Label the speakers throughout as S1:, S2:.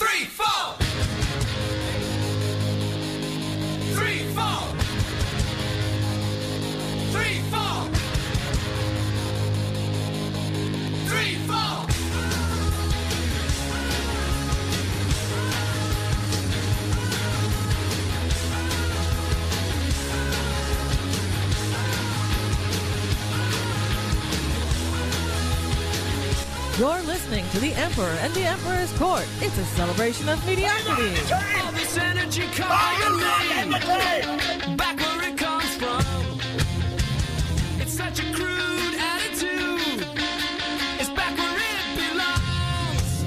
S1: Three, four. Three, four. Three, four. Three, four.
S2: You're listening to The Emperor and the Emperor's Court. It's a celebration of mediocrity.
S1: All this energy coming back where it comes from. It's such a crude attitude. It's back where it belongs.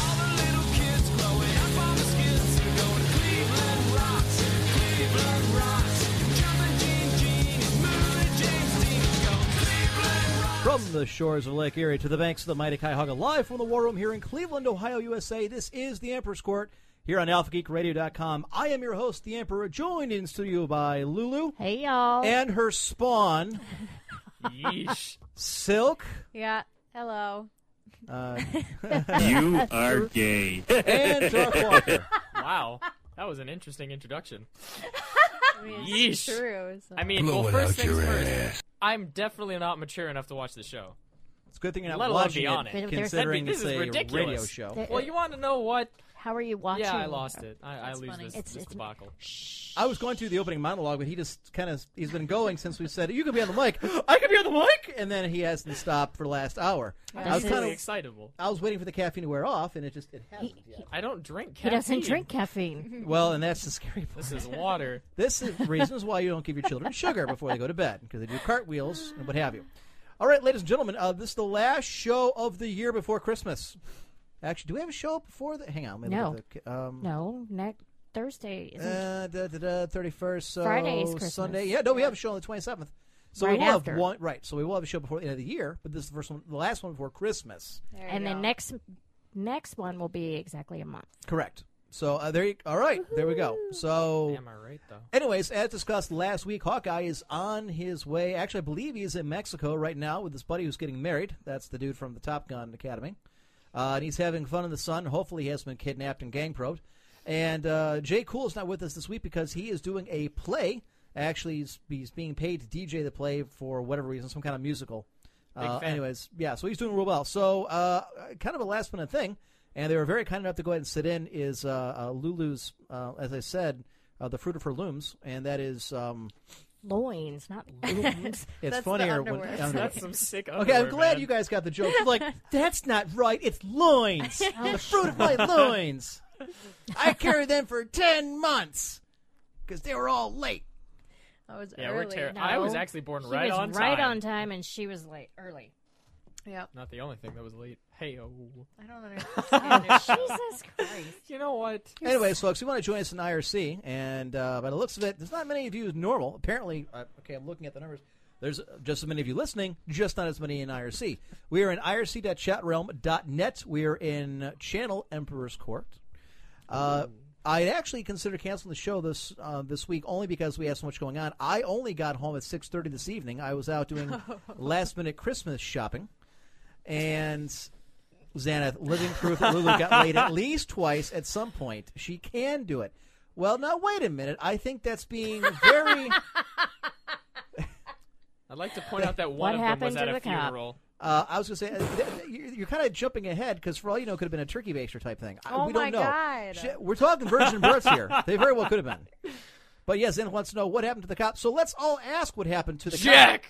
S1: All the little kids growing up on the skids are going Cleveland rocks, Cleveland rocks. Jumping Gene Gene is moving James Dean. Go Cleveland rocks.
S3: From the shores of Lake Erie to the banks of the mighty Cuyahoga, live from the War Room here in Cleveland, Ohio, USA, this is the Emperor's Court here on AlphaGeekRadio.com. I am your host, the Emperor, joined in studio by Lulu
S4: Hey y'all.
S3: and her spawn, Silk,
S4: yeah. Hello.
S5: You are gay.
S3: and Dark Walker.
S6: Wow, that was an interesting introduction.
S4: I mean,
S6: Yeesh.
S4: true. So.
S6: I mean, well, first things first, I'm definitely not mature enough to watch the show.
S3: It's a good thing you're not
S6: Let alone
S3: watching
S6: be on it.
S4: But
S3: it,
S4: if there's-
S3: considering
S6: That'd
S3: it's
S6: be- this is
S3: a
S6: ridiculous.
S3: radio show.
S4: They-
S6: Well, you want to know what?
S4: How are you watching?
S6: Yeah, I lost it. I, I lose
S2: funny.
S6: this,
S4: It's-
S6: this
S4: it's-
S6: debacle.
S3: I was going through the opening monologue, but he just kind of, he's been going since we said, you can be on the mic. I can be on the mic! And then he hasn't stopped for the last hour. I was
S4: This is-
S3: kind
S6: Really
S3: of
S6: excitable.
S3: I was waiting for the caffeine to wear off, and it just it hasn't. yet.
S6: I don't drink.
S4: He
S6: Caffeine.
S4: doesn't drink caffeine.
S3: Well, and that's the scary part.
S6: This is water.
S3: This is reasons why you don't give your children sugar before they go to bed because they do cartwheels and what have you. All right, ladies and gentlemen, uh, this is the last show of the year before Christmas. Actually, do we have a show before the? Hang on, let me
S4: No.
S3: look at the- um,
S4: no, next Thursday isn't.
S3: uh, da, da, da, 31st, so
S4: Friday is Christmas.
S3: Sunday. Yeah, no, we have a show on the 27th. So we
S4: Right
S3: will
S4: after.
S3: have one right. So we will have a show before the end of the year, but this is the first one, the last one before Christmas.
S4: and the next next one will be exactly a month.
S3: Correct. So uh, there you. All right, there we go. So
S6: Am I right though?
S3: Anyways, as discussed last week, Hawkeye is on his way. Actually, I believe he's in Mexico right now with his buddy who's getting married. That's the dude from the Top Gun Academy. Uh, and he's having fun in the sun. Hopefully, he hasn't been kidnapped and gang probed. And uh, Jay Cool is not with us this week because he is doing a play. Actually, he's, he's being paid to DJ the play for whatever reason, some kind of musical. Uh,
S6: fan.
S3: anyways, yeah, so he's doing real well. So, uh, kind of a last minute thing, and they were very kind enough to go ahead and sit in. Is uh, uh, Lulu's, uh, as I said, uh, the fruit of her looms, and that is um,
S4: Loins, not looms.
S3: it's
S7: That's the
S3: funnier when.
S7: underwear.
S3: underwear.
S6: That's some sick.
S3: Okay, I'm
S6: underwear,
S3: glad
S6: man.
S3: you guys got the joke. You're like, that's not right. It's loins. the fruit of my loins. I carried them for 10 months because they were all late.
S7: I was
S6: Yeah,
S7: early.
S6: we're terrible.
S4: No.
S6: I was actually born
S4: he
S6: right
S4: was
S6: on
S4: right
S6: time.
S4: on time, and she was late, early.
S7: Yeah,
S6: Not the only thing that was late. Hey, oh.
S7: I don't understand.
S4: Jesus Christ!
S6: You know what?
S3: Anyways, folks, you want to join us in IRC, and uh, by the looks of it, there's not many of you as normal. Apparently, uh, okay, I'm looking at the numbers. There's uh, just as many of you listening, just not as many in IRC. We are in irc.chatrealm.net. We are in channel Emperor's Court. Uh, I actually considered canceling the show this uh, this week only because we had so much going on. I only got home at 6:30 this evening. I was out doing last minute Christmas shopping, and Xanath, living proof that Lulu got laid at least twice at some point. She can do it. Well, now wait a minute. I think that's being very.
S6: I'd like to point out that one of them
S4: happened
S6: was
S4: to
S6: at
S4: the
S6: a
S4: cop?
S6: funeral.
S3: Uh, I was going to say uh, th- th- you're, you're kind of jumping ahead because for all you know, it could have been a turkey baster type thing. I-
S7: Oh
S3: we don't
S7: my
S3: know.
S7: God.
S3: Sh- we're talking virgin births here. They very well could have been. But yes, Xanath wants to know what happened to the cop. So let's all ask what happened to the
S6: Jack.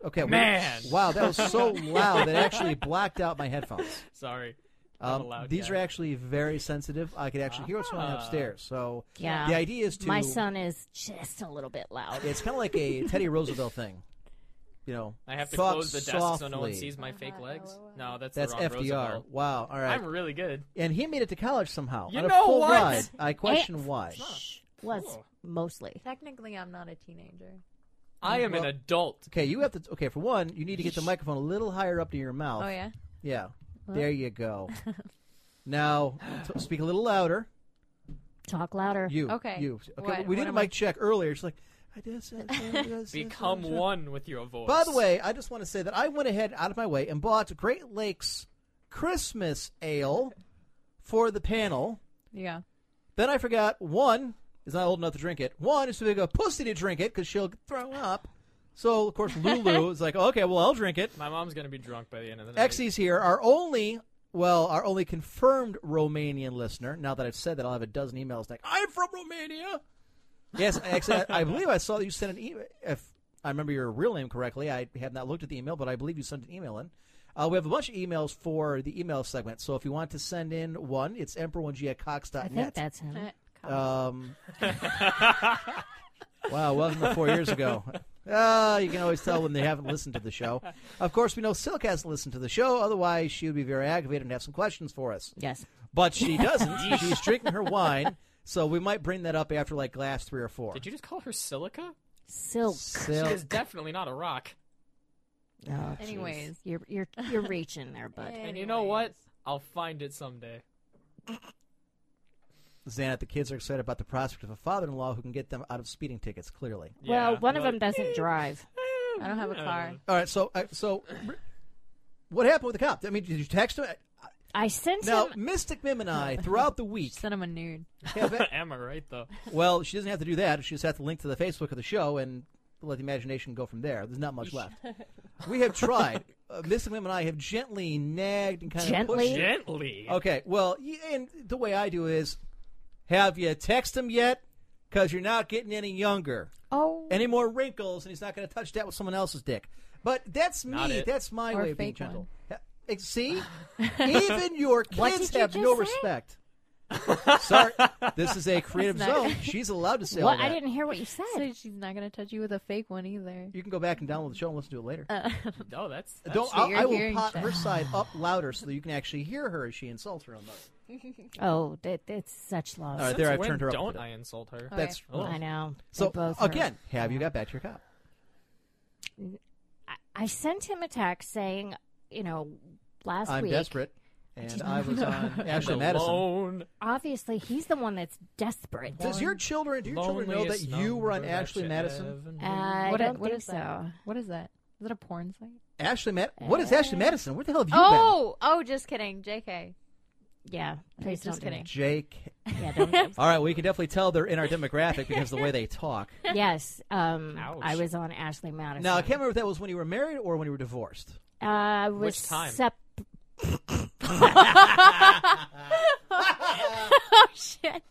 S3: cop. Okay, we-
S6: Man.
S3: wow, that was so loud that it actually blacked out my headphones.
S6: Sorry.
S3: Um,
S6: allowed
S3: these
S6: yet.
S3: are actually very sensitive. I could actually hear what's going on
S6: Ah.
S3: upstairs. So
S4: Yeah.
S3: the idea is to
S4: My son is just a little bit loud.
S3: It's kind of like a Teddy Roosevelt thing. You know,
S6: I have to
S3: fuck
S6: close the desk so no one
S3: softly.
S6: sees my fake legs. No, that's
S3: That's
S6: the Ron
S3: FDR.
S6: Roosevelt.
S3: Wow. All right.
S6: I'm really good.
S3: and he made it to college somehow.
S6: You
S3: on a
S6: know
S3: full
S6: what?
S3: ride. I question why.
S4: Was
S6: Cool.
S4: mostly.
S7: Technically, I'm not a teenager.
S6: I am an adult.
S3: Okay, you have to. Okay, for one, you need to get the microphone a little higher up to your mouth.
S7: Oh yeah.
S3: Yeah. There you go. now, t- speak a little louder.
S4: Talk louder.
S3: You.
S7: Okay.
S3: You. Okay.
S7: What-
S3: we
S7: what
S3: did a
S7: am I-
S3: mic check earlier. She's like, I did. this, I did this,
S6: Become
S3: this, this,
S6: one with your voice.
S3: By the way, I just want to say that I went ahead out of my way and bought Great Lakes Christmas Ale for the panel.
S7: Yeah.
S3: Then I forgot one is not old enough to drink it. One is too big of a pussy to drink it because she'll throw up. So of course Lulu is like, okay, well I'll drink it.
S6: my mom's gonna be drunk by the end of the night.
S3: Exy's here. Our only, well, our only confirmed Romanian listener. Now that I've said that, I'll have a dozen emails like, I'm from Romania. Yes, actually, I, I believe I saw that you sent an email. If I remember your real name correctly, I have not looked at the email, but I believe you sent an email in. Uh, we have a bunch of emails for the email segment. So if you want to send in one, it's emperor1g at
S4: I
S3: cox.net.
S4: think that's him.
S7: Uh, Ah,
S3: Um, wow, welcome to four years ago. Ah, you can always tell when they haven't listened to the show. Of course, we know Silk hasn't listened to the show. Otherwise, she would be very aggravated and have some questions for us.
S4: Yes.
S3: But she doesn't. She's drinking her wine, so we might bring that up after like glass three or four.
S6: Did you just call her silica?
S4: Silk.
S6: She
S3: Silk.
S6: is definitely not a rock.
S4: Oh, geez.
S7: Anyways.
S4: You're you're you're reaching there, bud.
S6: And you know what? I'll find it someday.
S3: Xanat, the kids are excited about the prospect of a father-in-law who can get them out of speeding tickets. Clearly.
S4: well,
S6: Yeah,
S4: one of
S6: but-
S4: them doesn't drive.
S7: I don't have a car.
S3: All right. So, uh, so what happened with the cop? I mean, did you text him?
S4: I sent
S3: Now,
S4: him.
S3: Mystic Mim and I, throughout the week,
S7: Send him a nude.
S3: have
S6: Am I right though?
S3: Well, she doesn't have to do that. She just has to link to the Facebook of the show and let the imagination go from there. There's not much left. we have tried. Uh, Miss Lim and I have gently nagged and kind
S4: Gently?
S3: of pushed.
S6: Gently.
S3: Okay, well, y- and the way I do is, have you text him yet? Because you're not getting any younger,
S4: Oh.
S3: any more wrinkles, and he's not going to touch that with someone else's dick. But that's me.
S6: Not it.
S3: That's my
S7: Or
S3: way of being
S7: fake one.
S3: gentle. Ha- eh, See, even your kids
S4: did you
S3: have no
S4: just say?
S3: respect. Sorry, this is a creative zone. She's allowed to say all
S4: What?
S3: that.
S4: I didn't hear what you said.
S7: So she's not gonna touch you with a fake one either.
S3: You can go back and download the show and listen to it later.
S6: No, Oh, that's, that's
S3: Don't. I'll,
S7: you're
S3: I will
S7: hearing
S3: pop
S7: stuff.
S3: her side up louder so that you can actually hear her as she insults her own mother.
S4: oh, that, that's such loss.
S3: All right,
S6: Since
S3: there I've
S6: when
S3: turned her up.
S6: Don't
S3: to
S6: I
S3: that.
S6: insult her?
S7: Okay.
S3: That's
S6: Oh.
S4: I know.
S3: so.
S4: They both are-
S3: again, have you got back to your cop?
S4: I sent him a text saying, you know, last
S3: I'm
S4: week.
S3: desperate, and I was on Ashley Madison.
S6: Alone.
S4: Obviously, he's the one that's desperate.
S3: Does your children, do your children know that
S6: Loneliest
S3: you were on
S6: number that
S3: Ashley
S6: you
S3: Madison?
S6: ever
S4: Uh,
S6: knew.
S4: I
S7: What i-
S4: don't
S7: what
S4: think
S7: is
S4: so.
S7: that? What is that? Is that a porn site?
S3: Ashley Mad. What is
S4: Eh.
S3: Ashley Madison? Where the hell have you
S7: Oh, oh, just kidding. Jk.
S4: Yeah, please
S7: Just
S4: don't do
S7: kidding.
S3: been? Jake.
S4: that. Yeah, don't-
S3: All right, we can definitely tell they're in our demographic because of the way they talk.
S4: yes, um,
S6: Ouch.
S4: I was on Ashley Madison.
S3: Now I can't remember if that was when you were married or when you were divorced.
S4: Uh, I was
S6: Which time?
S4: sep- Oh,
S7: Shit.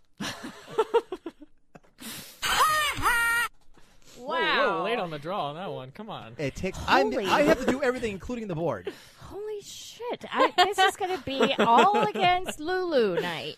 S6: Whoa,
S7: wow.
S6: Whoa, late on the draw on that one. Come on.
S3: It takes. I'm,
S4: Holy.
S3: I have to do everything, including the board.
S4: Holy shit! I, this is going to be all against Lulu night.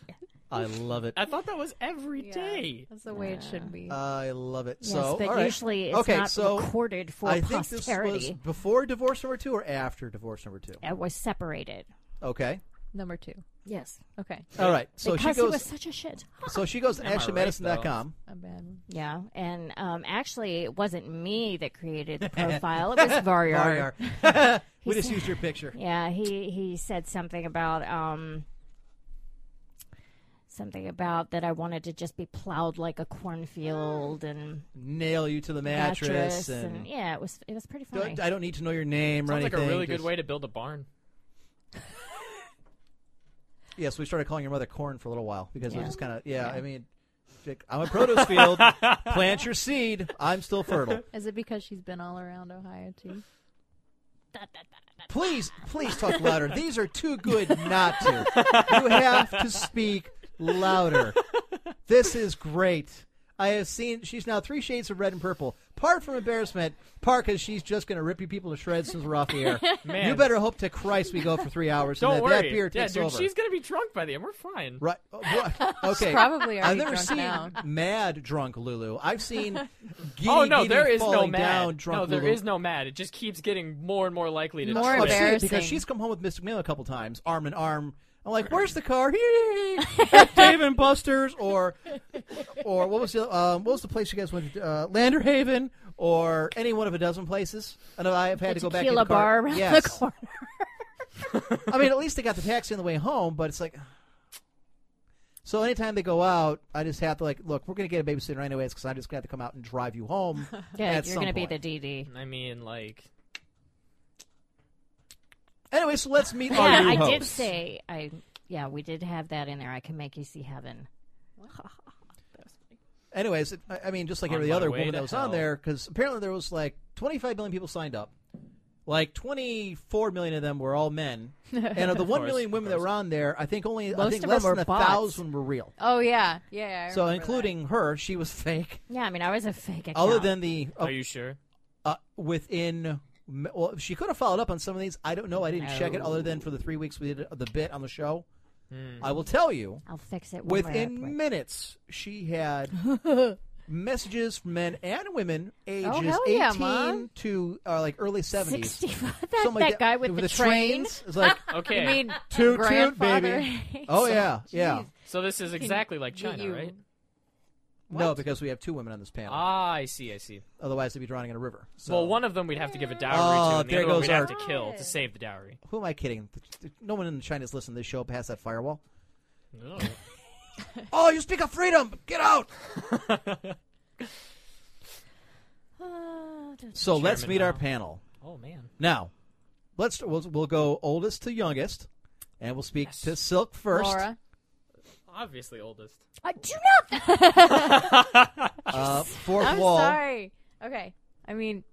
S3: I love it.
S6: I thought that was every
S7: Yeah,
S6: day.
S7: That's the way it should be.
S3: I love it.
S4: Yes,
S3: so,
S4: but
S3: all right.
S4: usually it's
S3: okay,
S4: not
S3: so
S4: recorded for
S3: I think this
S4: posterity.
S3: was before divorce number two or after divorce number two.
S4: It was separated.
S3: Okay.
S7: Number two.
S4: Yes,
S7: Okay.
S3: All right. So
S4: because
S3: she goes.
S4: it was such a shit.
S3: so she goes to
S6: Am I right,
S3: AshleyMadison.com.
S7: A bad one.
S4: Yeah, and um, actually, it wasn't me that created the profile. It was Varyar.
S3: Varyar. we just used your picture.
S4: Yeah, he he said something about um, something about that I wanted to just be plowed like a cornfield and
S3: Nail you to the mattress,
S4: mattress,
S3: and,
S4: yeah, it was it was pretty funny.
S3: Don't- I don't need to know your name or
S6: Sounds like
S3: anything.
S6: a really good
S3: just-
S6: way to build a barn.
S3: Yes, we started calling your mother corn for a little while because it
S4: Yeah.
S3: was just kind of yeah, I mean, Jake, I'm a produce field. Plant your seed. I'm still fertile.
S7: Is it because she's been all around Ohio too?
S3: Please, please talk louder. These are too good not to. You have to speak louder. This is great. I have seen she's now three shades of red and purple. Part from embarrassment, part because she's just going to rip you people to shreds since we're off the air.
S6: Man.
S3: You better hope to Christ we go for three hours.
S6: Don't
S3: and that,
S6: worry.
S3: That beer
S6: yeah,
S3: takes
S6: dude,
S3: over.
S6: she's gonna be drunk by the end. We're fine.
S3: Right. oh, what? Okay.
S7: probably
S3: I've
S7: already
S3: never
S7: drunk
S3: seen
S7: now.
S3: mad drunk Lulu. I've seen. Giddy,
S6: Oh no,
S3: giddy
S6: there is no
S3: falling
S6: mad.
S3: Down, drunk
S6: no, there is
S3: Lulu.
S6: no mad. It just keeps getting more and more likely to. twist.
S7: More
S3: Well, I've seen it because
S7: Embarrassing.
S3: she's come home with Mr. McNeil a couple times, arm in arm. I'm like, where's the car? Dave and Buster's, or or what was the um, what was the place you guys went to? Uh, Landerhaven, or any one of a dozen places. I know I have had
S4: The
S3: to go back. in
S4: tequila
S3: the car.
S4: bar around
S3: yes.
S4: the corner.
S3: I mean, at least they got the taxi on the way home, but it's like. So anytime they go out, I just have to like, look, we're going to get a babysitter anyways because I'm just going to have to come out and drive you home.
S4: Yeah,
S3: at
S4: you're
S3: some
S4: gonna be
S3: point.
S4: the DD.
S6: I mean, like,
S3: Anyway, so let's meet our
S4: Yeah,
S3: new
S4: I
S3: host.
S4: did say I. Yeah, we did have that in there. I can make you see heaven.
S3: Anyways, it, I I mean, just like
S6: On
S3: every
S6: my
S3: other
S6: way
S3: woman
S6: to
S3: that was
S6: hell.
S3: on there, because apparently there was like 25 million people signed up. Like 24 million of them were all men, and of the 1
S6: course,
S3: million
S6: of
S3: women that
S6: course.
S3: were on there, I think only I
S7: Most
S3: think
S7: of
S3: less
S7: them were
S3: than a
S7: bots.
S3: thousand were real.
S7: Oh yeah, yeah. I
S3: So
S7: remember that.
S3: including her, she was fake.
S4: Yeah, I mean, I was a fake account.
S3: Other than the uh,
S6: are you sure?
S3: uh, within. Well, she could have followed up on some of these. I don't know. I didn't check it. Other than for the three weeks we did the bit on the show,
S6: Hmm.
S3: I will tell you.
S4: I'll fix it when we're up
S3: Within
S4: with-
S3: minutes, she had messages from men and women ages
S7: hell
S3: 18
S7: yeah, Mom.
S3: to uh, like early 70s.
S4: 60 that,
S3: Something like
S4: that guy with, the, train.
S3: trains. It's like,
S6: Okay,
S3: toot toot,
S7: grandfather.
S3: baby. Oh, yeah, yeah.
S6: so this is exactly like
S7: Can
S6: China,
S7: you-
S6: right?
S3: No, because we have two women on this panel.
S6: Ah, I see, I see.
S3: Otherwise, they'd be drowning in a river. So,
S6: Well, one of them we'd have to give a dowry
S3: Oh,
S6: to, and the
S3: there
S6: other one
S3: goes
S6: we'd
S3: our-
S6: have to kill to save the dowry.
S3: who am I kidding? No one in China's listening to this show past that firewall.
S6: No.
S3: Oh, you speak of freedom. Get out.
S4: Uh,
S3: So let's
S6: Chairman
S3: meet our
S6: Mao.
S3: panel.
S6: oh man.
S3: Now, let's we'll, we'll go oldest to youngest, and we'll speak to Silk first.
S7: Laura.
S6: Obviously, oldest.
S4: I do not.
S3: Uh, fourth
S7: I'm
S3: wall.
S7: sorry. Okay. I mean,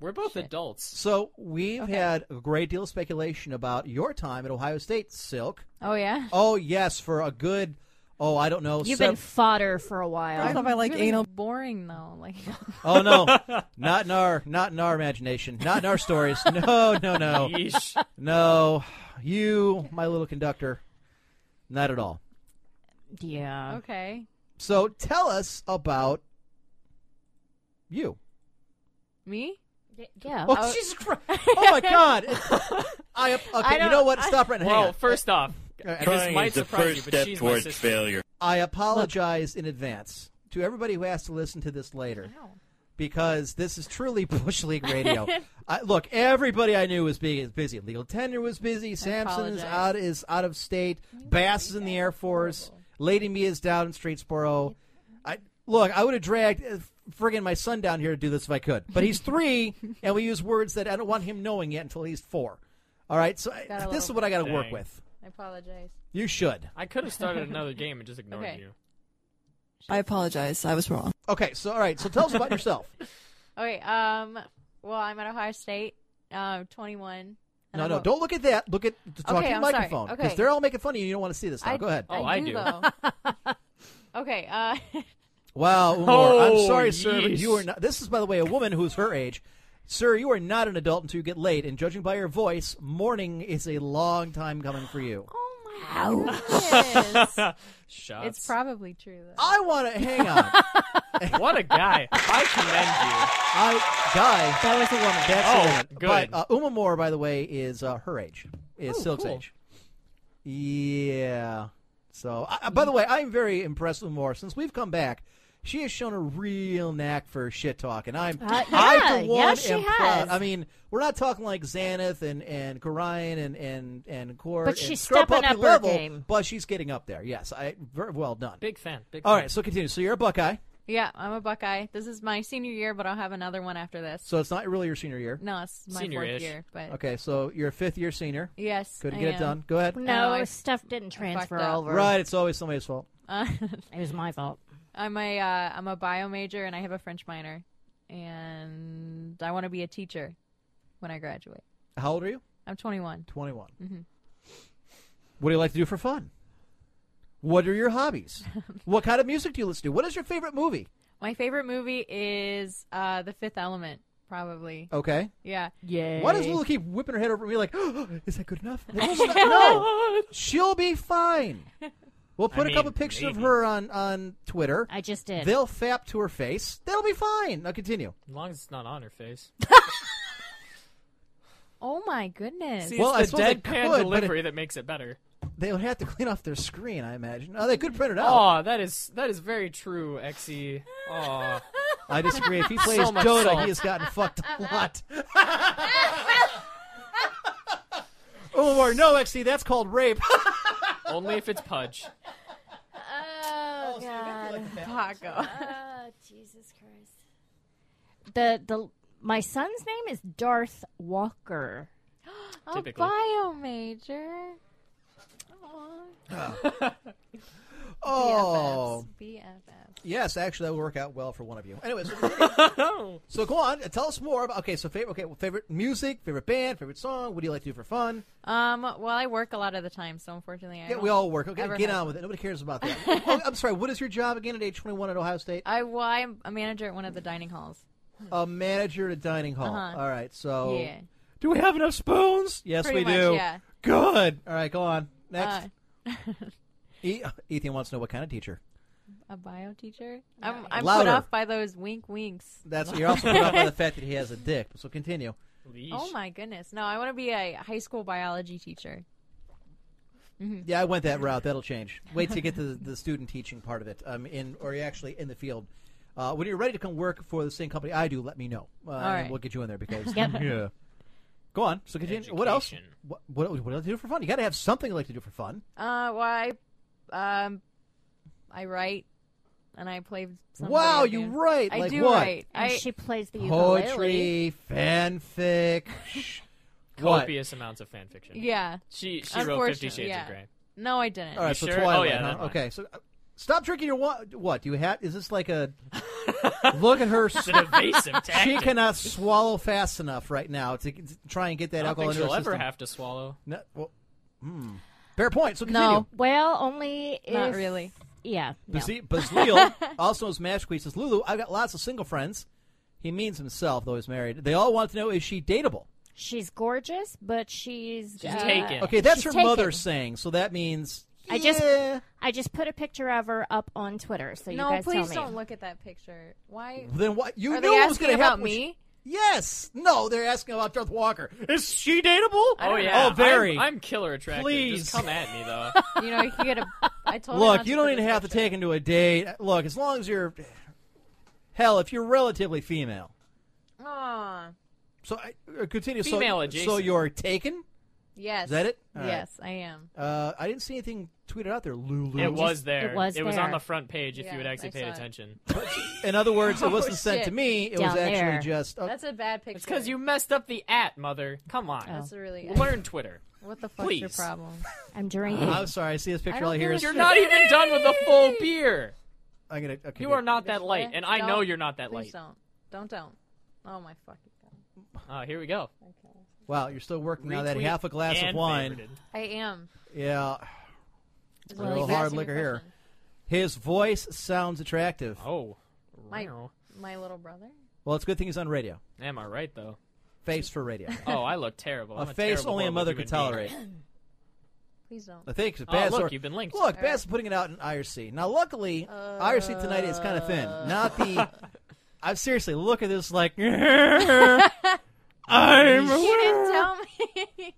S6: We're both adults.
S3: So we've had a great deal of speculation about your time at Ohio State, Silk.
S7: oh yeah.
S3: Oh yes, for a good. Oh, I don't know.
S4: You've
S3: sev-
S4: been fodder for a
S7: First
S4: while.
S7: off,
S5: I like
S7: really
S5: anal-
S7: Boring though. Like
S3: oh no, not in our not in our imagination, not in our stories. No, no, no,
S6: Yeesh.
S3: no. You, my little conductor, not at all.
S4: Yeah.
S7: okay.
S3: So tell us about you.
S7: Me?
S4: Yeah.
S3: Oh
S7: Oh.
S3: Jesus Christ! Oh my God! I okay. you
S7: don't-
S3: know what? Stop right now.
S6: Well, first
S3: Uh,
S6: off,
S3: Alright,
S6: and this might surprise you, but she's my sister.
S3: I apologize in advance to everybody who has to listen to this later because this is truly Bush League radio. I, look, everybody I knew was being is busy. Legal Tender was busy. Samson is
S7: apologize.
S3: out is out of state. Bass is in the Air Force. Lady Me is down in Streetsboro. I look. I would have dragged uh, friggin' my son down here to do this if I could, but he's three, and we use words that I don't want him knowing yet until he's four. All right, so I,
S7: Got a
S3: this is
S7: little-
S3: what I got to work
S6: Dang.
S3: with.
S7: I apologize.
S3: You should.
S6: I could have started another game and just ignored
S7: Okay.
S6: you.
S5: I apologize. I was wrong.
S3: Okay, so all right, so tell us about yourself.
S7: Okay. Um. Well, I'm at Ohio State. Um. 21. and
S3: No,
S7: I'm
S3: no,
S7: a-
S3: don't look at that. Look at talk to
S7: Okay,
S3: the
S7: I'm sorry.
S3: microphone because
S7: Okay.
S3: they're all making fun of you. You don't want to see this now.
S7: I,
S3: Go ahead.
S6: Oh, I do.
S7: though. okay. Uh.
S3: Wow, Umar, I'm
S6: Oh,
S3: sorry, sir, but
S6: yeesh.
S3: you are not. This is, by the way, a woman who's her age. Sir, you are not an adult until you get late, and judging by your voice, morning is a long time coming for you.
S7: oh my goodness.
S6: Shots.
S7: it's probably true though.
S3: I want to hang on.
S6: what a guy. I commend you.
S3: I guy. That was a woman. That's
S6: Oh,
S3: a woman.
S6: good.
S3: But uh, Uma Moore, by the way, is uh, her age. Is
S6: Oh,
S3: Silk's
S6: cool.
S3: age. Yeah. So, I, I- by the way, I'm very impressed with Moore. Since we've come back, she has shown a real knack for shit talk, and I'm
S4: Uh,
S3: I
S4: yeah,
S3: for one
S4: yes, she
S3: am proud.
S4: has.
S3: I mean, we're not talking like Xanath and and Corrine and and and Core,
S4: But she's
S3: Scrub
S4: stepping
S3: Puppy
S4: up her
S3: level,
S4: game.
S3: But she's getting up there. Yes, I very well done.
S6: Big fan. Big
S3: All
S6: fan.
S3: right, so continue. So you're a Buckeye,
S7: Yeah, I'm a Buckeye. This is my senior year, but I'll have another one after this.
S3: so it's not really your senior year.
S7: no, it's my
S6: Senior-ish.
S7: fourth year, but
S3: Okay, so you're a fifth year senior.
S7: yes,
S3: Couldn't
S7: I
S3: get it
S7: am.
S3: done. Go ahead.
S4: No,
S7: Oh, I-
S4: stuff didn't transfer
S7: up.
S4: over.
S3: Right, it's always somebody's fault.
S7: Uh,
S4: It was my fault.
S7: I'm a uh, I'm a bio major, and I have a French minor, and I want to be a teacher when I graduate.
S3: How old are you?
S4: Mm-hmm.
S7: I'm 21.
S3: 21. What do you like to do for fun? What are your hobbies? what kind of music do you listen to? What is your favorite movie?
S7: My favorite movie is uh, The Fifth Element, probably.
S3: Okay.
S7: Yeah.
S4: Yeah.
S3: Why does Lulu keep whipping her head over me like, is that good enough? no, she'll be fine. We'll put a
S6: mean,
S3: couple pictures of
S6: maybe.
S3: her on, on Twitter.
S4: I just did.
S3: They'll fap to her face. They'll be fine. Now continue.
S6: As long as it's not on her face.
S7: Oh my goodness.
S6: See,
S3: Well, I
S6: it's the
S3: suppose they
S6: deadpan
S3: could, but it-
S6: delivery that makes it better.
S3: They would have to clean off their screen, I imagine. Oh, they could print it out.
S6: Oh, that is that is very true, Exy. Oh,
S3: I disagree. If he plays
S6: much
S3: Dota,
S6: salt.
S3: he has gotten fucked a lot. oh, or no, XC, that's called rape.
S6: only if it's Pudge.
S4: Oh, God.
S7: Paco.
S4: Oh, Jesus Christ. The the my son's name is Darth Walker.
S7: Oh,
S6: Typically.
S7: bio major. Aw.
S3: oh,
S7: BFFs. BFFs.
S3: Yes, actually, that will work out well for one of you. Anyways, so go on. and Tell us more about. Okay, so favorite. Okay, well, favorite music, favorite band, favorite song. What do you like to do for fun?
S7: Um, well, I work a lot of the time, so unfortunately, I
S3: Yeah,
S7: don't-
S3: we all work. Okay,
S7: ever
S3: get
S7: have
S3: on with it. Nobody cares about that. oh, I'm sorry. What is your job again at age 21 at Ohio State?
S7: I well, I'm a manager at one of the dining halls.
S3: A manager at a dining hall.
S7: Uh-huh.
S3: All right. So,
S7: Yeah.
S3: do we have enough spoons? Yes,
S7: Pretty
S3: we
S7: much,
S3: do.
S7: yeah.
S3: Good. All right, go on. Next,
S7: Uh,
S3: E- Ethan wants to know what kind of teacher.
S7: a bio teacher. I'm, I'm put
S3: Louder.
S7: off by those wink winks.
S3: That's you're also put off by the fact that he has a dick. So continue.
S6: Leash.
S7: Oh my goodness! No, I want to be a high school biology teacher.
S3: Yeah, I went that route. That'll change. Wait till you get to the, the student teaching part of it. Um, in or you're actually in the field. Uh, when you're ready to come work for the same company I do, let me know. Uh, and
S7: right.
S3: we'll get you in there because
S4: Yep.
S3: yeah. Go on. So continue. What else?
S6: Education.
S3: What, what what else do you do for fun? You got to have something you like to do for fun.
S7: Uh, well, I, um, I write, and I play. Some
S3: wow,
S7: video
S3: you
S7: games.
S3: write
S7: I
S3: like
S7: do
S3: what?
S7: write.
S4: And
S7: I
S4: she plays the ukulele.
S3: Poetry, fanfic. Shh. What?
S6: Copious amounts of fan fiction.
S7: yeah.
S6: She she wrote Fifty
S7: Unfortunately,
S6: Shades
S7: yeah.
S6: of Grey.
S7: No, I didn't.
S3: All right, so
S6: sure? Oh,
S3: Twilight.
S6: yeah,
S3: huh?
S6: never mind.
S3: Okay, so uh, stop drinking your wa- what? Do you have? Is this like a look at her? s-
S6: It's an evasive tactic.
S3: She cannot swallow fast enough right now to, to try and get that
S6: I don't
S3: alcohol
S6: think
S3: into
S6: she'll
S3: her
S6: ever
S3: system.
S6: have to swallow.
S3: No, well, hmm. Fair point. So continue.
S7: No.
S4: Well, only if,
S7: Not really.
S4: Yeah. No.
S3: Bazi- Bazleel, also knows as Mash Queen, says, Lulu, I've got lots of single friends. He means himself, though he's married. They all want to know, is she dateable?
S4: She's gorgeous, but she's,
S6: She's
S4: uh,
S6: taken.
S3: Okay, that's
S4: She's
S3: her
S4: taken.
S3: mother saying, so that means, yeah.
S4: I just- I just put a picture of her up on Twitter, so you
S7: No,
S4: guys
S7: please
S4: tell
S7: don't
S4: me.
S7: look at that picture. Why?
S3: Then what? You
S7: Are
S3: knew
S7: they
S3: it was
S7: asking
S3: going to
S7: about
S3: happen. when she-
S7: me?
S3: Yes. No, they're asking about Darth Walker. Is she dateable?
S6: Oh yeah.
S3: Oh, very.
S6: I'm, I'm killer attractive.
S3: Please.
S6: Just come at me though.
S7: You know, you get a. I told her
S3: Look,
S7: not
S3: you don't
S7: put
S3: even
S7: this
S3: have to
S7: picture.
S3: take into a date. Look, as long as you're, hell, if you're relatively female.
S7: Aw.
S3: So I, uh, continue. so,
S6: Female adjacent.
S3: So you're taken.
S7: Yes.
S3: Is that it? All right.
S7: yes, I am.
S3: Uh, I didn't see anything tweeted out there. Lulu.
S6: It was there.
S4: it was
S6: on
S4: there.
S6: the front page if
S7: Yeah,
S6: you had actually
S7: I
S6: paid
S7: saw it.
S6: attention.
S3: In other words, it wasn't
S7: Oh,
S3: sent to
S7: shit.
S3: me. It was
S4: Down
S3: actually
S4: there.
S3: just. oh,
S7: That's a bad picture.
S6: It's because you messed up the at, mother. Come on.
S4: Oh.
S7: That's a really.
S6: Learn Twitter.
S7: What the fuck's your
S6: Please.
S7: problem?
S4: I'm drinking.
S3: I'm sorry. I see this
S7: I
S3: picture.
S7: don't
S3: All I hear
S7: give a
S3: is
S6: You're not even done with the full beer.
S3: I'm gonna. Okay,
S6: You
S3: good.
S6: are not that light, and I
S7: Don't.
S6: know you're not that light.
S7: Please don't. Don't don't. Oh my fucking god.
S6: Uh, here we go.
S3: Wow, you're still working now. That
S6: Retweet
S3: half a glass of
S6: and
S3: wine.
S6: favorited.
S7: I am.
S3: Yeah,
S7: It's
S3: Real
S7: really
S3: hard
S7: nasty
S3: liquor here.
S7: depression.
S3: his voice sounds attractive.
S6: Oh,
S7: My-
S6: wow.
S7: My little brother.
S3: Well, it's a good thing he's on radio.
S6: Am I right though?
S3: Face for radio.
S6: Oh, I look terrible.
S3: a
S6: I'm
S3: face
S6: terrible,
S3: only a
S6: horrible
S3: mother
S6: human
S3: could tolerate.
S6: being.
S7: Please don't.
S3: I think it's
S6: Oh,
S3: Bass
S6: look,
S3: or-
S6: you've been linked.
S3: Look, Bass is putting it out in IRC. Now, luckily, IRC tonight is kind of thin.
S6: Uh.
S3: Not the. I'm seriously look at this like. I'm
S7: You didn't tell me.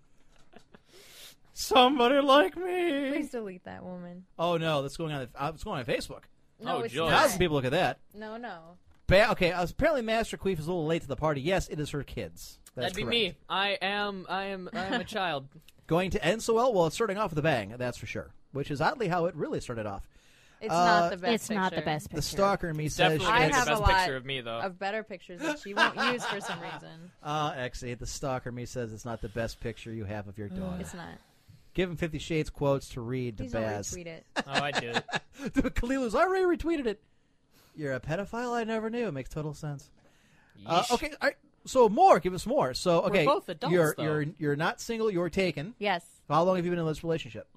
S3: somebody like me.
S7: Please delete that woman.
S3: Oh no, that's going on. Uh, it's going on Facebook.
S7: No,
S6: Oh,
S7: it's
S6: Joyce.
S7: not.
S3: Thousands of people look at that.
S7: No, no.
S3: Ba- okay, uh, apparently Master Queef is a little late to the party. Yes, it is her kids. That's
S6: That'd be
S3: correct.
S6: me. I am. I am. I am a child.
S3: Going to end so well. Well, it's starting off with a bang. That's for sure. Which is oddly how it really started off.
S7: It's
S3: Uh,
S7: not the best.
S4: it's not the
S7: picture.
S4: best picture.
S3: The stalker in me says
S6: Definitely
S3: she
S7: I
S6: gonna be
S7: have
S6: the
S7: a
S6: best
S7: lot
S6: picture of me though.
S7: Of better pictures that she won't use for some reason.
S3: Uh, actually, the stalker me says it's not the best picture you have of your dog.
S7: It's not.
S3: Give him Fifty Shades quotes to read to
S7: Please don't
S3: Baz.
S7: retweet it.
S6: oh, I did. it.
S3: Kalila's already retweeted it. You're a pedophile? I never knew. It makes total sense. Uh,
S6: Yeesh.
S3: okay, all right, So more, give us more. So okay,
S6: both adults,
S3: you're
S6: though.
S3: you're you're not single. You're taken.
S7: Yes.
S3: How long have you been in this relationship?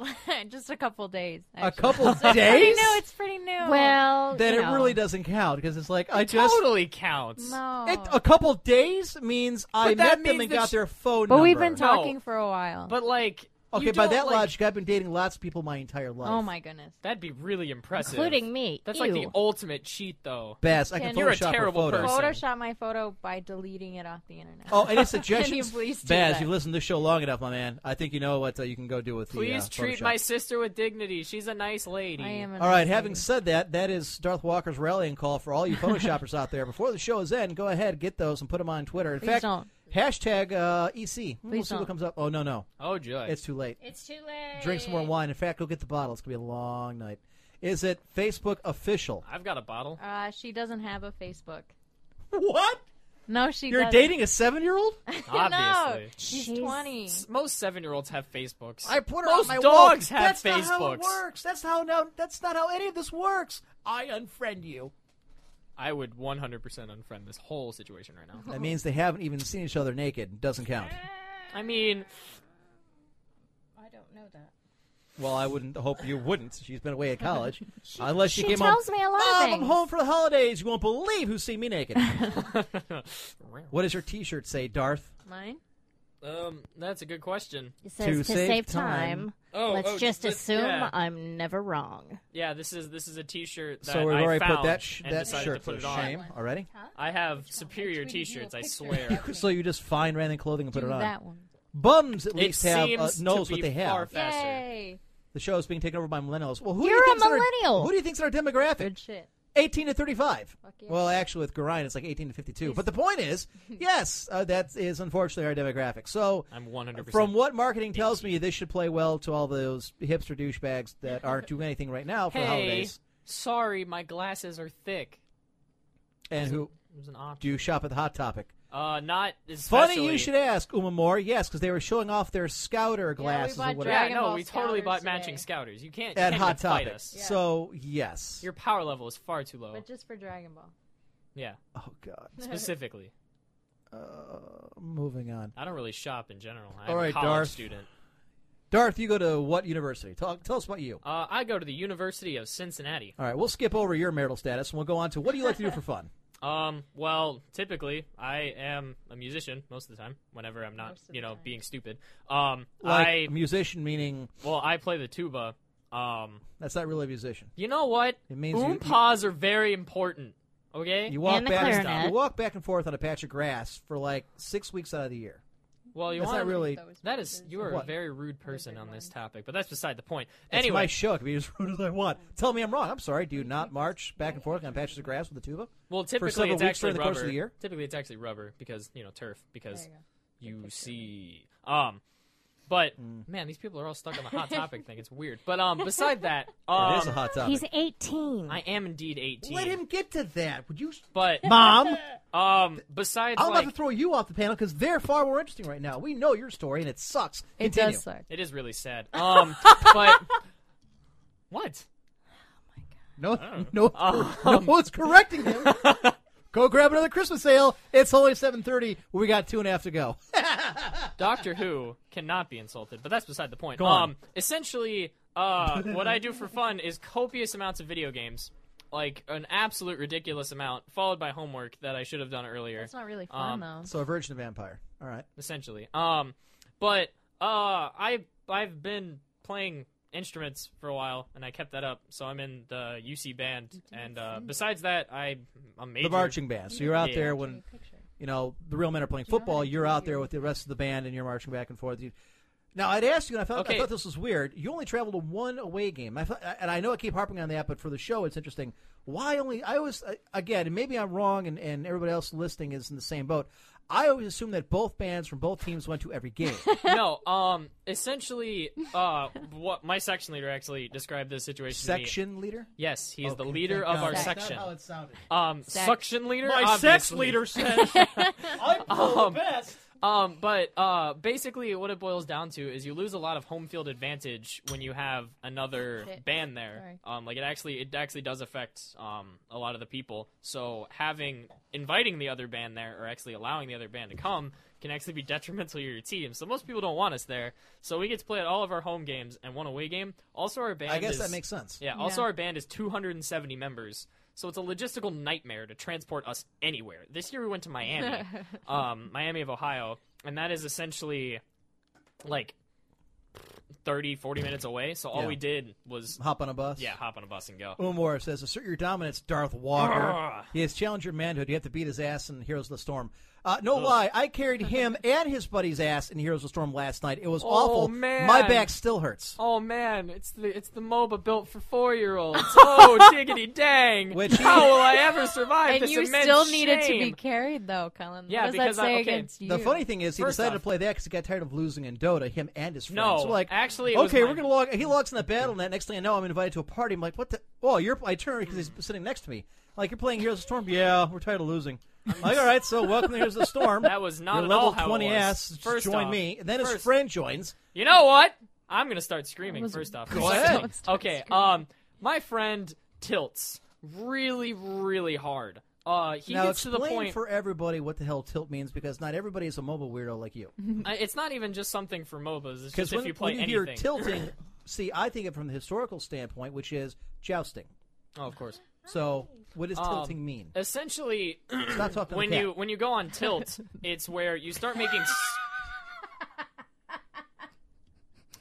S7: Just a couple days.
S3: A
S7: actually.
S3: couple
S7: So it's pretty
S3: days.
S7: new. It's pretty new.
S4: Well,
S3: Then
S4: you
S3: it
S4: know.
S3: really doesn't count because it's like I just
S6: totally counts.
S7: no.
S3: it, a couple days means I
S6: that
S3: met them
S6: means
S3: and
S6: that
S3: got
S6: she-
S3: their phone.
S7: but we've been
S3: number.
S7: talking for a while.
S6: But like,
S3: Okay,
S6: you
S3: by
S6: don't,
S3: that
S6: like-
S3: logic, I've been dating lots of people my entire life.
S7: oh my goodness.
S6: that'd be really impressive,
S4: Including me.
S6: That's like the
S4: Ew.
S6: ultimate cheat, though.
S3: Bass, I can
S7: Ken, you're
S6: a
S3: Photoshop her
S6: terrible
S3: photos.
S6: person.
S7: Photoshop my photo by deleting it off the internet.
S3: Oh, any suggestions?
S7: please do
S3: Baz,
S7: that?
S3: you've listened to this show long enough, my man. I think you know what uh, you can go do with the.
S6: Please
S3: uh,
S6: treat
S3: Photoshop.
S6: my sister with dignity. She's a nice lady.
S7: I am. An
S3: All right. Having said that, that is Darth Walker's rallying call for all you photoshoppers out there. Before the show is end, go ahead, get those and put them on Twitter. In
S7: Please
S3: fact,
S7: don't.
S3: hashtag uh, EC. Please we'll
S7: Please
S3: see what
S7: don't.
S3: comes up. Oh no, no,
S6: Oh, joy.
S3: it's too late.
S4: It's too late.
S3: Drink some more wine. In fact, go get the bottle. It's gonna be a long night. Is it Facebook official?
S6: I've got a bottle.
S7: uh, she doesn't have a Facebook.
S3: What?
S7: No, she.
S3: You're
S7: doesn't.
S3: dating a seven-year-old?
S6: Obviously,
S7: She's
S4: Jeez.
S7: twenty.
S6: S- most seven-year-olds have Facebooks.
S3: I put her
S6: most
S3: on my wall.
S6: dogs have
S3: that's
S6: Facebooks.
S3: not how it works. That's how no, That's not how any of this works. I unfriend you.
S6: I would 100% unfriend this whole situation right now.
S3: That means they haven't even seen each other naked. Doesn't count.
S6: I mean,
S4: I don't know that.
S3: Well, I wouldn't hope you wouldn't. She's been away at college. Unless she,
S4: she
S3: came
S4: tells
S3: home.
S4: me a lot of
S3: Mom, I'm
S4: things."
S3: home for the holidays. You won't believe who's seen me naked. what does your T-shirt say, Darth?
S7: Mine.
S6: um, that's a good question.
S4: It says to, save, time.
S6: Oh,
S4: let's
S6: oh,
S4: just
S6: let's-
S4: assume
S6: yeah.
S4: I'm never wrong.
S6: Yeah, this is this is a T-shirt that
S3: so we've
S6: I
S3: already
S6: found
S3: put that sh-
S6: and
S3: that
S6: decided
S3: shirt
S6: to put
S3: to
S6: it on.
S3: shame already.
S6: I have superior
S4: I tweeted you a
S6: T-shirts. I
S4: picture.
S6: swear.
S3: So you just find random clothing and put
S7: Do
S3: it on.
S7: that one.
S3: Bums at
S6: It
S3: least have uh,
S6: seems to
S3: knows
S6: be
S3: what they have.
S6: far faster.
S7: Yay!
S3: The show is being taken over by millennials. Well, who
S4: You're
S3: do you
S4: a
S3: think's in our-
S4: millennial.
S3: who do you think's in our demographic?
S7: Good shit.
S3: 18 to 35.
S7: Fuck yeah.
S3: Well, actually, with Garine, it's like 18 to 52. But the point is, yes, uh, that is unfortunately our demographic. So,
S6: I'm 100%.
S3: from what marketing tells me, this should play well to all those hipster douchebags that aren't doing anything right now for the
S6: Hey,
S3: holidays.
S6: sorry, my glasses are thick.
S3: And who
S6: It was an option.
S3: do you shop at the Hot Topic?
S6: Uh, not
S3: Funny
S6: especially.
S3: you should ask, Uma Moore. Yes, because they were showing off their scouter glasses
S7: bought
S3: or whatever.
S6: Yeah,
S7: Dragon
S6: no,
S7: Ball
S6: we totally
S7: Scouters
S6: bought
S7: today.
S6: matching scouters. You can't, you
S3: At
S6: can't
S3: Hot
S6: even fight
S3: Topic.
S6: us.
S3: So, yes.
S6: Your power level is far too low.
S7: But just for Dragon Ball.
S6: Yeah,
S3: oh, God.
S6: specifically.
S3: Moving on.
S6: I don't really shop in general. I'm
S3: All
S6: a
S3: right,
S6: college
S3: Darth.
S6: student.
S3: Darth, you go to what university? Talk, tell us about you.
S6: Uh, I go to the University of Cincinnati.
S3: All right, we'll skip over your marital status and we'll go on to what do you like to do for fun?
S6: Um, well, typically I am a musician most of the time. Whenever I'm not,
S7: Most of
S6: you
S7: the
S6: know,
S7: time.
S6: being stupid. Um,
S3: Like
S6: I
S3: musician meaning
S6: well, I play the tuba. Um,
S3: that's not really a musician.
S6: you know what?
S3: It means you-
S6: Umpas are very important. Okay.
S3: You walk
S4: And the
S3: back
S4: clarinet.
S3: you walk back and forth on a patch of grass for like six weeks out of the year.
S6: well, you
S3: that's not
S6: want
S3: really
S6: That is, you are
S3: What?
S6: a very rude person on this topic, but that's beside the point.
S3: it's
S6: anyway,
S3: my show. I can be as rude as I want. Tell me I'm wrong. I'm sorry. Do you not march back and forth on patches of grass with a tuba?
S6: well, typically
S3: several
S6: it's
S3: weeks
S6: actually
S3: during the
S6: rubber.
S3: course of the year?
S6: Typically, it's actually rubber because you know turf because
S7: There
S6: you, see. Um, but
S3: Mm.
S6: man, these people are all stuck on the hot topic thing. It's weird. But um, beside that, um,
S3: it is a hot topic.
S4: He's 18.
S6: I am indeed eighteen.
S3: Let him get to that. Would you,
S6: But
S3: Mom?
S6: um, besides
S3: I'm
S6: like,
S3: about to throw you off the panel because they're far more interesting right now. We know your story and it sucks.
S7: It
S3: Continue.
S7: does suck.
S6: it is really sad. Um, but what?
S3: No, no, no one's correcting him. Go grab another Christmas sale. It's only seven thirty. We got two and a half to go.
S6: Doctor Who cannot be insulted, but that's beside the point.
S3: Go on.
S6: Um, essentially, uh, what I do for fun is copious amounts of video games, like an absolute ridiculous amount, followed by homework that I should have done earlier.
S7: It's not really
S6: Um,
S7: fun though.
S3: So, a Virgin Vampire. All right.
S6: essentially. Um, but uh, I I've been playing instruments for a while, and I kept that up. So I'm in the UC band, and uh, besides that, I a major
S3: The marching band. So you're out
S6: Yeah.
S3: there when you know the real men are playing football. You're out there with the rest of the band, and you're marching back and forth. You- Now I'd ask you, and I thought, I
S6: Okay.
S3: thought this was weird. You only traveled to one away game, I thought, and I know I keep harping on that, but for the show, it's interesting. Why only? I was again, and maybe I'm wrong, and, and everybody else listening is in the same boat. I always assume that both bands from both teams went to every game.
S6: no. Um, essentially, uh, what my section leader actually described this situation. to me.
S3: Section leader.
S6: Yes, he is the
S3: Okay,
S6: leader
S3: thank
S6: of our
S3: God.
S6: section.
S3: That's not how it sounded.
S6: Um,
S7: Sex.
S6: suction leader.
S3: My sex
S6: obviously.
S3: leader says I'm the best.
S6: Um, but uh, basically, what it boils down to is you lose a lot of home field advantage when you have another
S7: Shit.
S6: band there. Um, like it actually, it actually does affect um, a lot of the people. So having inviting the other band there, or actually allowing the other band to come, can actually be detrimental to your team. So most people don't want us there. So we get to play at all of our home games and one away game. Also, our band.
S3: I guess
S6: is-
S3: that makes sense.
S6: Yeah. Also,
S7: Yeah.
S6: our band is 270 members, so it's a logistical nightmare to transport us anywhere. This year we went to Miami, um, Miami of Ohio, and that is essentially like 30, 40 minutes away. So all
S3: Yeah.
S6: we did was
S3: Hop on a bus.
S6: yeah, hop on a bus and go.
S3: Umar says, assert your dominance, Darth Walker.
S6: Arrgh.
S3: He has challenged your manhood. You have to beat his ass in Heroes of the Storm. Uh, no lie, I carried him and his buddy's ass in Heroes of the Storm last night. It was
S6: Oh,
S3: awful.
S6: man.
S3: My back still hurts.
S6: Oh man, it's the it's the MOBA built for four year olds. Oh diggity dang!
S3: Which-
S6: How will I ever survive
S7: and
S6: this
S7: you
S6: immense
S7: still needed to be
S6: shame?
S7: carried, though, Colin.
S6: Yeah,
S7: what does that
S6: because I-
S7: say
S6: okay,
S7: against you?
S3: The funny thing is, he
S6: First
S3: decided to
S6: off-
S3: play that because he got tired of losing in Dota. Him and his friends.
S6: No,
S3: So, like
S6: actually, it was
S3: okay,
S6: my-
S3: we're gonna log. He logs in the battle net. Next thing I know, I'm invited to a party. I'm like, what the? Oh, you're. I turn because he's sitting next to me. Like you're playing Heroes of the Storm. Yeah, we're tired of losing. I'm like, all right, so welcome to Heroes of the Storm.
S6: That was not
S3: You're
S6: at
S3: level
S6: all how it
S3: 20
S6: was.
S3: ass. just
S6: First
S3: join
S6: off-
S3: me. And then his
S6: first-
S3: friend joins.
S6: You know what? I'm gonna start screaming
S7: was-
S6: first off.
S3: Go ahead.
S6: Secondly- Okay. Um, my friend tilts really, really hard. Uh, he
S3: now
S6: gets to
S3: explain
S6: the point.
S3: for everybody what the hell tilt means because not everybody is a mobile weirdo like you.
S6: I- it's not even just something for MOBAs. It's
S3: Because
S6: just
S3: when
S6: if you play
S3: when
S6: anything.
S3: hear tilting, see, I think it from the historical standpoint, which is jousting.
S6: oh, of course.
S3: So, what does tilting mean?
S6: Essentially,
S3: Stop talking. to the
S6: when
S3: cat.
S6: you when you go on tilt, it's where you start making. s-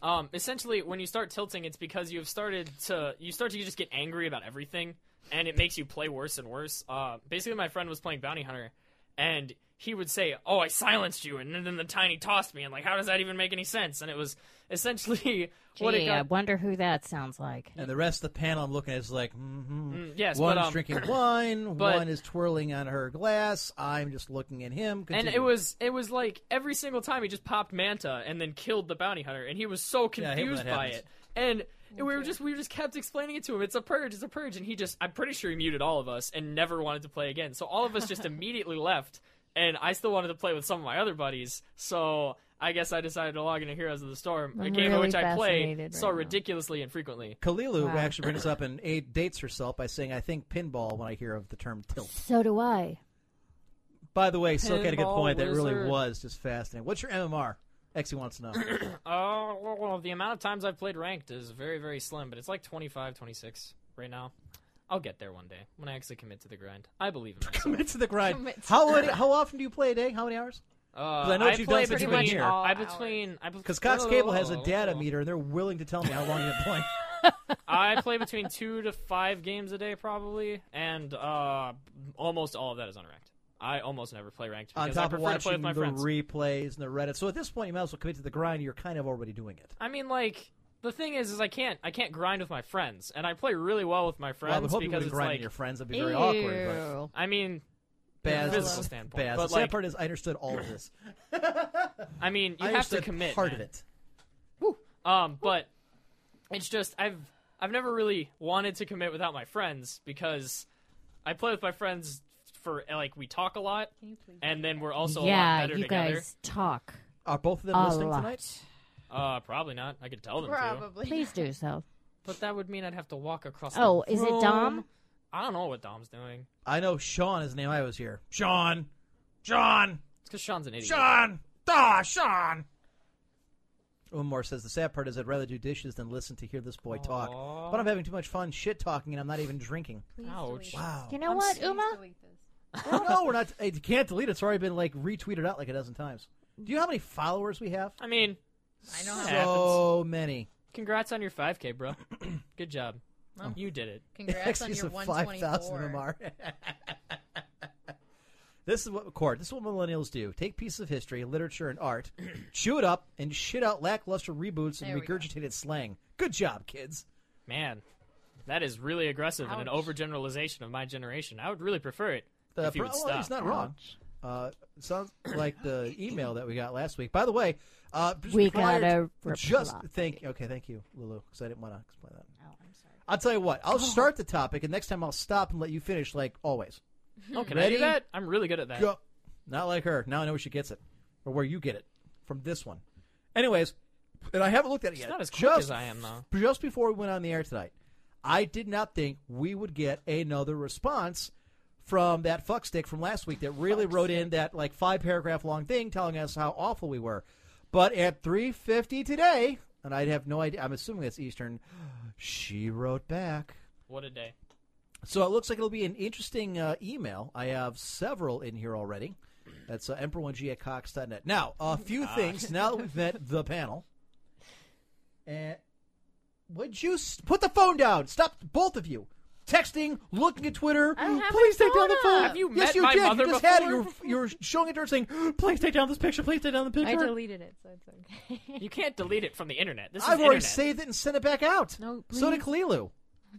S6: Um, essentially, when you start tilting, it's because you have started to you start to just get angry about everything, and it makes you play worse and worse. Uh, basically, my friend was playing Bounty Hunter, and he would say, "Oh, I silenced you," and then the tiny tossed me, and like, how does that even make any sense? And it was essentially what it
S4: Gee, I
S6: got.
S4: wonder who that sounds like.
S3: and the rest of the panel I'm looking at is like, mm-hmm.
S6: Mm, yes,
S3: one
S6: but,
S3: is
S6: um,
S3: drinking wine,
S6: but-
S3: one is twirling on her glass. I'm just looking at him.
S6: And
S3: Continue.
S6: it was it was like every single time he just popped Manta and then killed the bounty hunter, and he was so
S3: I hate when
S6: confused
S3: that
S6: by
S3: happens.
S6: it. And
S7: Oh,
S6: we were just we just kept explaining it to him. It's a purge, it's a purge, and he just I'm pretty sure he muted all of us and never wanted to play again. So all of us just immediately left, and I still wanted to play with some of my other buddies. So I guess I decided to log into Heroes of the Storm, a
S7: I'm
S6: game in
S7: really
S6: which I play
S7: fascinated
S6: so
S7: right now.
S6: ridiculously infrequently.
S3: Kalilu
S7: Wow.
S3: actually brings up and a- dates herself by saying, "I think pinball." When I hear of the term tilt,
S4: So do I.
S3: by the way, Silk had a good
S6: Pinball
S3: point. That really
S6: wizard.
S3: was just fascinating. What's your MMR? Exy wants to know.
S6: Oh, well, the amount of times I've played ranked is very very slim, but it's like 25, 26 right now. I'll get there one day when I actually commit to the grind. I believe in myself.
S3: Commit to the grind.
S7: Commit to
S3: How would, how often do you play a day? How many hours?
S6: Uh,
S3: I know what you've done
S6: play
S3: since
S7: you've
S6: between-
S7: been here. all
S6: I
S7: hours.
S6: between I
S3: Because Cox Cable has a data meter, and they're willing to tell me how long you're playing.
S6: I play between two to five games a day probably, and uh, almost all of that is unranked. I almost never play ranked
S3: On
S6: because I
S3: top of
S6: prefer to
S3: watching
S6: play with my
S3: the
S6: friends.
S3: replays and the Reddit. So at this point, you might as well commit to the grind. You're kind of already doing it.
S6: I mean, like the thing is, is I can't I can't grind with my friends, and I play really well with my
S3: Well, I
S6: friends
S3: would hope you
S6: because
S3: wouldn't
S6: it's
S3: grind
S6: like
S3: your friends. That'd be very awkward. but-
S7: Ew.
S6: I mean,
S3: Baz,
S6: physical
S3: is-
S6: standpoint,
S3: Baz.
S6: but,
S3: the sad
S6: like-
S3: part is I understood all of this.
S6: I mean you
S3: I
S6: have to
S3: understood
S6: commit
S3: part of
S6: man.
S3: it.
S6: Um, but it's just I've I've never really wanted to commit without my friends because I play with my friends for like we talk a lot, and then we're also a lot
S4: yeah,
S6: better
S4: you
S6: together.
S4: guys talk
S3: Are both of them
S4: a
S3: listening
S4: lot.
S3: tonight?
S6: Uh, probably not. I could tell them to,
S7: Probably.
S4: Please do so.
S6: but that would mean I'd have to walk across.
S4: Oh,
S6: the
S4: is it
S6: room.
S4: Dom?
S6: I don't know what Dom's doing.
S3: I know Sean is the name I was here. Sean, John,
S6: It's because Sean's an idiot.
S3: Sean, ah, Sean. Umar says the sad part is I'd rather do dishes than listen to hear this boy talk.
S6: Aw.
S3: But I'm having too much fun shit talking and I'm not even drinking.
S6: Ouch.
S3: Wow.
S4: You know what, Uma?
S3: Oh, no, we're not. You can't delete it. It's already been like retweeted out like a dozen times. Do you know how many followers we have?
S6: I mean,
S7: I know
S6: so
S7: how
S3: So many.
S6: congrats on your 5K, bro. Good job. You did it.
S7: Congrats on your
S3: a 5,000
S7: 124.
S3: MR. this is what court. This is what millennials do: take pieces of history, literature, and art, chew it up, and shit out lackluster reboots
S7: There
S3: and
S7: we go.
S3: regurgitated slang. Good job, kids.
S6: Man, that is really aggressive and an
S7: Ouch.
S6: overgeneralization of my generation. I would really prefer it
S3: The
S6: if you
S3: pro-
S6: would
S3: well,
S6: stop.
S3: he's not wrong. Uh, sounds like the email that we got last week. By the way, uh, just
S4: We
S3: prior-
S4: got a reply.
S3: just thank. Okay, thank you, Lulu, because I didn't want to explain that.
S4: Oh,
S3: I'll tell you what. I'll start the topic, and next time I'll stop and let you finish, like always.
S6: Oh, can I
S3: Ready?
S6: do that? I'm really good at that.
S3: Go. Not like her. Now I know where she gets it. or where you get it from this one. Anyways, and I haven't looked at it yet.
S6: not as quick
S3: just,
S6: as I am, though.
S3: Just before we went on the air tonight, I did not think we would get another response from that fuckstick from last week that really wrote in that like five paragraph long thing telling us how awful we were. But at three fifty today, and I'd have no idea. I'm assuming that's Eastern. She wrote back.
S6: What a day.
S3: So it looks like it'll be an interesting uh, email. I have several in here already. That's uh, emperor1g at cox.net. Now, a few
S6: Ah.
S3: things now that we've met the panel. And would you s- put the phone down? Stop, both of you. Texting, looking at Twitter.
S4: I don't have
S3: Please
S4: my
S3: take down the
S4: phone
S3: phone.
S4: up.
S6: Have you
S3: yes,
S6: met
S3: you
S6: my
S3: did.
S6: mother
S3: you just had it. You
S6: before?
S3: were, you were showing it to her saying, please take down this picture. Please take down the picture.
S7: I deleted it, so it's okay.
S6: You can't delete it from the internet. This is
S3: I've already
S6: internet.
S3: saved it and sent it back out.
S7: No,
S3: So did
S7: please.
S3: Kalilu.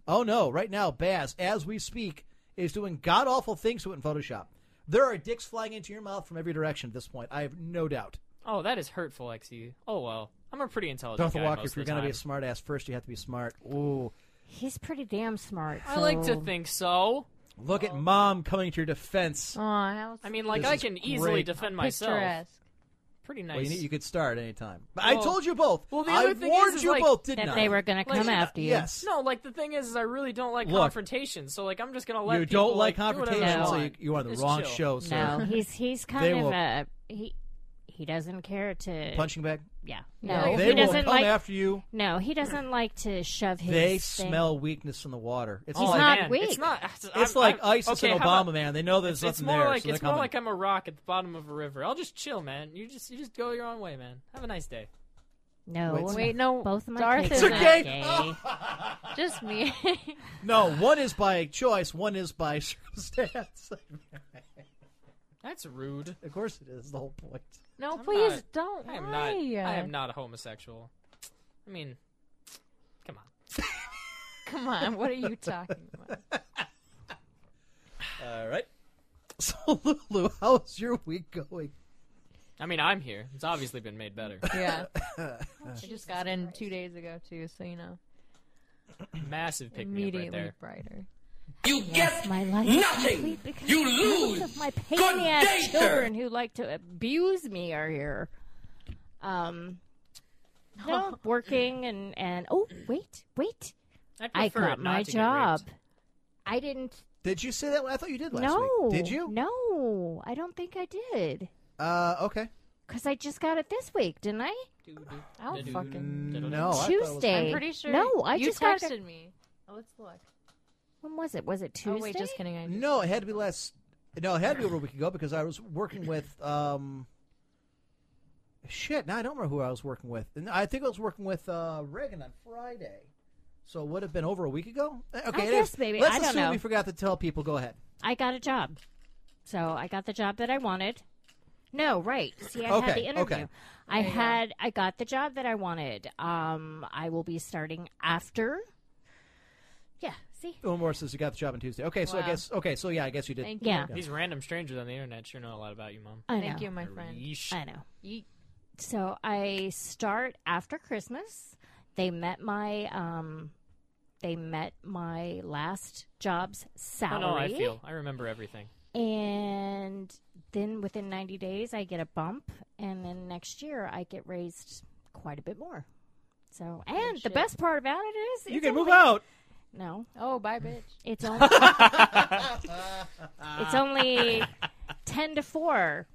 S3: Oh no! Right now, Baz, as we speak, is doing god awful things to it in Photoshop. There are dicks flying into your mouth from every direction at this point. I have no doubt.
S6: oh, that is hurtful, XE. Oh well, I'm a pretty intelligent
S3: Darth
S6: guy
S3: Walker,
S6: most
S3: if you're
S6: of the
S3: going to be a
S6: time.
S3: smart ass, first you have to be smart. Ooh,
S4: He's pretty damn smart.
S6: I like to
S4: so-
S6: think so.
S3: look at mom coming to your defense.
S7: Oh, Alex.
S6: I mean, like
S3: This
S6: I
S3: is
S6: can easily
S3: great.
S6: defend myself.
S7: picturesque.
S6: Pretty nice.
S3: Well, you, need- you could start anytime. But I
S6: Well-
S3: told you both.
S6: well, the
S3: I
S6: other thing is,
S3: warned
S6: is,
S3: you
S6: like,
S3: both, didn't
S4: that
S3: I?
S4: they were going to
S6: Like,
S4: come after you.
S3: Yes.
S6: No, like the thing is, is I really don't like
S3: Look.
S6: confrontation. So like I'm just gonna let
S3: you
S6: people,
S3: don't like
S6: do whatever they
S3: confrontation, so you,
S6: want.
S3: you're on the
S6: Just
S3: wrong
S6: chill.
S3: show, sir.
S4: No, he's he's kind
S3: They
S4: of
S3: will-
S4: a he he doesn't care to
S3: Punching bag.
S4: Yeah, no,
S6: Like,
S4: he
S3: They will
S4: doesn't
S3: come
S4: like.
S3: after you.
S4: no, he doesn't like to shove his.
S3: They
S4: thing-
S3: smell weakness in the water. It's
S6: Oh,
S4: He's
S3: like
S4: not
S6: man.
S4: weak.
S6: It's not.
S3: It's
S6: I'm-
S3: like
S6: I'm-
S3: ISIS
S6: okay,
S3: and
S6: how about-
S3: Obama, man. They know there's
S6: It's
S3: nothing
S6: more
S3: there.
S6: like
S3: so they're
S6: it's more
S3: coming.
S6: like I'm a rock at the bottom of a river. I'll just chill, man. You just you just go your own way, man. Have a nice day.
S4: No,
S3: Wait,
S7: Wait, no.
S4: both of my
S7: Darth
S4: kids
S7: is
S4: are
S7: not
S3: gay.
S4: gay.
S7: Just me.
S3: no, one is by choice, one is by circumstance.
S6: That's rude.
S3: of course, it is the whole point.
S7: no,
S6: I'm
S7: please
S6: not-
S7: don't.
S6: I am not.
S7: lie.
S6: I am not a homosexual. I mean, come on.
S7: Come on, what are you talking about?
S3: All right. So, Lulu, how's your week going?
S6: I mean, I'm here. It's obviously been made better.
S7: Yeah. I just got in two days ago too, so you know,
S6: Massive pick me up right
S7: immediately
S6: there.
S7: brighter.
S4: Yes, my life nothing. You lose. Of my painy ass children who like to abuse me are here. Um, no, working and and oh wait, wait,
S6: I,
S4: I
S6: prefer
S4: got
S6: not
S4: my
S6: to get
S4: job.
S6: raped.
S4: I didn't.
S3: Did you say that? I thought you did last
S4: no,
S3: week. Did you?
S4: No, I don't think I did.
S3: Uh, okay.
S4: Cause I just got it this week, didn't I?
S7: I don't fucking.
S3: No. Oh, I thought it was-
S4: Tuesday.
S7: I'm pretty sure.
S4: No, I
S7: you
S4: just
S7: texted
S4: got it.
S7: me. Oh, let's look.
S4: When was it? Was it Tuesday?
S7: Oh wait, just kidding. I
S3: No, it had to be last. No, it had to be over a week ago because I was working with. um Shit, now I don't remember who I was working with. And I think I was working with uh, Reagan on Friday. So it would have been over a week ago? Uh, Okay, it
S4: guess
S3: is.
S4: maybe.
S3: Let's
S4: I don't
S3: assume
S4: know.
S3: we forgot to tell people. Go ahead.
S4: I got a job. So I got the job that I wanted. No, right. See, I
S3: Okay,
S4: had the interview.
S3: okay.
S4: I had I got the job that I wanted. Um I will be starting after. Yeah, see?
S3: One more says you got the job on Tuesday. Okay, so I
S7: Wow.
S3: guess. Okay, so yeah, I guess you did.
S7: Thank you.
S4: Yeah.
S6: These random strangers on the internet sure know a lot about you, mom.
S4: I know.
S7: Thank you, my friend.
S6: Yeesh.
S4: I know.
S7: Yeet.
S4: So I start after Christmas. They met my um they met my last job's
S6: Oh, I
S4: salary.
S6: know how I feel. I remember everything.
S4: And then within 90 days, I get a bump. And then next year, I get raised quite a bit more. So, and the
S7: shit.
S4: best part about it is
S3: You
S4: it's
S3: can move
S4: only-
S3: out.
S4: No,
S7: Oh, bye, bitch.
S4: it's only it's only 10 to 4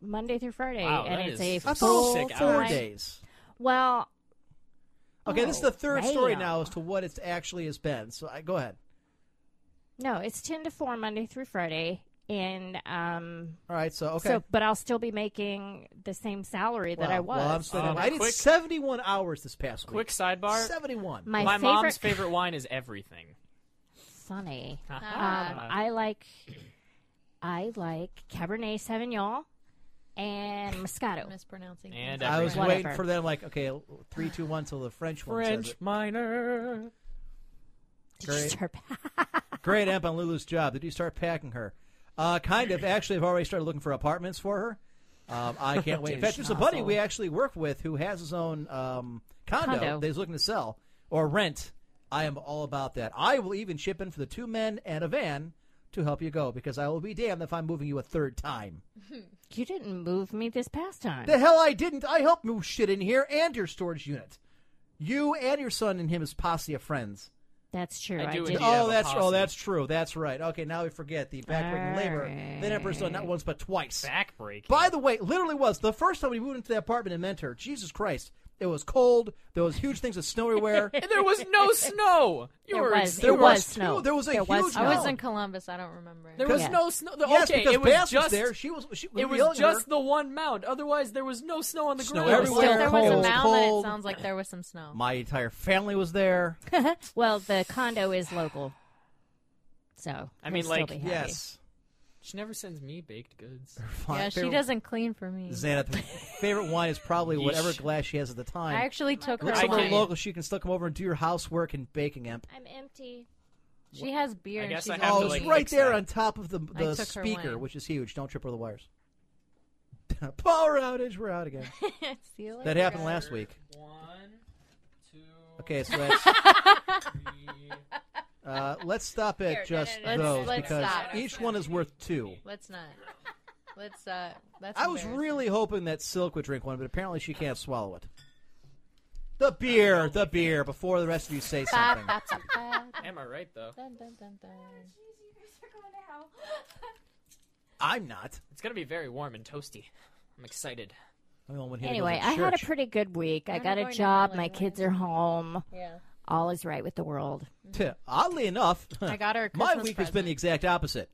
S4: Monday through Friday,
S6: Wow,
S4: and
S6: that
S4: it's
S6: is
S4: a
S3: I
S6: some
S3: thought
S4: full
S3: it
S6: sick
S3: was four
S6: hours.
S3: days.
S4: well.
S3: Okay, this is the third
S4: Oh,
S3: story
S4: damn.
S3: now as to what it actually has been. So I, go ahead.
S4: No, it's 10 to 4 Monday through Friday, and um,
S3: All right, so okay.
S4: so but I'll still be making the same salary that I
S3: Wow,
S4: was.
S3: well, I'm still-
S6: Um,
S3: I did
S6: quick-
S3: 71 hours this past
S6: Quick
S3: week.
S6: sidebar.
S3: 71.
S4: my,
S6: My
S4: favorite,
S6: mom's favorite wine is everything.
S4: funny. Um,
S7: Ah.
S4: I like I like Cabernet Sauvignon and Moscato.
S7: Mispronouncing.
S6: And
S7: things.
S3: I was
S4: Whatever.
S3: waiting for them. Like, okay, three, two, one, till the French one says
S6: French minor.
S4: Did you
S3: Great.
S4: start-
S3: it. Great amp on Lulu's job. Did you start packing her? Uh, kind of. Actually, I've already started looking for apartments for her. Um, I can't wait. In fact, there's a buddy we actually work with who has his own um, condo,
S4: Condo.
S3: that he's looking to sell or rent. I am all about that. I will even chip in for the two men and a van to help you go because I will be damned if I'm moving you a third time.
S4: You didn't move me this past time.
S3: The hell I didn't. I helped move shit in here and your storage unit. You and your son and him as posse of friends.
S4: That's true.
S6: I
S4: I,
S6: do
S4: did.
S6: indeed. Yeah,
S3: oh,
S6: but
S3: that's oh,
S6: posse.
S3: that's true. That's right. Okay, now we forget the backbreaking labor. That emperor's done not once but twice.
S6: Backbreaking.
S3: By the way, literally was the first time we moved into that apartment in Mentor. Jesus Christ, it was cold. There was huge things of snow everywhere.
S6: And there was no snow. You
S4: There
S6: were
S4: was.
S6: there
S4: It
S3: there
S6: was,
S4: was
S3: two-
S4: snow.
S3: There was a
S4: There
S3: huge.
S4: was snow.
S7: I
S4: No.
S7: was in Columbus. I don't remember.
S6: there was
S4: Yeah.
S6: no sno- the-
S3: yes,
S6: okay,
S3: because
S6: it was
S3: Bass
S6: just
S3: was there. She was. She, we
S6: it
S3: were
S6: was
S3: yelling at her.
S6: just the one mound. Otherwise, there was no snow on the
S3: Snow
S6: ground.
S3: everywhere.
S7: Still, there was
S3: cold,
S7: a mound, but it
S3: cold.
S7: sounds like there was some snow.
S3: My entire family was there.
S4: Well, the condo is local, so
S6: I mean,
S4: we'll still
S6: like,
S4: be happy.
S3: yes.
S6: She never sends me baked goods.
S3: Fine.
S7: yeah, she
S3: Favorite-
S7: doesn't clean for me.
S3: Xanath, favorite wine is probably
S6: Yeesh.
S3: whatever glass she has at the
S7: I
S3: time.
S7: actually took her.
S3: Looks
S6: I
S3: like her
S7: wine.
S6: can't-
S3: local. She can still come over and do your housework and baking amp.
S4: I'm empty.
S7: She has beer.
S6: I
S7: and
S6: guess
S7: she's
S6: I have
S7: all
S3: Oh,
S6: to,
S3: it's
S6: like,
S7: eating.
S3: right
S6: mix
S3: there
S6: that.
S3: on top of the the
S7: took her
S3: speaker,
S7: wine.
S3: which is huge. Don't trip over the wires. Power outage. We're out again.
S7: See you
S3: That
S7: later.
S3: happened last week.
S6: One, two,
S3: Okay, so that's.
S6: three.
S3: Uh, let's stop at
S7: Here,
S3: just
S7: no, no, no,
S3: those
S7: let's- let's
S3: because
S7: stop.
S3: each one is worth two.
S7: Let's not. Let's. Uh, that's
S3: I was
S7: embarrassing.
S3: really hoping that Silk would drink one, but apparently she can't swallow it. The beer, the beer, before the rest of you say
S7: Ba,
S3: something.
S7: ba, ba, ba,
S6: Am I right though?
S7: dun, dun, dun, dun.
S3: I'm not.
S6: It's gonna be very warm and toasty. I'm excited.
S3: I'm the only one here that
S4: Anyway,
S3: goes to
S4: I had a
S3: church.
S4: pretty good week. I
S7: I'm
S4: got
S7: not
S4: a
S7: going to
S4: job.
S7: Holland.
S4: My kids are home.
S7: Yeah.
S4: All is right with the world.
S3: Oddly enough,
S7: I got her a
S3: my
S7: Christmas
S3: week has been the
S7: present.
S3: exact opposite.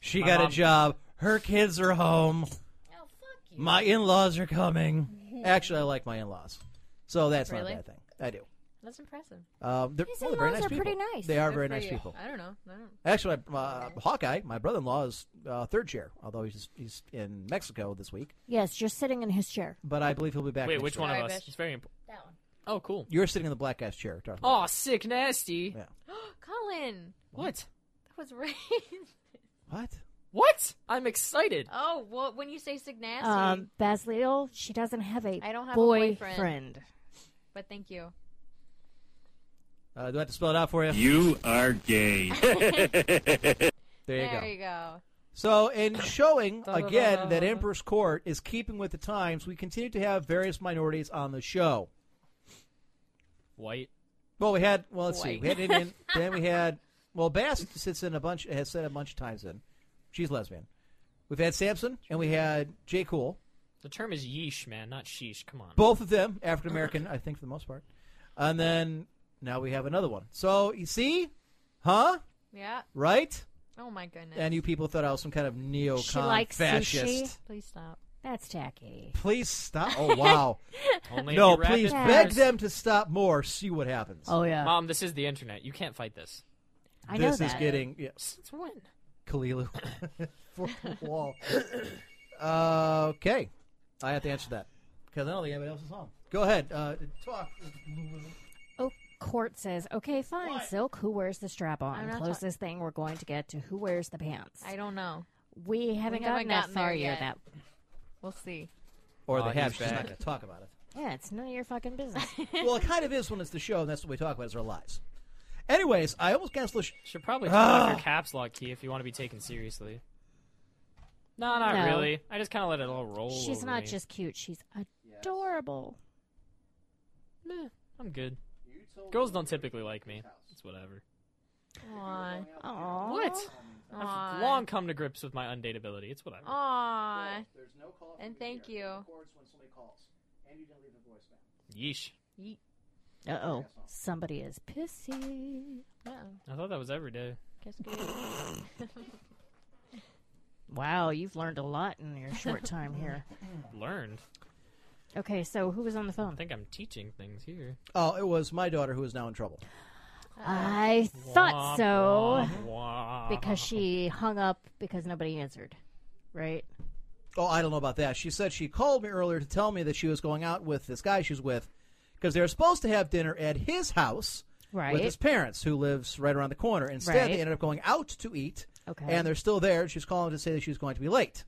S3: She
S6: My
S3: got
S6: mom-
S3: a job. Her kids are home.
S7: Oh, fuck you.
S3: My in-laws are coming. Actually, I like my in-laws, so that's not
S7: Really?
S3: a bad thing. I do.
S7: That's impressive.
S3: Um, they're,
S4: His
S3: well, they're very
S4: in-laws
S3: nice
S4: are pretty
S3: people.
S4: nice.
S3: They are
S7: Good
S3: very
S7: for
S3: nice
S7: you.
S3: people.
S7: I don't know. I don't-
S3: Actually, my, uh, Hawkeye, my brother-in-law, is uh, third chair, although he's he's in Mexico this week.
S4: Yes, just sitting in his chair.
S3: But I believe he'll be back.
S6: Wait,
S3: next
S6: which
S3: week.
S6: one
S7: Sorry,
S6: of us?
S7: bitch.
S6: It's very important.
S7: That one.
S6: Oh, cool.
S3: You're sitting in the black ass chair. Darth Maul.
S6: Oh, sick nasty.
S3: Yeah.
S7: Colin,
S6: What?
S7: that was right.
S3: what?
S6: What? I'm excited.
S7: oh, well, when you say Signasty,
S4: Um, Basil, she doesn't have a
S7: I don't have a
S4: boyfriend.
S7: boyfriend. but thank you.
S3: Uh, do I have to spell it out for you?
S8: You are gay.
S3: there you
S7: there
S3: go.
S7: you go.
S3: So, in showing again that Emperor's Court is keeping with the times, we continue to have various minorities on the show.
S6: White.
S3: Well, we had well, let's see,
S7: White.
S3: we had Indian, then we had well, Bass sits in a bunch has said a bunch of times in, she's lesbian. We've had Samson and we had J Cool.
S6: The term is yeesh, man, not sheesh. Come on.
S3: both of them African American, I think, for the most part. And then now we have another one. So you see, huh?
S7: Yeah.
S3: Right?
S7: Oh my goodness.
S3: And you people thought I was some kind of neocon
S4: She likes
S3: fascist.
S4: sushi.
S7: Please stop.
S4: That's tacky.
S3: Please stop! Oh wow!
S6: Only if
S3: no,
S6: you rap
S3: please
S6: it
S4: Yeah.
S3: beg
S6: first.
S3: them to stop more. See what happens.
S4: Oh yeah,
S6: Mom, this is the internet. You can't fight this.
S4: I know
S3: this
S4: that.
S3: is getting yes,
S6: Since when?
S3: Kalilu, fourth wall. Uh, okay, I have to answer that because I don't think anybody else is home. Go ahead, uh, talk.
S4: Oh, court says, okay, fine, Silk. Who wears the strap
S7: I'm
S4: on?
S7: not
S4: Closest thing we're going to get to who wears the pants.
S7: I don't know.
S4: we haven't
S7: haven't
S4: gotten that
S7: gotten there
S4: far yet.
S7: yet.
S4: That
S7: We'll see.
S3: Or
S6: Oh,
S3: they have.
S6: he's
S3: She's not
S6: back.
S3: going to talk about it.
S4: yeah, it's none of your fucking business.
S3: well, it kind of is when it's the show, and that's what we talk about is our lives. Anyways, I almost canceled. The sh-
S6: Should probably turn off your caps lock key if you want to be taken seriously. No, not
S4: No.
S6: really. I just kind of let it all roll.
S4: she's
S6: over
S4: not
S6: me.
S4: just cute. She's adorable.
S6: Meh, I'm good. Girls don't typically like me. It's whatever.
S7: Aw.
S4: Aw.
S6: What? I've
S7: Aw.
S6: long come to grips with my undateability. It's whatever.
S7: Aw.
S3: There's no call.
S7: And thank you.
S6: Yeesh.
S4: Uh oh. Somebody is pissy.
S7: Uh-oh.
S6: I thought that was every day.
S7: Guess good.
S4: Wow, you've learned a lot in your short time here.
S6: Learned.
S4: Okay, so who was on the phone?
S6: I think I'm teaching things here.
S3: Oh, it was my daughter who is now in trouble.
S4: I thought so
S6: Womp, womp.
S4: because she hung up because nobody answered. Right?
S3: Oh, I don't know about that. She said she called me earlier to tell me that she was going out with this guy she's with because they were supposed to have dinner at his house with
S4: Right.
S3: his parents, who lives right around the corner. Instead,
S4: Right.
S3: they ended up going out to eat,
S4: Okay.
S3: and they're still there. She's calling to say that she was going to be late.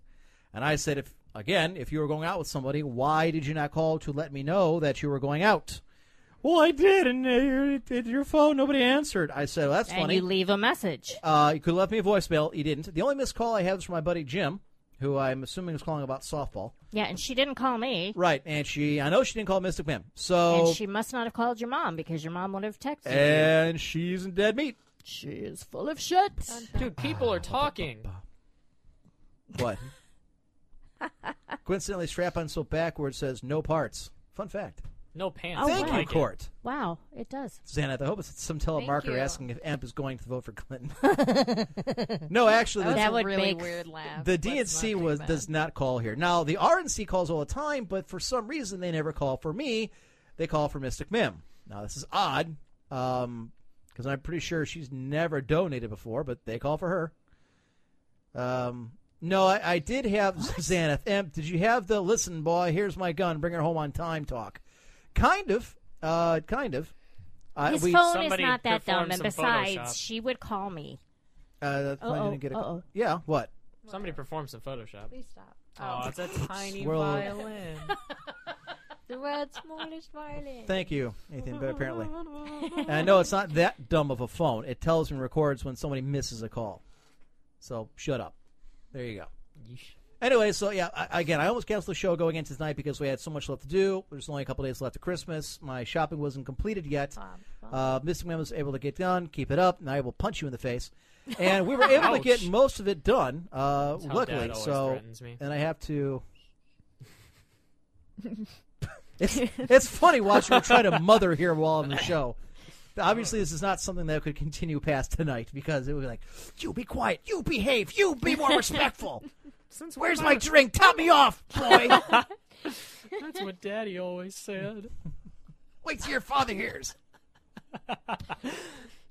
S3: And I said, if again, if you were going out with somebody, why did you not call to let me know that you were going out? Well, I did, and uh, your, it- your phone, nobody answered. I said, well, that's
S4: and
S3: funny.
S4: you leave a message.
S3: Uh, you could have left me a voicemail. You didn't. The only missed call I have is from my buddy Jim, who I'm assuming was calling about softball.
S4: Yeah, and she didn't call me.
S3: Right, and she, I know she didn't call Mystic Mim. So,
S4: And she must not have called your mom because your mom would have texted you.
S6: Eh.
S3: and she's in dead meat.
S4: She is full of shit.
S6: Dude, people are talking.
S3: What? Coincidentally, strap on so backward says no parts. Fun fact.
S6: No pants.
S4: Oh,
S6: I
S3: Thank
S4: wow.
S3: you,
S6: like it.
S3: Court.
S4: Wow, it does.
S3: Xanath, I hope it's some telemarketer
S7: you.
S3: asking if AMP is going to vote for Clinton. no, actually,
S7: That,
S3: the,
S4: That
S7: was
S4: would
S7: a really
S4: make-
S7: weird laugh.
S3: the
S7: Let's not
S3: DNC
S7: do
S3: was
S7: that.
S3: does not call here. Now, the RNC calls all the time, but for some reason they never call for me. They call for Mystic Mim. Now, this is odd because I'm pretty sure she's never donated before, but they call for her. Um, no, I, I did have Xanath. Amp, did you have the listen, boy? Here's my gun. Bring her home on time. Talk. Kind of. Uh, kind of. I,
S4: His
S3: we,
S4: phone
S6: somebody
S4: is not that dumb,
S6: performed
S4: and
S6: some
S4: besides,
S6: Photoshop.
S4: she would call me.
S3: Uh, that's why I
S4: Uh-oh,
S3: didn't get a
S4: uh-oh.
S3: Yeah, what?
S6: Somebody perform some Photoshop.
S7: Please stop.
S6: Oh, it's a tiny
S3: Swirl.
S6: violin.
S7: The world's smallest violin.
S3: Thank you, Nathan, but apparently. and I know it's not that dumb of a phone. It tells and records when somebody misses a call. So shut up. There you go.
S6: Yeesh.
S3: Anyway, so yeah, I, again, I almost canceled the show going into tonight because we had so much left to do. There's only a couple days left of Christmas. My shopping wasn't completed yet. Uh, Missing Man was able to get done. Keep it up, and I will punch you in the face. And we were able to get
S6: Ouch.
S3: most of it done, uh,
S6: That's how Dad
S3: luckily.
S6: always
S3: So,
S6: threatens me.
S3: and I have to. it's, it's funny watching her try to mother here while on the show. Obviously, this is not something that could continue past tonight because it would be like, you be quiet, you behave, you be more respectful.
S6: Since
S3: Where's
S6: when
S3: my drink? Top me off, boy.
S6: That's what Daddy always said.
S3: Wait till your father hears.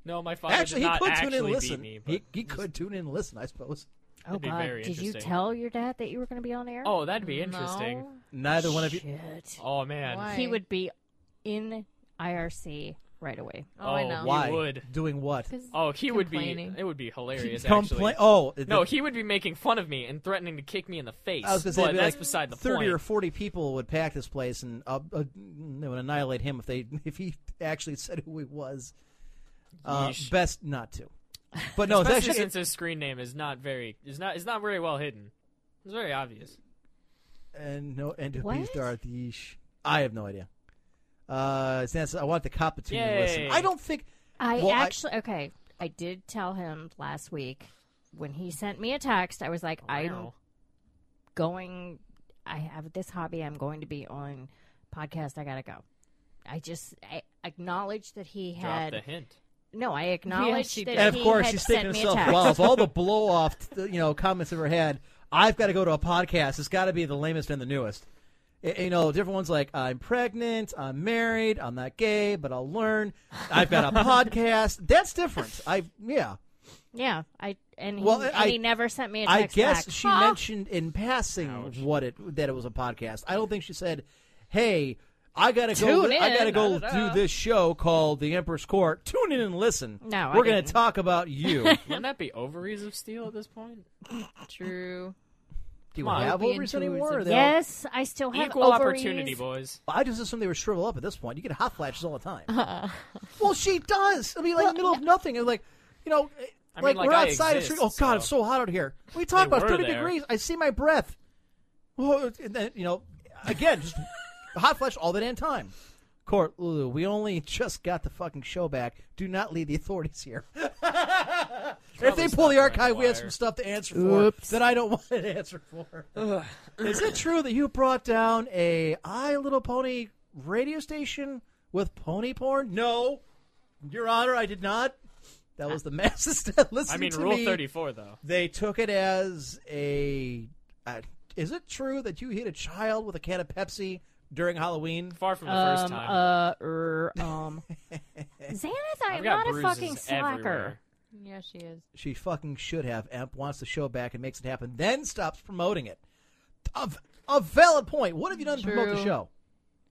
S6: No, my father
S3: Actually,
S6: Oh,
S3: he
S6: did not
S3: could tune
S6: actually
S3: in and
S6: beat
S3: listen.
S6: me. But
S3: he he could tune in and listen, I suppose.
S4: Oh
S6: be
S4: God!
S6: very
S4: Did you
S6: interesting.
S4: tell your dad that you were going to be on air?
S6: oh, that'd be interesting.
S3: Neither one of you.
S4: Shit.
S6: Oh man,
S7: Why?
S4: He would be in IRC right away.
S7: Oh, I
S6: Oh,
S7: know.
S6: why?
S3: Why?
S6: would.
S3: Doing what?
S6: oh he would be.
S7: Complaining.
S6: It would be hilarious.
S3: Complain.
S6: actually.
S3: Oh, the-
S6: No, he would be making fun of me and threatening to kick me in the face.
S3: I was going to say,
S6: but
S3: it'd be
S6: that's
S3: like
S6: beside the
S3: thirty
S6: point.
S3: or forty people would pack this place, and uh, uh, they would annihilate him if they if he actually said who he was. Uh,
S6: Yeesh.
S3: best not to. But no, it's
S6: Especially
S3: actually
S6: since his screen name is not very is not is not very well hidden. It's very obvious.
S3: and no and
S4: What?
S3: beast are the sh- I have no idea. Uh, Sansa, I want the cop to tune in and listen.
S6: Yay.
S3: I don't think
S4: I
S3: Well, I-
S4: actually okay. I did tell him last week when he sent me a text. I was like, I'm
S6: Oh, Wow.
S4: going. I have this hobby. I'm going to be on podcast. I gotta go. I just I acknowledged that he
S6: Drop
S4: had
S6: the hint.
S4: no. I acknowledged
S7: she
S4: that
S7: did.
S3: And of
S4: he
S3: course,
S4: had
S3: he's
S4: sent
S3: thinking to
S4: me a
S3: himself,
S4: text.
S3: "Wow, of all the blow off, you know, comments I've ever had, I've got to go to a podcast. It's got to be the lamest and the newest." Y- You know, different ones like I'm pregnant, I'm married, I'm not gay, but I'll learn. I've got a podcast. That's different. I yeah.
S4: Yeah, I and he,
S3: Well,
S4: and
S3: I-
S4: he never sent me a
S3: I
S4: text
S3: guess
S4: back.
S3: she
S4: Huh?
S3: mentioned in passing what it that it was a podcast. I don't think she said, "Hey, I gotta go.
S4: Tune
S3: I gotta
S4: in."
S3: go
S4: Da,
S3: do this show called The Emperor's Court. Tune in and listen.
S4: No, I
S3: we're gonna
S4: didn't.
S3: talk about you.
S6: Wouldn't that be ovaries of steel at this point?
S7: True.
S3: Do you
S6: Come on.
S3: have
S7: Don't be
S3: ovaries anymore? or
S7: intrusive.
S3: they all-
S4: Yes, I still have
S6: Equal
S4: ovaries.
S6: opportunity, boys.
S3: I just assumed they would shrivel up at this point. You get hot flashes all the time. well, she does. I mean, like in the middle of nothing, and like you know, eh,
S6: I
S3: like,
S6: mean, like,
S3: we're
S6: I
S3: outside. it's
S6: exist,
S3: oh god,
S6: so-
S3: it's so hot out here. We talk
S6: They
S3: about
S6: were
S3: thirty
S6: there.
S3: degrees. I see my breath. Well, it- and then, you know, again, just hot flash all the damn time. Court Lulu, we only just got the fucking show back. Do not lead the authorities here. if they
S6: Probably
S3: pull the
S6: stuck
S3: archive,
S6: behind
S3: we have
S6: wire.
S3: some stuff to answer for that I don't want to answer for. Is it true that you brought down a I Little Pony radio station with pony porn? No, Your Honor, I did not. That was the masses that listened
S6: I mean,
S3: to
S6: Rule
S3: me.
S6: 34, though.
S3: They took it as a. Uh, is it true that you hit a child with a can of Pepsi during Halloween?
S6: Far from the first
S4: Um,
S6: time.
S4: uh, er, um, Xanath, I'm
S6: I've got
S4: not a
S6: bruises
S4: fucking slacker.
S6: everywhere.
S7: Yeah, she is.
S3: She fucking should have. Amp wants the show back and makes it happen, then stops promoting it. A, a valid point. What have you done to promote the
S7: True.
S3: show?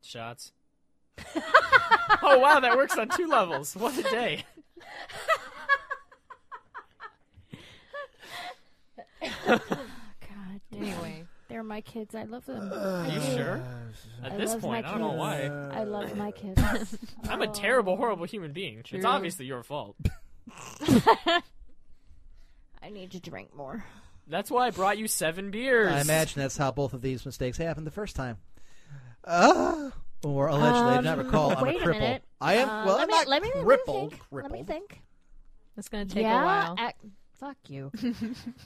S6: Shots. oh, wow, that works on two levels. What a day.
S4: God damn.
S7: Anyway,
S4: They're my kids. I love them. I
S6: You
S4: do.
S6: sure?
S4: I
S6: At this
S4: love my
S6: point, I don't know
S4: kids.
S6: why.
S4: I love my kids.
S6: I'm a
S4: Oh.
S6: terrible, horrible human being. It's
S7: True.
S6: obviously your fault.
S4: I need to drink more.
S6: That's why I brought you seven beers.
S3: I imagine that's how both of these mistakes happened the first time. Uh, or allegedly, I do not
S4: Um,
S3: recall. I'm a
S4: wait a
S3: cripple.
S4: minute.
S3: I am.
S4: Uh,
S3: well,
S4: let
S3: I'm
S4: me,
S3: not
S4: let me,
S3: crippled.
S4: Let me think.
S3: crippled.
S4: Let me think.
S7: It's gonna take
S4: yeah.
S7: a while.
S4: ac- fuck you.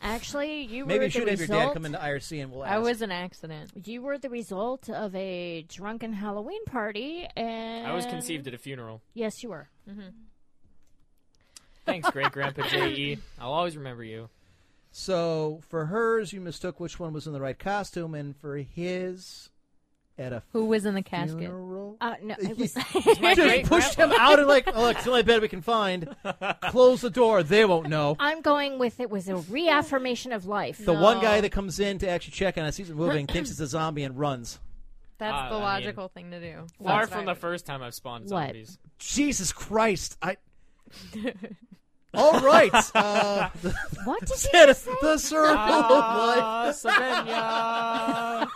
S4: Actually, you
S3: Maybe
S4: were
S3: you should
S4: the
S3: have
S4: result.
S3: your dad come into IRC and we'll ask.
S7: I was an accident.
S4: You were the result of a drunken Halloween party, and
S6: I was conceived at a funeral.
S4: Yes, you were.
S6: Thanks, great grandpa J.E. I'll always remember you.
S3: So for hers, you mistook which one was in the right costume, and for his, at a
S7: Who was in the casket?
S3: funeral.
S4: Uh, no, it was.
S6: My
S3: Just
S6: great
S3: pushed him out and like, oh, look, it's the only bed we can find. Close the door. They won't know.
S4: I'm going with it was a reaffirmation of life.
S3: The one guy that comes in to actually check on it sees it moving, thinks it's a zombie, and runs.
S7: That's
S6: Uh,
S7: the
S6: I mean,
S7: logical thing to do.
S6: Far
S7: That's
S6: from
S7: what I
S6: the first time I've spawned
S4: What?
S6: zombies.
S3: Jesus Christ! I. All right. Uh,
S4: What did you
S3: the
S4: say?
S3: the circle of life.
S6: Ah, Savannah.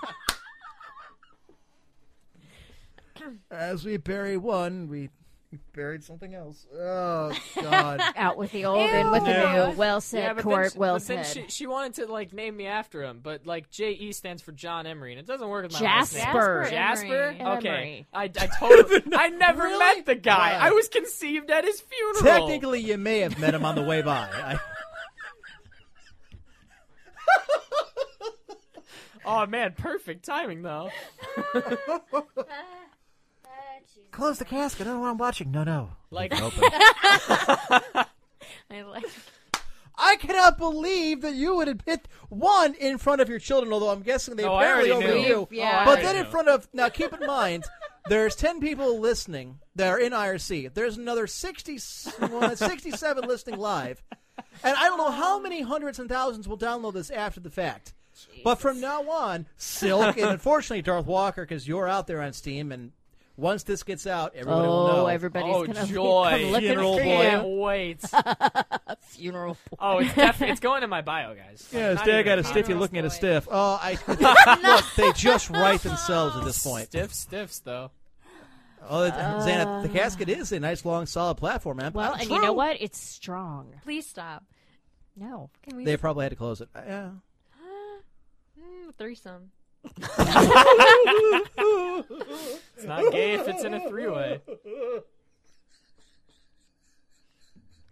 S3: As we bury one, we we buried something else. Oh God.
S4: Out with the old and with the
S6: No.
S4: new. Well said,
S6: yeah, but then,
S4: Court.
S6: she,
S4: well
S6: but then
S4: said.
S6: she, she wanted to like name me after him, but like J.E. stands for John Emery, and it doesn't work with my last name.
S4: Jasper.
S6: Jasper?
S7: Emery.
S6: Okay.
S4: Emery.
S6: I, I totally. I never met the guy.
S3: Wow.
S6: I was conceived at his funeral.
S3: Technically, you may have met him on the way by. I,
S6: Oh man, perfect timing though.
S3: Close the casket. I don't want him watching. No, no.
S6: Like,
S7: I like.
S3: I cannot believe that you would admit one in front of your children. Although I'm guessing they
S6: No, oh, I
S3: apparently
S6: already
S3: only
S6: knew.
S3: knew.
S7: Yeah.
S3: But
S6: I
S3: then in
S6: know.
S3: front of now, keep in mind, there's ten people listening that are in IRC. If There's another 60, well, 67 listening live, and I don't know how many hundreds and thousands will download this after the fact. But from now on, Silk and unfortunately Darth Walker, because you're out there on Steam, and once this gets out, everyone will know.
S4: Oh, everybody's
S6: oh
S4: gonna
S6: joy,
S4: come looking
S6: funeral
S4: for
S6: boy.
S4: you.
S6: Wait.
S4: Funeral boy.
S6: Oh, it's def- it's going in my bio, guys.
S3: Yeah, his
S6: Not
S3: dad
S6: even
S3: got a
S6: a
S3: stiff.
S6: comment.
S3: You looking at a stiff. Oh, I look. They just write themselves at this point.
S6: Stiff stiffs though.
S3: Oh, it- Xana, the casket is a nice, long, solid platform, man.
S4: Uh. Well,
S3: Uh,
S4: and you
S3: true.
S4: know what? It's strong.
S7: Please stop.
S4: No.
S7: Can we
S3: They probably had to close it. Uh, Yeah.
S7: mm, threesome?
S6: It's not gay if it's in a three-way.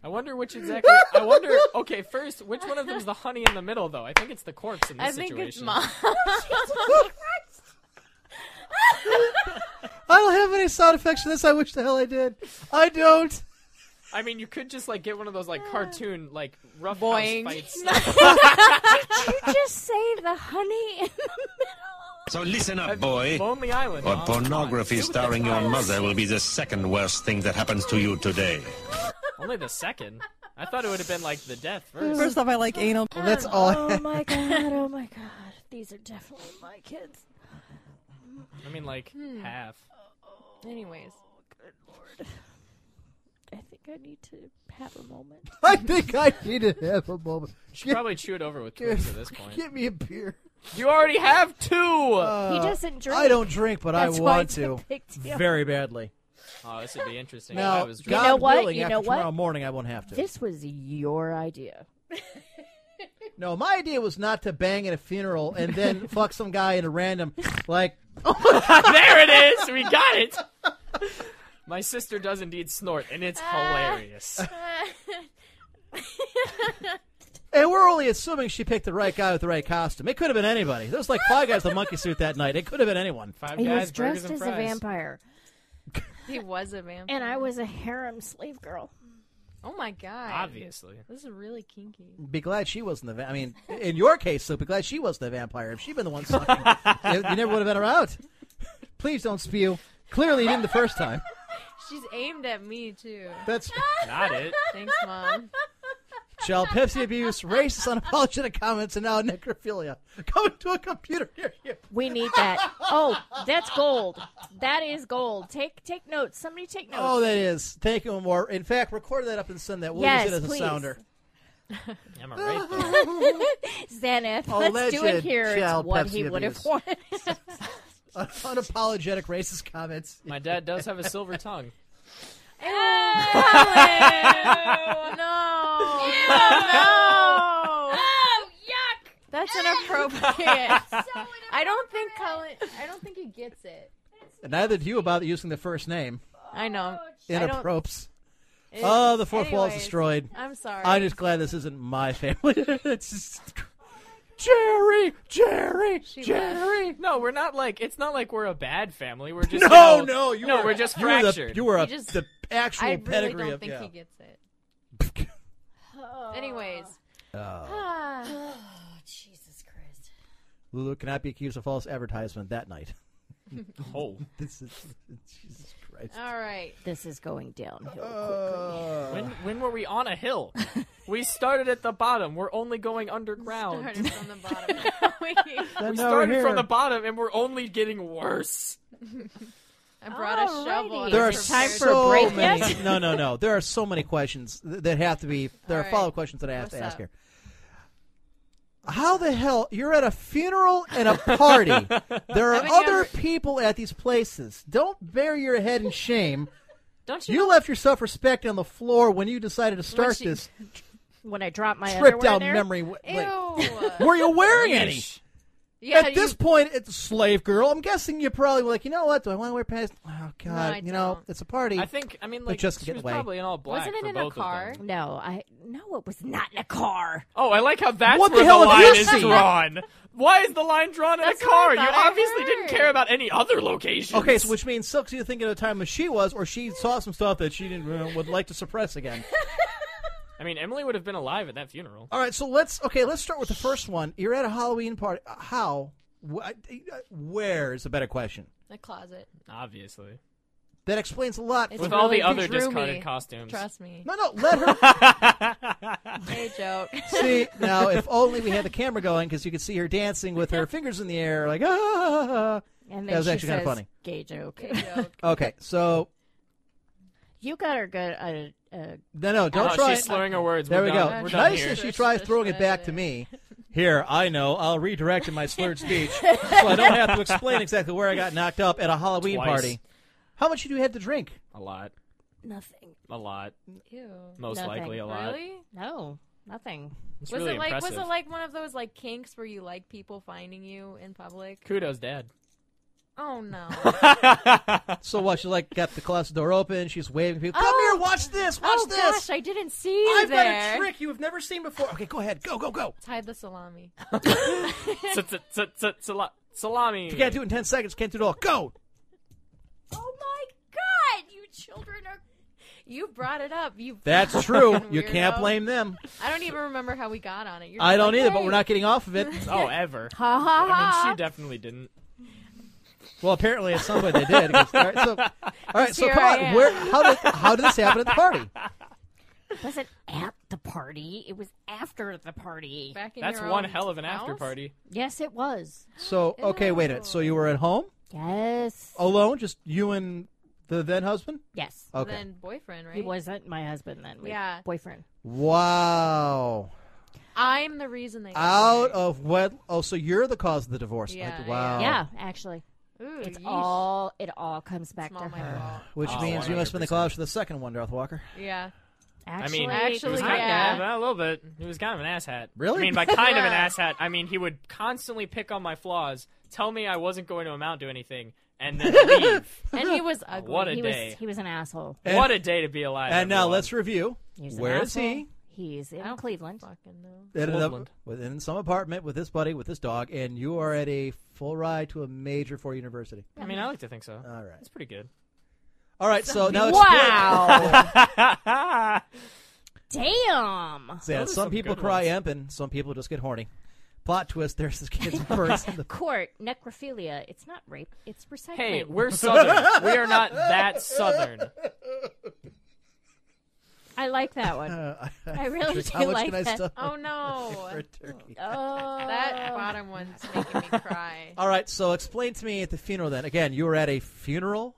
S6: I wonder which exactly. I wonder. Okay, first, which one of them's the honey in the middle, though? I think it's the corpse in this
S7: I think
S6: situation.
S7: it's mom.
S3: I don't have any sound effects for this. I wish the hell I did. I don't.
S6: I mean, you could just like get one of those like cartoon like rough
S7: Boing.
S6: fights.
S4: Just say the honey in the
S8: So listen up, boy.
S6: Lonely Island. Oh,
S8: Or
S6: Mom.
S8: pornography starring your mother will be the second worst thing that happens to you today.
S6: Only the second. I thought it would have been like the death first.
S5: First off, I like anal.
S3: That's all.
S4: middle. oh my god, oh my god. These are definitely my kids.
S6: I mean, like
S7: Hmm.
S6: half.
S7: Anyways,
S4: I think I need to have a moment.
S3: I think I need to have a moment.
S6: Should probably chew it over with Twix at this point.
S3: Get me a beer.
S6: You already have two.
S4: he doesn't drink.
S3: Uh, I don't drink, but
S4: That's
S3: I
S4: why
S3: want
S4: it's a
S3: to
S4: big deal.
S3: very badly.
S6: oh, this would be interesting. if I
S3: Now,
S6: was drunk.
S3: God
S4: know what?
S3: willing,
S4: You
S3: after
S4: know what?
S3: tomorrow morning, I won't have to.
S4: This was your idea.
S3: No, my idea was not to bang at a funeral and then fuck some guy in a random like. Oh my God.
S6: There it is. We got it. My sister does indeed snort, and
S7: Ah.
S6: it's hilarious.
S3: And we're only assuming she picked the right guy with the right costume. It could have been anybody. There was like five guys with a monkey suit that night. It could have been anyone.
S6: Five
S4: He
S6: guys,
S4: was dressed
S6: burgers, and
S4: as a
S6: fries.
S4: vampire,
S7: he was a vampire.
S4: and I was a harem slave girl.
S7: Oh my god.
S6: Obviously.
S7: This is really kinky.
S3: Be glad she wasn't the. Va- I mean, in your case, Luke, be glad she wasn't the vampire. If she'd been the one sucking, you, you never would have been around. Please don't spew. Clearly, you didn't the first time.
S7: She's aimed at me too.
S3: That's
S6: Not it.
S7: Thanks, mom.
S3: child Pepsi abuse, racist, unapologetic comments, and now necrophilia. Coming to a computer near you.
S4: We need that. oh, that's gold. That is gold. Take take notes. Somebody take notes.
S3: Oh, that is. Thank you, Amor. In fact, record that up and send that. We'll
S4: yes,
S3: use it as a
S4: please.
S3: sounder.
S6: I'm a right there.
S4: Zenith,
S3: oh,
S4: let's do it
S3: Alleged
S4: here. It's
S3: child
S4: what he
S3: Pepsi
S4: would have
S3: abuse.
S4: wanted.
S3: Un- unapologetic racist comments.
S6: My dad does have a silver tongue.
S7: no.
S4: Oh,
S7: Oh, yuck. That's inappropriate. I don't think Colin. I don't think he gets it.
S3: And neither do you about using the first name.
S7: I know. I don't-
S3: Inappropriate. Oh, the fourth wall's
S7: Anyways,
S3: destroyed.
S7: I'm sorry.
S3: I'm just glad this isn't my family. it's just Jerry, Jerry, Jerry.
S6: No, we're not like it's not like we're a bad family. We're just
S3: No,
S6: you know-
S3: no, you
S6: no,
S3: were-
S6: we're just
S3: You were the,
S6: fractured.
S3: you were a,
S7: He just-
S3: the actual
S7: I really
S3: pedigree
S7: don't
S3: of
S7: think
S3: yeah.
S7: he gets it. Anyways,
S4: Jesus Christ.
S3: Lulu cannot be accused of false advertisement that night.
S6: Oh.
S3: This is Jesus Christ.
S7: all right.
S4: This is going downhill.
S3: Uh,
S6: When when were we on a hill? we started at the bottom. We're only going underground.
S7: Started from the bottom.
S3: Then
S6: we
S3: now we're
S6: started
S3: here.
S6: from the bottom and we're only getting worse.
S7: I brought a shovel.
S4: Alrighty.
S7: and
S3: There
S7: I
S3: are
S4: Is it time
S7: prepared-
S4: for a
S3: so
S4: break
S3: many.
S4: yet?
S3: No, no, no. There are so many questions th- that have to be. There
S7: All
S3: are
S7: right.
S3: follow-up questions that I have
S7: What's
S3: to ask
S7: up?
S3: here. How the hell you're at a funeral and a party? there are
S7: Haven't you
S3: other
S7: ever-
S3: people at these places. Don't bury your head in shame.
S7: Don't you?
S3: You left your self-respect on the floor when you decided to start
S7: she-
S3: this
S4: when I drop my
S3: trip
S4: underwear
S3: down
S4: there.
S3: memory. wa-
S7: Ew.
S3: lane. Were you wearing any?
S7: yeah,
S3: At this
S7: you-
S3: point, it's slave girl. I'm guessing you probably were like, you know what? Do I want to wear pants? Oh God,
S7: I
S3: you know,
S7: don't.
S3: it's a party.
S6: I think I mean
S3: But
S6: like
S3: just
S6: she
S3: get
S6: was
S3: away.
S6: probably in all black.
S7: Wasn't it
S6: for
S7: in a
S6: both of
S7: car?
S6: them.
S4: No, I no, it was not in a car.
S6: Oh, I like how that's
S3: What the
S6: where
S3: hell have you
S6: line is
S3: seen?
S6: drawn. Why is the line drawn in a
S7: That's what I
S6: car? You
S7: thought I
S6: obviously didn't
S7: heard.
S6: care about any other locations.
S3: Okay, so which means Silk's either thinking of the time as she was, or she saw some stuff that she didn't uh, would like to suppress again.
S6: I mean, Emily would have been alive at that funeral.
S3: All right, so let's okay, let's start with the first one. You're at a Halloween party. Uh, How? Wh- uh, where is a better question?
S7: the closet.
S6: Obviously,
S3: That explains a lot.
S7: It's
S6: with all
S7: really
S6: the other
S7: drew
S6: discarded
S7: me.
S6: costumes.
S7: Trust me.
S3: No, no, let her
S7: Hey, joke.
S3: see. Now, if only we had the camera going because you could see her dancing with her fingers in the air, like ah.
S4: And then
S3: That was
S4: she
S3: actually kinda
S4: says,
S3: funny.
S4: Gay joke.
S3: Okay, so
S4: you got her good. Uh, uh,
S3: no, no, don't
S6: Oh,
S3: try.
S6: she's
S3: it.
S6: slurring her words.
S3: There
S6: We're
S3: we
S6: done.
S3: go.
S6: We're done
S3: nice
S6: here.
S3: as she tries throwing it back to me. Here, I know. I'll redirect in my slurred speech, so I don't have to explain exactly where I got knocked up at a Halloween
S6: Twice.
S3: party. How much did you have to drink?
S6: A lot.
S4: nothing.
S6: A lot.
S7: Ew.
S6: Most
S4: Nothing.
S6: likely a lot.
S7: Really?
S4: No, nothing.
S6: It's
S7: was
S6: really
S7: it like
S6: impressive.
S7: was it like one of those like kinks where you like people finding you in public?
S6: Kudos, Dad.
S7: Oh no.
S3: So what? She like got the closet door open. She's waving people. Come
S7: Oh.
S3: here, watch this, watch
S4: oh
S3: this.
S4: gosh, I didn't see you
S3: I've got
S4: there.
S3: a trick you have never seen before. Okay, go ahead, go, go, go.
S7: Hide the salami.
S6: S- s- s- s- sala- Salami.
S3: You can't do it in ten seconds. Can't do it all. Go.
S7: Oh my god, you children are you brought it up. You
S3: That's true.
S7: fucking
S3: you can't
S7: weirdo.
S3: blame them.
S7: I don't even remember how we got on it. You're
S3: I
S7: just
S3: don't
S7: like,
S3: either, but
S7: "Hey."
S3: we're not getting off of it.
S6: Oh, ever.
S4: Ha ha
S6: I mean, she
S4: ha.
S6: definitely didn't.
S3: Well, apparently at some point they did. 'cause- all right, so, all right, so
S7: Here
S3: come
S7: I
S3: on.
S7: am.
S3: Where? How did how did this happen at the party?
S4: It wasn't at the party. It was after the party.
S7: back in
S6: That's
S7: your
S6: one
S7: own
S6: hell of an after
S7: house?
S6: party.
S4: Yes, it was.
S3: So okay, wait a minute. So you were at home
S4: Yes.
S3: alone, just you and the then husband?
S4: Yes.
S3: Okay.
S7: Then boyfriend, right?
S4: He wasn't my husband then. my
S7: Yeah.
S4: Boyfriend.
S3: Wow.
S7: I'm the reason they got
S3: Out
S7: married.
S3: of what? Oh, so you're the cause of the divorce?
S7: Yeah,
S3: Like,
S7: yeah.
S3: wow.
S4: Yeah, actually,
S7: Ooh,
S4: it's
S7: yeesh.
S4: all it all comes
S7: It's
S4: back
S7: all
S4: to
S7: my
S4: her.
S7: fault.
S3: Which
S6: Oh,
S3: means you must have been the
S6: 100%.
S3: cause for the second one, Darth Walker.
S7: Yeah.
S6: I
S4: Actually,
S6: mean,
S7: Actually,
S6: he was
S7: yeah.
S6: kind of a little bit. He was kind of an asshat.
S3: Really?
S6: I mean, by kind of an
S7: Yeah.
S6: asshat, I mean he would constantly pick on my flaws, tell me I wasn't going to amount to anything, and then leave.
S7: And he was ugly.
S6: what a
S4: he
S6: day!
S4: was he was an asshole.
S3: And-
S6: what a day to be alive!
S3: and now
S6: everyone.
S3: let's review.
S4: He was
S3: Where
S4: an
S3: is
S4: asshole.
S3: he?
S4: He's in
S7: I don't
S4: Cleveland.
S7: Fucking know.
S3: Ended up
S6: Portland.
S3: within some apartment with this buddy, with this dog, and you are at a full ride to a major four university.
S6: I mean, I like to think so.
S3: All right.
S6: That's pretty good.
S3: All right. So now it's
S4: Wow!
S6: That's
S4: Damn!
S3: Yeah,
S6: Those are
S3: some,
S6: some
S3: people
S6: good
S3: cry
S6: ones.
S3: imp and some people just get horny. Plot twist: There's this kid's birds in the
S4: Court necrophilia. It's not rape. It's recycling.
S6: hey, we're southern. we are not that southern.
S4: I like that one.
S3: Uh,
S4: I really
S3: How
S4: do
S3: much
S4: like
S3: can I
S4: that.
S3: stuff
S7: Oh no.
S3: for a turkey?
S4: Oh,
S7: That bottom one's making me cry.
S3: All right, so explain to me at the funeral then. Again, you were at a funeral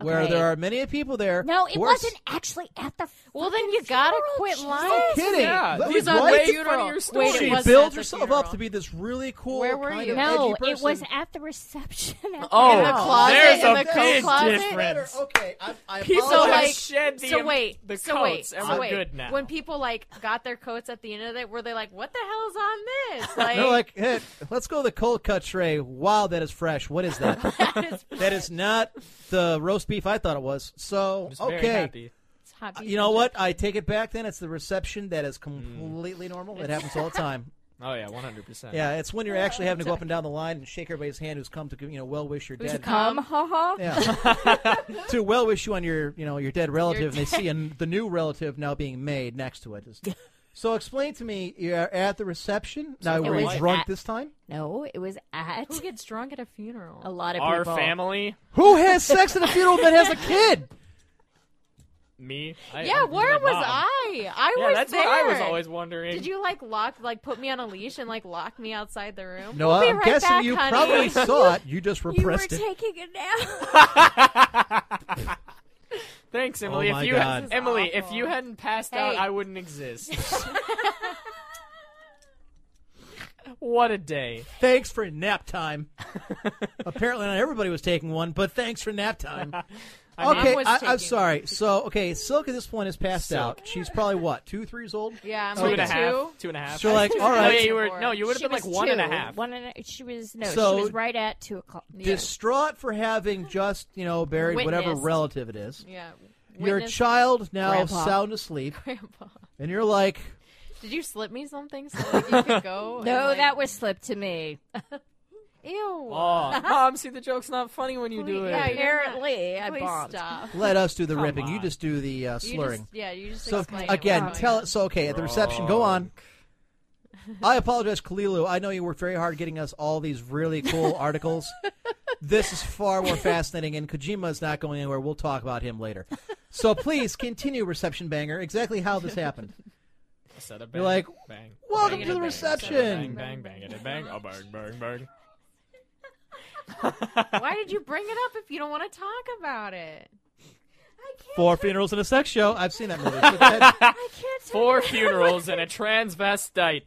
S3: where
S4: Okay.
S3: there are many people there.
S4: No, it
S3: who are s-
S4: wasn't actually at the.
S7: Well, then
S4: fucking
S7: you gotta
S4: funeral.
S7: quit
S4: Jesus.
S7: lying.
S3: Kidding.
S6: Yeah,
S3: That
S6: these
S3: was
S6: are
S3: right.
S6: way
S7: Funeral.
S6: funnier
S7: Wait,
S6: stories.
S7: it
S3: She
S7: wasn't at
S3: built
S7: the
S3: herself up
S7: funeral.
S3: to be this really cool.
S7: Where were
S3: kind
S7: you?
S3: Of
S4: No,
S3: edgy
S4: it
S3: person.
S4: was at the reception. At the
S6: Oh,
S7: In the closet,
S6: there's
S7: in
S6: a
S7: the coat
S6: big
S7: closet?
S6: difference.
S3: Okay, I, I
S6: He's
S7: So
S6: Let's
S7: like,
S6: shed the-
S7: so wait,
S6: the
S7: so wait,
S6: coats, and
S7: so
S6: we're
S7: wait.
S6: good now.
S7: When people like got their coats at the end of it, were they like, "What the hell is on this?" Like,
S3: They're like, hey, let's go to the cold cut tray. Wow, that is fresh. What is that?
S7: that is-
S3: that is not the roast beef I thought it was. So
S6: Just
S3: okay,
S6: very happy.
S7: it's hot beef
S3: you know
S7: and
S3: what? I take it back. Then it's the reception that is completely normal. It happens all the time.
S6: Oh yeah, one hundred percent.
S3: Yeah, it's when you're actually having to go up and down the line and shake everybody's hand who's come to you know well wish your
S7: jerky.
S3: dead
S7: Come, ha ha.
S3: yeah to well wish you on your you know your dead relative. and they see a, the new relative now being made next to it. So explain to me, you're at the reception. Now, were
S4: was
S3: you drunk
S4: at-
S3: this time?
S4: No, it was at
S7: Who gets drunk at a funeral?
S4: a lot of
S6: Our
S4: people.
S6: family,
S3: Who has sex at a funeral that has a kid?
S6: me. I,
S7: yeah,
S6: I'm
S7: where
S6: my
S7: was
S6: mom.
S7: I? I
S6: Yeah,
S7: was
S6: that's
S7: there.
S6: what I was always wondering.
S7: Did you like lock, like put me on a leash and like lock me outside the room?
S3: No,
S7: We'll be
S3: I'm
S7: right
S3: guessing
S7: back,
S3: you
S7: honey.
S3: probably saw it. You just
S4: You were
S3: repressed it.
S4: taking a nap.
S6: Thanks, Emily.
S3: Oh my
S6: if you
S3: God. This is
S6: Emily, if
S7: awful.
S6: you hadn't passed out,
S7: Hey.
S6: I wouldn't exist. what a day.
S3: thanks for nap time. Apparently, not everybody was taking one, but thanks for nap time. okay,
S7: mom was
S3: I,
S7: taking
S3: I'm sorry. So, okay, Silk at this point is passed out. She's probably what, two, three years old?
S7: Yeah, I'm
S6: Two and a
S7: like
S6: half.
S7: two.
S6: Two and a half.
S3: So, like, all
S6: No, yeah,
S3: right.
S6: you were, no, you would
S4: She
S6: have been like
S4: was
S6: one and a
S4: two.
S6: half.
S4: One and a, she was no,
S3: So-
S4: she was right at two o'clock.
S3: Distraught for having just, you know, buried whatever
S7: Witnessed.
S3: relative it is.
S7: Yeah.
S3: Your
S7: Witness-
S3: child now
S4: Grandpa.
S3: sound asleep,
S7: Grandpa.
S3: and you're like,
S7: Did you slip me something so like, you could go?
S4: No,
S7: and, like-
S4: that was slipped to me.
S7: ew.
S6: Oh, mom, see, the joke's not funny when you do it.
S7: Yeah, you're-
S4: Apparently, I
S7: Please
S4: bombed.
S7: stop.
S3: let us do the
S6: Come
S3: ripping. You
S6: on.
S3: just do the uh,
S7: You
S3: slurring.
S7: just- yeah, you just
S3: So
S7: explain it
S3: again,
S7: without
S3: tell
S7: going
S3: it. So okay, at the reception, go on. I apologize, Kalilu. I know you worked very hard getting us all these really cool articles. This is far more fascinating, and Kojima is not going anywhere. We'll talk about him later. So please continue, reception banger. Exactly how this happened.
S6: Set a bang,
S3: You're like,
S6: bang,
S3: welcome
S6: bang,
S3: to the
S6: bang,
S3: reception.
S6: Bang, bang, bang, it, a bang, a bang, bang, bang.
S7: on. Why did you bring it up if you don't want to talk about it?
S3: Four funerals and a sex show. I've seen that movie. But that-
S4: I can't. tell
S6: Four funerals and a transvestite.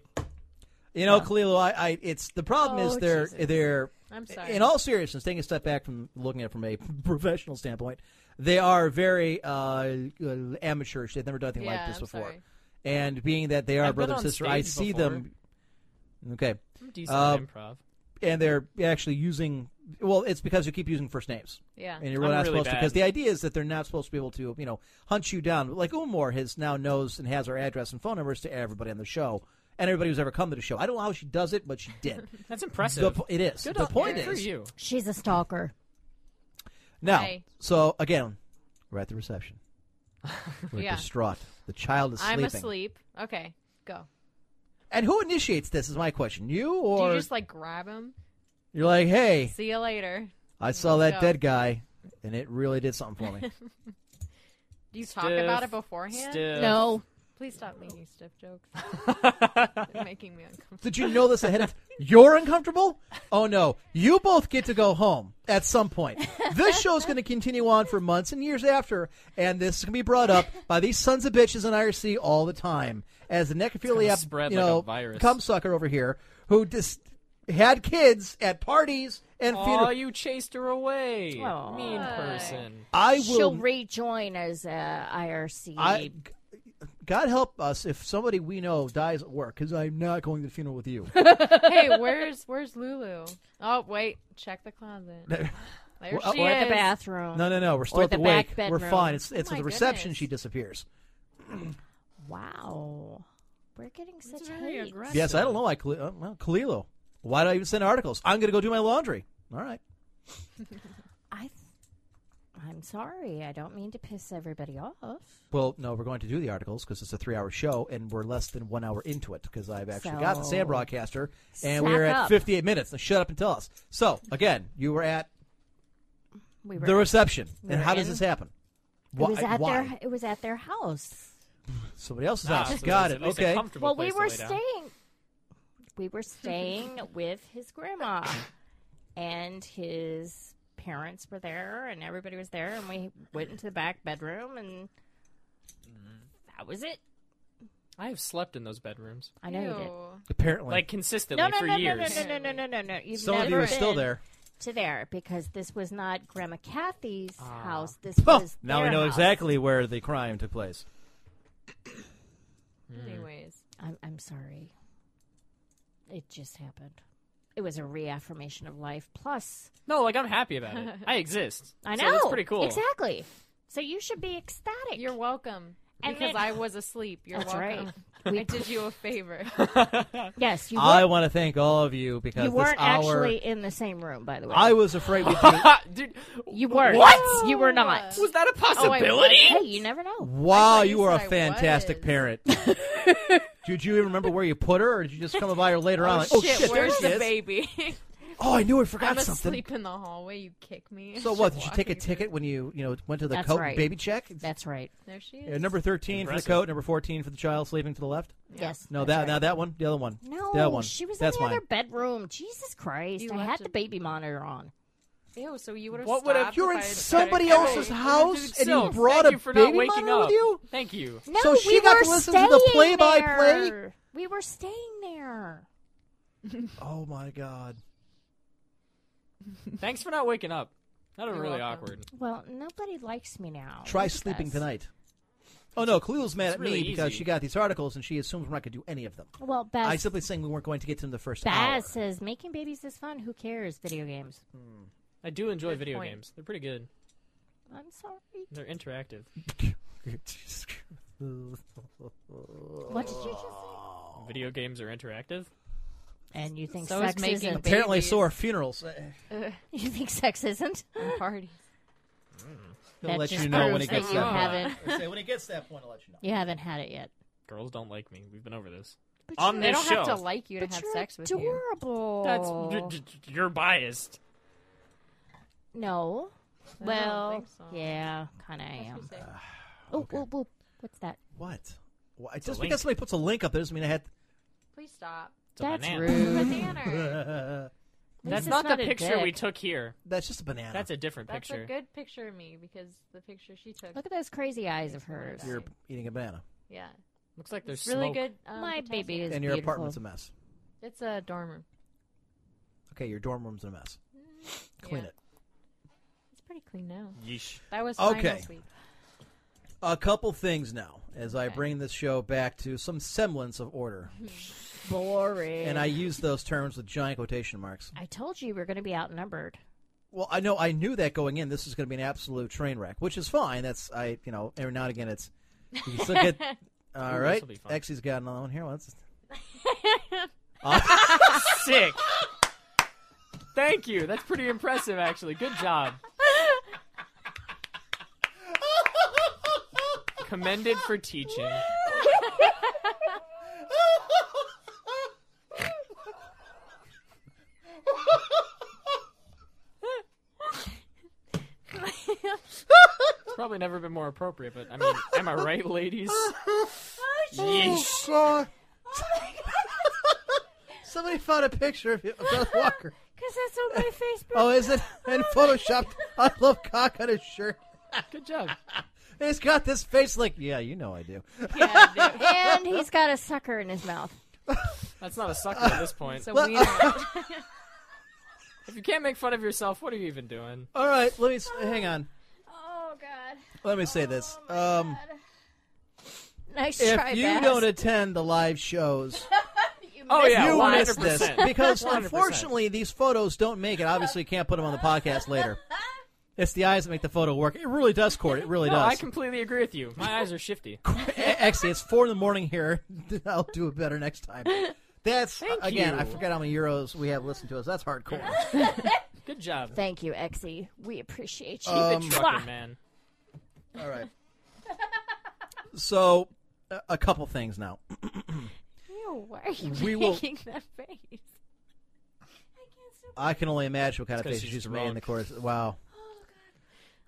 S3: you know, Kalilu, I, I, it's the problem is
S4: Oh,
S3: they're they're
S7: I'm sorry.
S3: In all seriousness, taking a step back from looking at it from a professional standpoint, they are very uh, amateurish. They've never done anything
S7: Yeah,
S3: like this
S7: I'm
S3: before.
S7: sorry.
S3: And being that they are
S6: I've been
S3: brother and
S6: on
S3: sister, I
S6: stage
S3: see
S6: before.
S3: them. Okay,
S6: Decent
S3: Uh,
S6: improv.
S3: and they're actually using. Well, it's because you keep using first names,
S7: Yeah.
S3: and you're really
S6: I'm
S3: not
S6: really
S3: supposed to.
S6: bad.
S3: Because the idea is that they're not supposed to be able to, you know, hunt you down. Like Umar has now knows and has our address and phone numbers to everybody on the show and everybody who's ever come to the show. I don't know how she does it, but she did.
S6: That's
S3: the,
S6: impressive.
S3: po- it is.
S6: Good
S3: the
S6: on-
S3: point
S6: good for
S3: is,
S6: you.
S4: She's a stalker.
S3: Now,
S7: Hey.
S3: so again, we're at the reception. We're
S7: Yeah.
S3: distraught. The child is
S7: I'm
S3: sleeping.
S7: asleep. Okay, go.
S3: And who initiates this is my question. You
S7: Do
S3: or
S7: you just like grab him?
S3: you're like, hey,
S7: See you later.
S3: I saw that
S7: go.
S3: dead guy, and it really did something for me.
S7: Do you talk about it beforehand?
S6: Stiff.
S4: No,
S7: Please stop making stiff jokes. They're making me uncomfortable.
S3: did you know this ahead of? You're uncomfortable? Oh no! You both get to go home at some point. This show's going to continue on for months and years after, and this is going to be brought up by these sons of bitches in IRC all the time as the necrophilia,
S6: spread
S3: you
S6: like a
S3: know,
S6: virus.
S3: cum sucker over here who just had kids at parties and
S6: Oh,
S3: funerals.
S6: you chased her away.
S4: Aw.
S6: Mean person.
S3: I
S4: she'll
S3: will.
S4: rejoin as uh, IRC.
S3: I, God help us if somebody we know dies at work, because I'm not going to the funeral with you.
S7: hey, where's where's Lulu? Oh wait, check the closet. There
S3: Well,
S7: she
S3: or
S4: uh, or
S7: is.
S4: the bathroom.
S3: No, no, no. We're still
S4: Or
S3: at the,
S4: the
S3: wake.
S4: back bedroom.
S3: We're fine. It's it's
S7: Oh,
S3: at the
S7: my
S3: reception.
S7: goodness.
S3: She disappears.
S4: Wow, we're getting such
S6: very
S4: hate.
S6: aggressive.
S3: Yes, I don't know why. Kali- uh, well, Kalilo. Why do I even send articles? I'm going to go do my laundry. All right.
S4: I, th- I'm sorry. I don't mean to piss everybody off.
S3: Well, no, we're going to do the articles because it's a three-hour show, and we're less than one hour into it because I've actually got the
S4: So,
S3: Sam broadcaster, and
S4: sack
S3: we're at
S4: up.
S3: 58 minutes. Now shut up and tell us. So again, you were at
S4: We were.
S3: the reception,
S4: we
S3: and
S4: were
S3: how does
S4: in.
S3: this happen?
S4: it was at
S3: why?
S4: their. It was at their house.
S3: Somebody else's
S6: Ah,
S3: house.
S6: so
S3: Got
S6: it's
S3: it.
S6: at least a
S3: Okay.
S4: Well,
S6: comfortable
S4: we
S6: place to
S4: were
S6: lay down.
S4: staying. We were staying with his grandma and his parents were there and everybody was there, and we went into the back bedroom, and
S3: Mm-hmm.
S4: that was it.
S6: I have slept in those bedrooms.
S4: I know you did.
S7: Ew.
S3: Apparently,
S6: Like consistently
S4: No, no,
S6: for
S4: no, no,
S6: years.
S4: no, no, no, no, no, no, no. You've
S3: some of you
S4: never
S3: are still
S4: been
S3: there.
S4: to there because this was not Grandma Kathy's house. This
S3: Oh,
S4: was
S3: now we
S4: their
S3: know
S4: house.
S3: exactly where the crime took place.
S7: Anyways,
S4: I'm, I'm sorry. It just happened. It was a reaffirmation of life. Plus,
S6: No, like I'm happy about it. I exist.
S4: I
S6: So
S4: know
S6: that's pretty cool.
S4: Exactly. So you should be ecstatic.
S7: you're welcome.
S4: And
S7: because
S4: then-
S7: I was asleep. You're
S4: That's
S7: welcome.
S4: right.
S7: I did you a favor.
S4: yes, you
S3: I
S4: were,
S3: want to thank all of you because
S4: you
S3: this
S4: weren't
S3: hour
S4: actually in the same room, by the way.
S3: I was afraid we'd do.
S6: Ha, Dude,
S4: you were
S6: What?
S4: You were not.
S6: was that a
S7: I
S6: possibility?
S4: Hey, you never know.
S3: Wow,
S7: thought
S3: you
S7: you
S3: are a
S7: said I
S3: fantastic
S7: was.
S3: parent. Did you even remember where you put her, or did you just come by her later on? Like, oh shit, there
S7: where's
S3: she
S7: the
S3: is.
S7: baby?
S3: Oh, I knew I forgot
S7: I'm
S3: something.
S7: asleep in the hallway. You kick me.
S3: So what? Did you take a ticket when you you know went to the
S4: That's
S3: coat
S4: right.
S3: baby check?
S4: That's right.
S7: There she is.
S3: Yeah, number thirteen for
S6: Impressive.
S3: the coat, number fourteen for the child sleeping to the left.
S4: Yes.
S3: No,
S4: that's
S3: that
S4: right.
S3: now that one, the other one,
S4: No,
S3: that one.
S4: she was
S3: That's
S4: in the
S3: mine.
S4: other bedroom. Jesus Christ!
S7: You
S4: I had
S7: left
S4: the
S7: it-
S4: baby monitor on.
S7: Ew, so you would have
S6: What
S7: stopped
S6: would have-
S7: if
S3: You're
S7: I
S3: in
S7: had
S3: somebody
S7: started
S3: else's
S7: going.
S3: house, and you
S6: Still,
S3: brought
S6: thank
S3: a
S6: you for
S3: baby
S6: not waking
S3: monitor
S6: up.
S3: with you.
S6: Thank you.
S4: No,
S3: So she
S4: we
S3: got
S4: were
S3: to listen to the
S4: staying
S3: play-by-play?
S4: there. We were staying there.
S3: Oh my god.
S6: Thanks for not waking up. That was
S7: You're
S6: really
S7: welcome.
S6: awkward.
S4: Well, nobody likes me now.
S3: Try
S4: Look at
S3: sleeping
S4: this.
S3: tonight. Oh no, Khalil's mad
S6: It's
S3: at
S6: really
S3: me because
S6: easy.
S3: she got these articles and she assumes we're not going to do any of them.
S4: Well,
S3: I
S4: Baz,
S3: simply saying we weren't going to get to them the first hour.
S4: Baz says making babies is fun. Who cares? Video games.
S6: I do enjoy
S7: Good
S6: video
S7: point.
S6: games. They're pretty good.
S4: I'm sorry.
S6: They're interactive.
S4: What did you just say?
S6: Video games are interactive.
S4: And you think
S7: So is
S4: sex
S7: making
S4: isn't?
S7: babies.
S3: Apparently, so are funerals. Uh,
S4: You think sex isn't?
S7: And parties.
S3: They'll
S4: That
S3: let you
S4: just
S3: know when
S4: proves
S3: it gets
S4: that you
S3: that
S4: haven't.
S3: point. Say, when it gets to that point, I'll let you know.
S4: You haven't had it yet.
S6: Girls don't like me. We've been over this.
S4: But
S6: On
S4: you're-
S7: They
S6: This
S7: don't have
S6: show.
S7: to like you to
S4: but
S7: have
S4: you're
S7: sex with you.
S4: adorable.
S6: That's you're, you're biased.
S4: no.
S7: don't
S4: Well,
S7: think so.
S4: yeah, kind of I am. Oh, oh, oh, what's that?
S3: What? Why just
S6: link.
S3: because somebody puts a link up there doesn't mean I had.
S7: Please stop.
S6: It's a
S4: That's
S6: banana.
S4: rude.
S7: Banner.
S6: That's
S4: This is
S6: not,
S4: not
S6: the
S4: a
S6: picture
S4: dick.
S6: we took here.
S3: That's just a banana.
S6: That's a different
S7: That's
S6: picture.
S7: a good picture of me because the picture she took.
S4: Look at those crazy eyes of hers.
S3: You're eating a banana,
S7: Yeah.
S6: Looks like there's
S7: It's
S6: smoke.
S7: really good. Um,
S4: My
S7: potassium.
S4: baby is
S3: and your
S4: beautiful.
S3: apartment's a mess.
S7: It's a dorm room.
S3: Okay, your dorm room's in a mess. Clean
S4: Mm-hmm.
S7: Yeah.
S3: it.
S7: It's pretty clean now.
S6: Yeesh.
S7: That was fine
S3: Okay.
S7: last week.
S3: A couple things now as I
S7: Okay.
S3: bring this show back to some semblance of order,
S4: Boring.
S3: and I use those terms with giant quotation marks.
S4: I told you we were going to be outnumbered.
S3: Well, I know I knew that going in. This is going to be an absolute train wreck, which is fine. That's I, you know, every now and again it's. You can still get. All
S6: Ooh,
S3: right,
S6: this'll be fun.
S3: Xy's got another one here. Let's.
S6: Sick. Thank you. That's pretty impressive, actually. Good job. Commended for teaching. It's probably never been more appropriate, but I mean, am I right, ladies? Yeesh.
S3: Oh, God. Somebody found a picture of, you- of Beth Walker.
S4: Because that's on my Facebook.
S3: Oh, is it? And photoshopped I love cock on his shirt.
S6: Good job.
S3: It's got this face like, yeah, you know I do.
S4: and he's got a sucker in his mouth.
S6: That's not a sucker at this point.
S7: So
S3: Well-
S7: we are
S6: If you can't make fun of yourself, what are you even doing?
S3: All right, let me s- hang on.
S4: Oh, God.
S3: Let me say this. Um,
S4: Nice try,
S3: if you
S4: Baz.
S3: don't attend the live shows,
S6: Oh yeah,
S3: you
S6: 100%.
S3: miss this because
S6: 100%.
S3: unfortunately these photos don't make it. Obviously, you can't put them on the podcast later. It's the eyes that make the photo work. It really does, Court. It really
S6: No,
S3: does.
S6: I completely agree with you. My eyes are shifty.
S3: Actually, it's four in the morning here. I'll do it better next time. That's again.
S6: you.
S3: I forgot how many euros we have listened to us. That's hardcore.
S6: Good job.
S4: Thank you, Exy. We appreciate
S3: Uh,
S4: you.
S3: Um,
S6: Keep it trucking, man.
S3: All right. So, a, a couple things now.
S4: Ew, why are you
S3: We will-
S4: making that face?
S3: I can only imagine what kind of
S6: 'cause
S3: faces
S6: she's
S3: she's made in
S6: drunk.
S3: the course. Wow.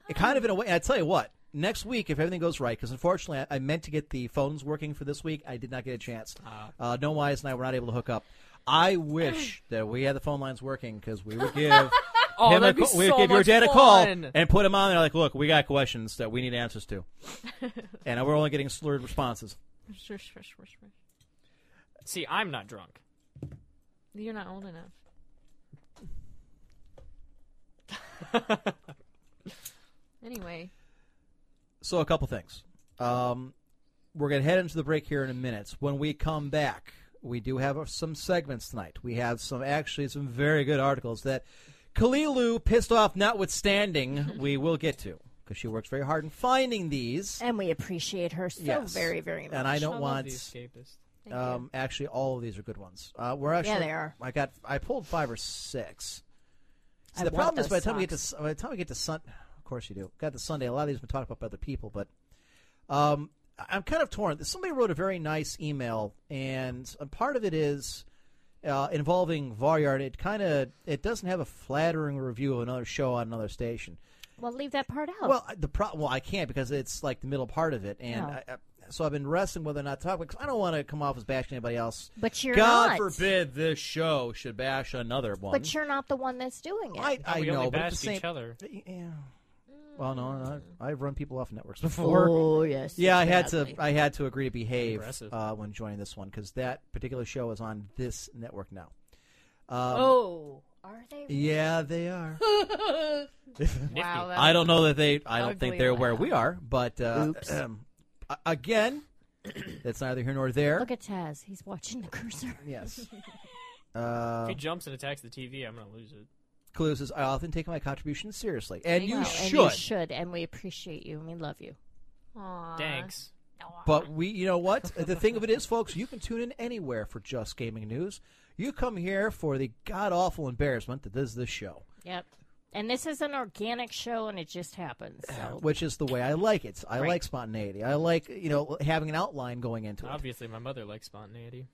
S3: It kind of in a way. I tell you what. Next week, if everything goes right, because unfortunately I, I meant to get the phones working for this week, I did not get a chance.
S6: Ah.
S3: Uh, no Wise and I were not able to hook up. I wish that we had the phone lines working because we would give
S6: Oh,
S3: him a
S6: that'd be
S3: call- we
S6: so
S3: gave your
S6: much
S3: dad a call
S6: fun.
S3: and put him on there. Like, look, we got questions that we need answers to, and we're only getting slurred responses.
S6: See, I'm not drunk.
S9: You're not old enough. anyway,
S3: So, a couple things. Um, we're going to head into the break here in a minute. When we come back, we do have uh, some segments tonight. We have some, actually, some very good articles that Kalilu, pissed off notwithstanding, we will get to because she works very hard in finding these.
S4: And we appreciate her so
S3: Yes.
S4: very, very much.
S3: And I don't
S6: love
S3: want.
S6: the escapist.
S3: Um, actually, all of these are good ones. Uh, we're actually
S4: they are.
S3: I got I pulled five or six. See,
S4: I
S3: the
S4: want
S3: problem is
S4: those
S3: by the time we get to
S4: socks.
S3: s- by the time we get to Sun, of course you do. Got to Sunday. A lot of these have been talked about by other people, but um, I- I'm kind of torn. Somebody wrote a very nice email, and a part of it is uh, involving Varyard. It kind of it doesn't have a flattering review of another show on another station.
S4: Well, leave that part out.
S3: Well, I- the problem. Well, I can't because it's like the middle part of it, and
S4: No.
S3: I, I, so I've been wrestling whether or not to talk because I don't want to come off as bashing anybody else.
S4: But you're
S3: God
S4: not.
S3: forbid this show should bash another one.
S4: but you're not the one that's doing it.
S3: um, I, I
S6: we
S3: know,
S6: only
S3: but at the
S6: bashed
S3: same,
S6: each other.
S3: Yeah. Well, no, I, I've run people off networks before.
S4: oh yes.
S3: Yeah, I had to.
S4: badly.
S3: I had to agree to behave
S6: Aggressive.
S3: uh, when joining this one because that particular show is on this network now.
S4: oh, are they?
S3: Yeah, they are.
S9: wow. That,
S3: I don't know that they. I don't think
S9: Ugly
S3: they're where
S9: laugh.
S3: we are, but uh, a- again, that's neither here nor there.
S4: Look at Taz. He's watching the cursor.
S3: Yes. Uh,
S6: If he jumps and attacks the TV, I'm gonna lose it.
S3: Clue says, I often take my contributions seriously. And you
S4: Wow,
S3: should.
S4: And you should, and we appreciate you, and we love you.
S9: Aw.
S6: Thanks.
S3: But we, you know what? the thing of it is, folks, you can tune in anywhere for Just Gaming News. You come here for the god awful embarrassment that is this show,
S4: Yep. And this is an organic show, and it just happens. So
S3: which is the way I like it. I
S4: Right.
S3: like spontaneity. I like, you know, having an outline going into it.
S6: Obviously, my mother likes spontaneity.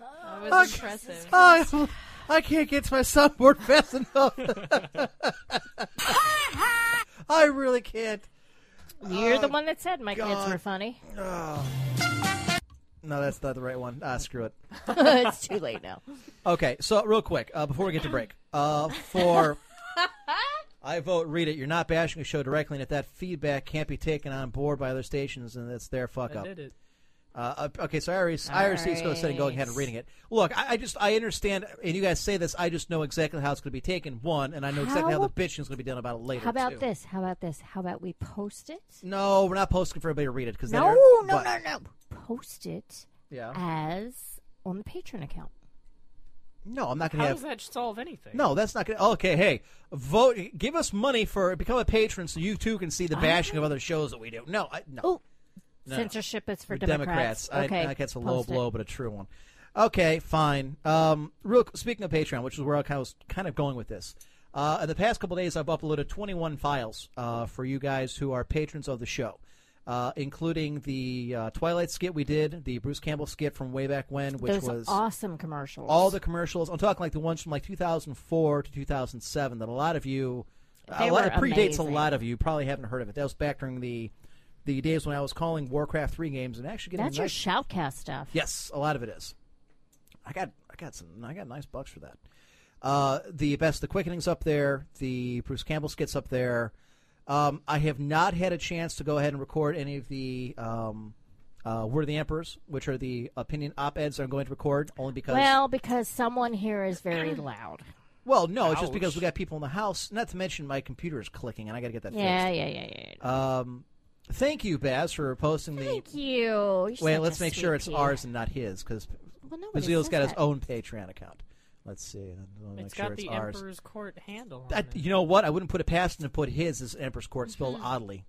S9: That was impressive.
S3: I, I can't get to my soundboard fast enough. I really can't.
S4: you're the one that said my
S3: God.
S4: kids were funny.
S3: No, that's not the right one. Ah, screw it.
S4: it's too late now.
S3: Okay, so real quick uh, before we get to break, uh, for I vote read it. You're not bashing a show directly, and if that feedback can't be taken on board by other stations, then it's their fuck
S6: I
S3: up.
S6: did it.
S3: Uh, uh, okay, so I already I already see Scott sitting going ahead and reading it. Look, I, I just I understand, and you guys say this. I just know exactly how it's going to be taken. One, and I know exactly how,
S4: How-
S3: the bitching is going to be done about it later.
S4: How about
S3: two.
S4: this? How about this? How about we post it?
S3: No, we're not posting for everybody to read it because
S4: No, no, Uh, no, no. Post it
S3: Yeah,
S4: as on the Patreon account.
S3: no, I'm not going
S6: How
S3: to
S6: does
S3: have.
S6: that solve anything?
S3: No, that's not going to. Okay, hey, vote. Give us money for become a patron so you too can see the bashing
S4: Ah.
S3: of other shows that we do. No, I, no.
S4: Oh,
S3: No.
S4: censorship is for
S3: We're
S4: Democrats. Okay,
S3: I, I guess a low
S4: post it.
S3: blow, but a true one. Okay, fine. Um, real speaking of Patreon, which is where I kind of was kind of going with this. Uh, in the past couple days, I've uploaded 21 files uh, for you guys who are patrons of the show, uh, including the uh, Twilight skit we did, the Bruce Campbell skit from way back when, which
S4: Those
S3: was
S4: awesome commercials.
S3: all the commercials. I'm talking like the ones from like 2004 to 2007 that a lot of you,
S4: They
S3: a lot,
S4: were
S3: it predates a
S4: amazing.
S3: lot of you. Probably haven't heard of it. That was back during the the days when I was calling Warcraft three games and actually getting
S4: that's
S3: a
S4: your
S3: nice,
S4: shoutcast stuff.
S3: yes, a lot of it is. I got I got some I got nice bucks for that. Uh, the best the quickenings up there. The Bruce Campbell skits up there. Um, I have not had a chance to go ahead and record any of the. Um, uh, Word of the Emperors, which are the opinion op eds I'm going to record, only because
S4: Well, because someone here is very loud.
S3: Well, no, it's just because we got people in the house. Not to mention my computer is clicking, and I got to get that
S4: Yeah,
S3: fixed.
S4: yeah, yeah, yeah. yeah.
S3: Um, thank you, Baz, for posting the.
S4: Thank you. You're
S3: Wait,
S4: such
S3: let's
S4: a
S3: make sure
S4: sweet
S3: it's
S4: pea.
S3: ours and not his, because
S4: Well, nobody
S3: Bazil's
S4: says
S3: got his
S4: that.
S3: own Patreon account. Let's see. I wanna make
S6: It's
S3: sure
S6: got
S3: it's
S6: the
S3: ours.
S6: Emperor's Court handle. On
S3: I,
S6: it.
S3: you know what? I wouldn't put it past him to put his as Emperor's Court spelled
S4: Mm-hmm.
S3: oddly.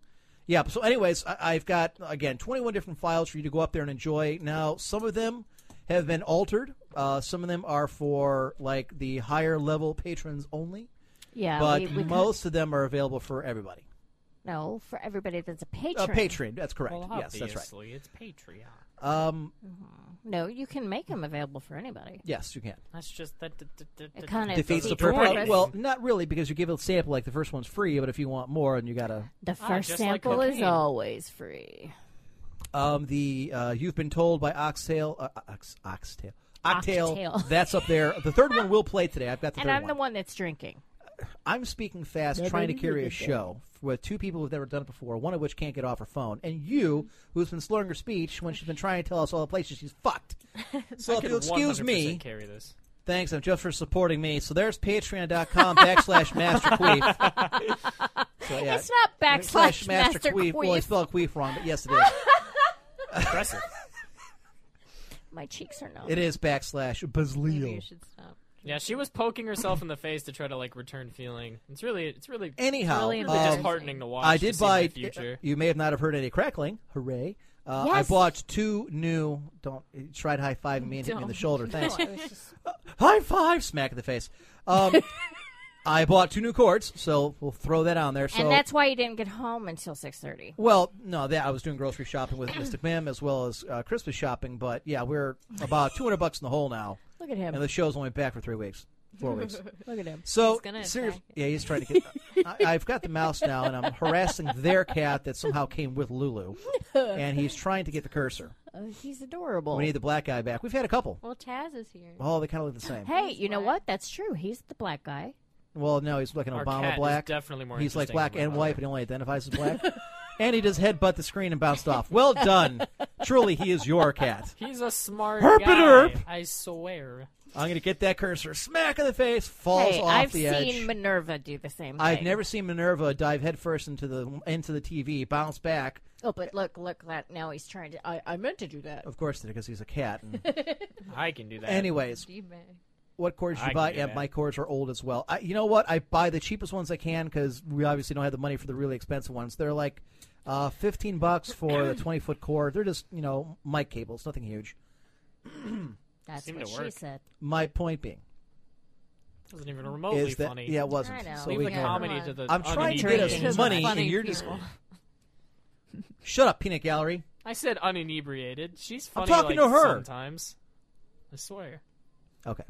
S3: Yeah. So, anyways, I, I've got again 21 different files for you to go up there and enjoy. Now, some of them have been altered. Uh, some of them are for like the higher level patrons only
S4: Yeah,
S3: but
S4: we, we
S3: most of them are available for everybody.
S4: no for everybody that's a
S3: Uh,
S4: patron.
S3: Patreon, that's correct.
S6: Well,
S3: yes,
S6: obviously,
S3: that's right.
S6: It's Patreon.
S3: Um,
S4: No, you can make them available for anybody.
S3: yes, you can.
S6: That's just that. that- that- that-
S4: It kinda
S3: Defeats the
S4: defeats
S3: purpose.
S4: purpose.
S3: Well, not really, because you give a sample like the first one's free, but if you want more, and you gotta.
S4: The
S6: Ah,
S4: first
S6: just like
S4: sample is
S6: cocaine.
S4: always free.
S3: Um, the uh, you've been told by Oxtail, uh, Ox, Oxtail, Oxtail.
S4: Oxtail.
S3: That's up there. The third one will play today. I've got the
S4: And
S3: third
S4: I'm
S3: one.
S4: the one that's drinking.
S3: I'm speaking fast, trying to carry a show with two people who've never done it before. One of which can't get off her phone, and you, who's been slurring her speech when she's been trying to tell us all the places she's fucked. So if
S6: could
S3: you'll excuse me,
S6: 100% Carry this.
S3: thanks. I'm just for supporting me. So there's Patreon.com backslash Master Queef. So, yeah.
S4: It's not backslash
S3: Slash
S4: master,
S3: Queef. Well, I
S4: queef.
S3: spelled Queef wrong, but yes, it is.
S6: Impressive.
S4: My cheeks are numb.
S3: It is backslash
S9: Maybe you
S3: Bazleel.
S9: should stop.
S6: Yeah, she was poking herself in the face to try to like return feeling. It's really, it's really,
S3: Anyhow,
S7: Really
S3: um,
S6: disheartening to watch.
S3: I
S6: to
S3: did
S6: see my
S3: buy.
S6: future.
S3: You may have not have heard any crackling. Hooray! Uh, I
S4: Yes.
S3: bought two new. Don't try to high five me and hit me in the
S9: Don't.
S3: shoulder. Thanks. Uh,
S9: No, it was just-
S3: high five! Smack in the face. Um, I bought two new cords, so we'll throw that on there. So
S4: and that's why you didn't get home until 6.30.
S3: well, no, that I was doing grocery shopping with Mystic Mim as well as uh, Christmas shopping. But yeah, we're about two hundred bucks in the hole now,
S4: Look at
S3: and
S4: him.
S3: the show's only back for three weeks, four weeks.
S4: Look at him.
S3: So,
S9: He's gonna
S3: serious-
S9: attack.
S3: yeah, he's trying to get. I, I've got the mouse now, and I'm harassing their cat that somehow came with Lulu, and he's trying to get the cursor.
S4: Oh, he's adorable.
S3: We need the black guy back. We've had a couple.
S9: Well, Taz is here.
S3: Oh, they kind of look the same.
S4: hey, you know what? That's true. He's the black guy.
S3: Well, no, he's like an
S6: Our cat
S3: Obama
S6: is
S3: black.
S6: definitely more
S3: He's like
S6: interesting
S3: black
S6: than
S3: and
S6: Obama.
S3: white, but he only identifies as black. and he does headbutt the screen and bounced off. Well done. Truly, he is your cat.
S6: He's a smart
S3: Herp it
S6: guy.
S3: herp.
S6: I swear.
S3: I'm going to get that cursor smack in the face, falls
S4: hey,
S3: off
S4: I've
S3: the
S4: seen
S3: edge.
S4: Minerva do the same thing.
S3: I've never seen Minerva dive headfirst into the into the TV, bounce back,
S4: Oh, but look, look, that- now he's trying to... I, I meant to do that.
S3: Of course, because he's a cat. And
S6: I can do that.
S3: anyways,
S9: D bag.
S3: what cords
S6: I
S3: you
S6: can
S3: buy?
S6: do
S3: Yeah,
S6: that.
S3: my cords are old as well. I, you know what? I buy the cheapest ones I can because we obviously don't have the money for the really expensive ones. They're like uh, fifteen bucks for a twenty foot cord. They're just you know mic cables, nothing huge.
S4: That's
S6: Seemed
S4: what
S6: to
S4: she
S6: work.
S4: said.
S3: My point being
S6: wasn't even remotely
S3: is that
S6: funny.
S3: yeah, it wasn't.
S4: I know.
S3: So
S6: Leave
S3: we
S6: the
S3: can-
S6: comedy
S9: Come
S6: to
S9: on.
S6: the.
S3: I'm trying to
S6: uninhibited.
S3: get us
S9: Just
S3: money,
S9: funny
S3: and you're just
S9: people.
S3: shut up, peanut gallery.
S6: I said uninebriated. She's
S3: I'm
S6: funny.
S3: talking
S6: like,
S3: to her.
S6: Sometimes. I swear.
S3: Okay,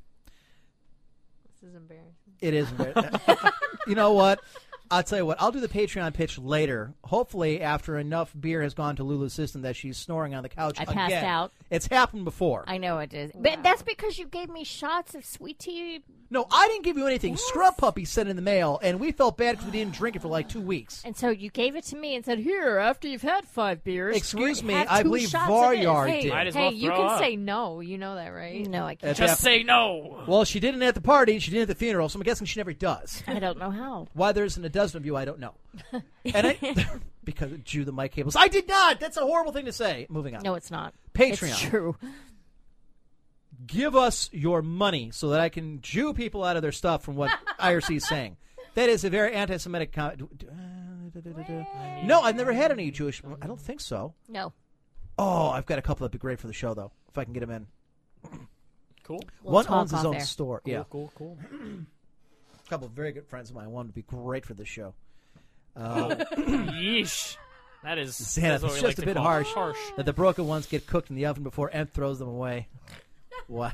S9: This is embarrassing.
S3: it is. embar- you know what? I'll tell you what. I'll do the Patreon pitch later. Hopefully, after enough beer has gone to Lulu's system that she's snoring on the couch.
S4: I passed
S3: again.
S4: out.
S3: It's happened before.
S4: I know it is. But that's because you gave me shots of sweet tea
S3: No, I didn't give you anything. Scrub Puppy sent in the mail, and we felt bad because we didn't drink it for like two weeks.
S4: And so you gave it to me and said, "Here, after you've had five beers."
S3: Excuse
S4: drink-
S3: me,
S4: have
S3: I
S4: two
S3: believe
S4: shots of this."
S3: Varyard
S7: Hey,
S3: did.
S6: Might as
S7: hey,
S6: well
S7: you
S6: throw
S7: can
S6: up.
S7: say no. You know that, right?
S4: No, I can't.
S3: That's
S6: Just
S3: hap-
S6: say no.
S3: well, she didn't at the party. She didn't at the funeral, so I'm guessing she never does.
S4: I don't know how.
S3: Why there isn't a dozen of you, I don't know. And I, because it drew the mic cables. I did not. That's a horrible thing to say. Moving on.
S4: No, it's not.
S3: Patreon.
S4: It's true.
S3: Give us your money so that I can Jew people out of their stuff from what IRC is saying. That is a very anti-Semitic. Com- no, I've never had any Jewish. I don't think so.
S4: No.
S3: Oh, I've got a couple that'd be great for the show though, if I can get them in.
S6: Cool.
S4: We'll
S3: one
S4: talk
S3: owns his
S4: off
S3: own
S4: air.
S3: store. Yeah,
S6: Cool. Cool.
S3: a couple of very good friends of mine. One would be great for this show.
S6: Yeesh. That is.
S3: Xana,
S6: that's what
S3: it's
S6: we
S3: just
S6: like
S3: a
S6: to
S3: bit
S6: call
S3: harsh.
S6: Harsh.
S3: That the broken ones get cooked in the oven before Ent throws them away. what?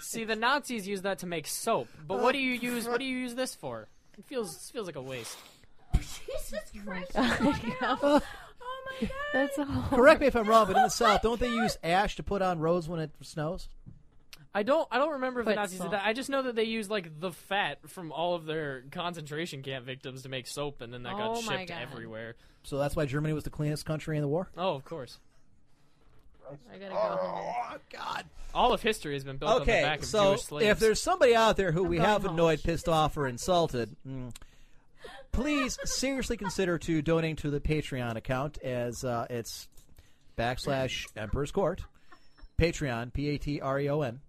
S6: See, the Nazis used that to make soap, but what do you use? What do you use this for? It feels feels like a waste.
S9: Jesus Christ.
S7: That's all.
S3: Correct me if I'm wrong, but in the South, don't they use ash to put on roads when it snows?
S6: I don't I don't remember if the
S7: But
S6: Nazis
S7: salt.
S6: did that. I just know that they used like the fat from all of their concentration camp victims to make soap, and then that
S7: Oh
S6: got
S7: my
S6: shipped
S7: God.
S6: everywhere.
S3: So that's why Germany was the cleanest country in the war.
S6: Oh, of course.
S9: I gotta go home.
S3: Oh God.
S6: All of history has been built on the
S3: Okay,
S6: back of
S3: so
S6: Jewish slaves.
S3: if there's somebody out there who we
S9: going
S3: have
S9: home.
S3: annoyed, pissed off, or insulted, mm, please seriously consider to donating to the Patreon account as uh, it's backslash Emperor's Court, Patreon, P A T R E O N.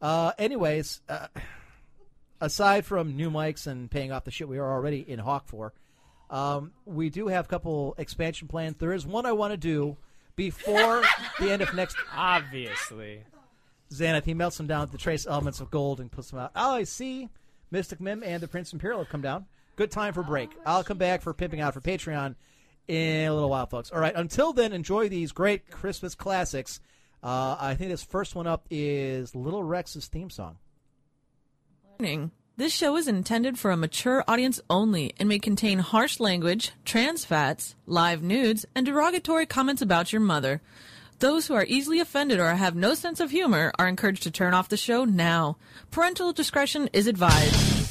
S3: Uh, anyways, uh, aside from new mics and paying off the shit we are already in hawk for, um, we do have a couple expansion plans. There is one I want to do before the end of next
S6: obviously
S3: Xanath. He melts them down with the trace elements of gold and puts them out. Oh, I see. Mystic Mim and the Prince Imperial have come down. Good time for break. I'll come back for pimping out for Patreon in a little while, folks. All right. Until then, enjoy these great Christmas classics. Uh, I think this first one up is Little Rex's theme song.
S2: Warning. This show is intended for a mature audience only and may contain harsh language, trans fats, live nudes, and derogatory comments about your mother. Those who are easily offended or have no sense of humor are encouraged to turn off the show now. Parental discretion is advised.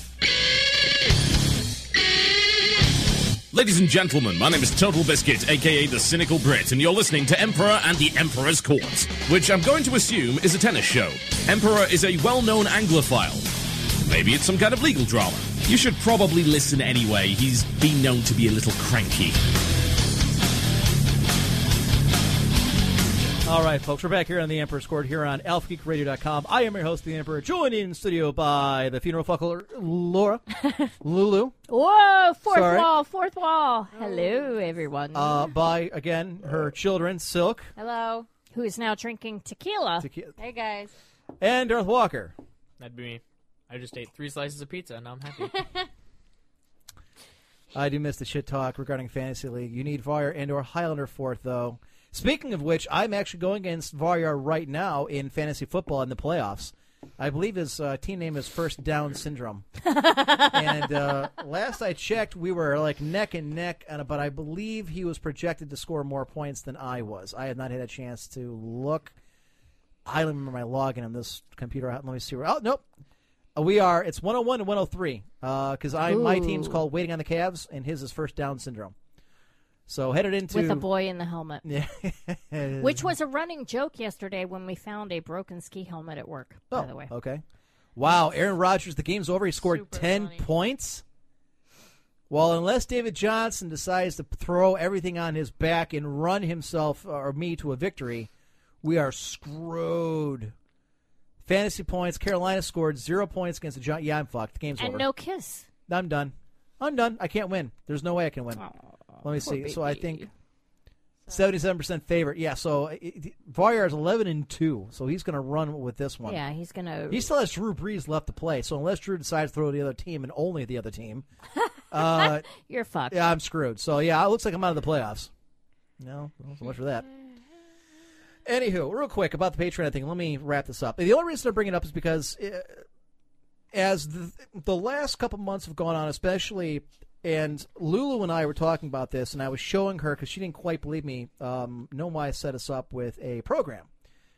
S10: Ladies and gentlemen, my name is Total Biscuit, aka the Cynical Brit, and you're listening to Emperor and the Emperor's Court, which I'm going to assume is a tennis show. Emperor is a well known Anglophile. Maybe it's some kind of legal drama. You should probably listen anyway, he's been known to be a little cranky.
S3: All right, folks, we're back here on the Emperor's Court here on AlphaGeekRadio.com. I am your host, the Emperor, joined in studio by the funeral fuckler, Laura, Lulu,
S4: Whoa, fourth
S3: Sorry.
S4: wall, fourth wall. Hello, everyone.
S3: uh, by, again, her children, Silk,
S4: Hello. Who is now drinking tequila?
S3: Tequila.
S4: Hey, guys.
S3: and Darth Walker.
S6: That'd be me. I just ate three slices of pizza and now I'm happy.
S3: I do miss the shit talk regarding Fantasy League. You need Varyar and or Highlander for it, though. Speaking of which, I'm actually going against Varyar right now in fantasy football in the playoffs. I believe his uh, team name is First Down Syndrome. and uh, last I checked, we were like neck and neck, and but I believe he was projected to score more points than I was. I had not had a chance to look. I don't remember my login on this computer. Let me see. where- Oh, nope. Uh, We are. It's 101 to 103 because uh, I my
S4: Ooh.
S3: team's called Waiting on the Calves, and his is First Down Syndrome. So headed into
S4: With a boy in the helmet.
S3: Yeah.
S4: Which was a running joke yesterday when we found a broken ski helmet at work,
S3: Oh,
S4: by the way.
S3: okay. Wow, Aaron Rodgers. The game's over. He scored 10 points. Well, unless David Johnson decides to throw everything on his back and run himself or me to a victory, we are screwed. Fantasy points. Carolina scored zero points against the Giants. Yeah, I'm fucked. The game's
S4: and
S3: over.
S4: no kiss.
S3: I'm done. I'm done. I can't win. There's no way I can win. Let me see.
S4: poor
S3: So I
S4: baby.
S3: think seventy-seven percent favorite. Yeah. So it- it- Voyeur is eleven and two. So he's going to run with this one.
S4: Yeah, he's gonna.
S3: He still has Drew Brees left to play. So unless Drew decides to throw to the other team and only the other team, uh,
S4: You're fucked.
S3: yeah, I'm screwed. So yeah, it looks like I'm out of the playoffs. No, well, so much for that. Anywho, real quick about the Patreon thing. Let me wrap this up. The only reason I bring it up is because uh, as the, the last couple months have gone on, especially, and Lulu and I were talking about this, and I was showing her because she didn't quite believe me. Um, Nomai set us up with a program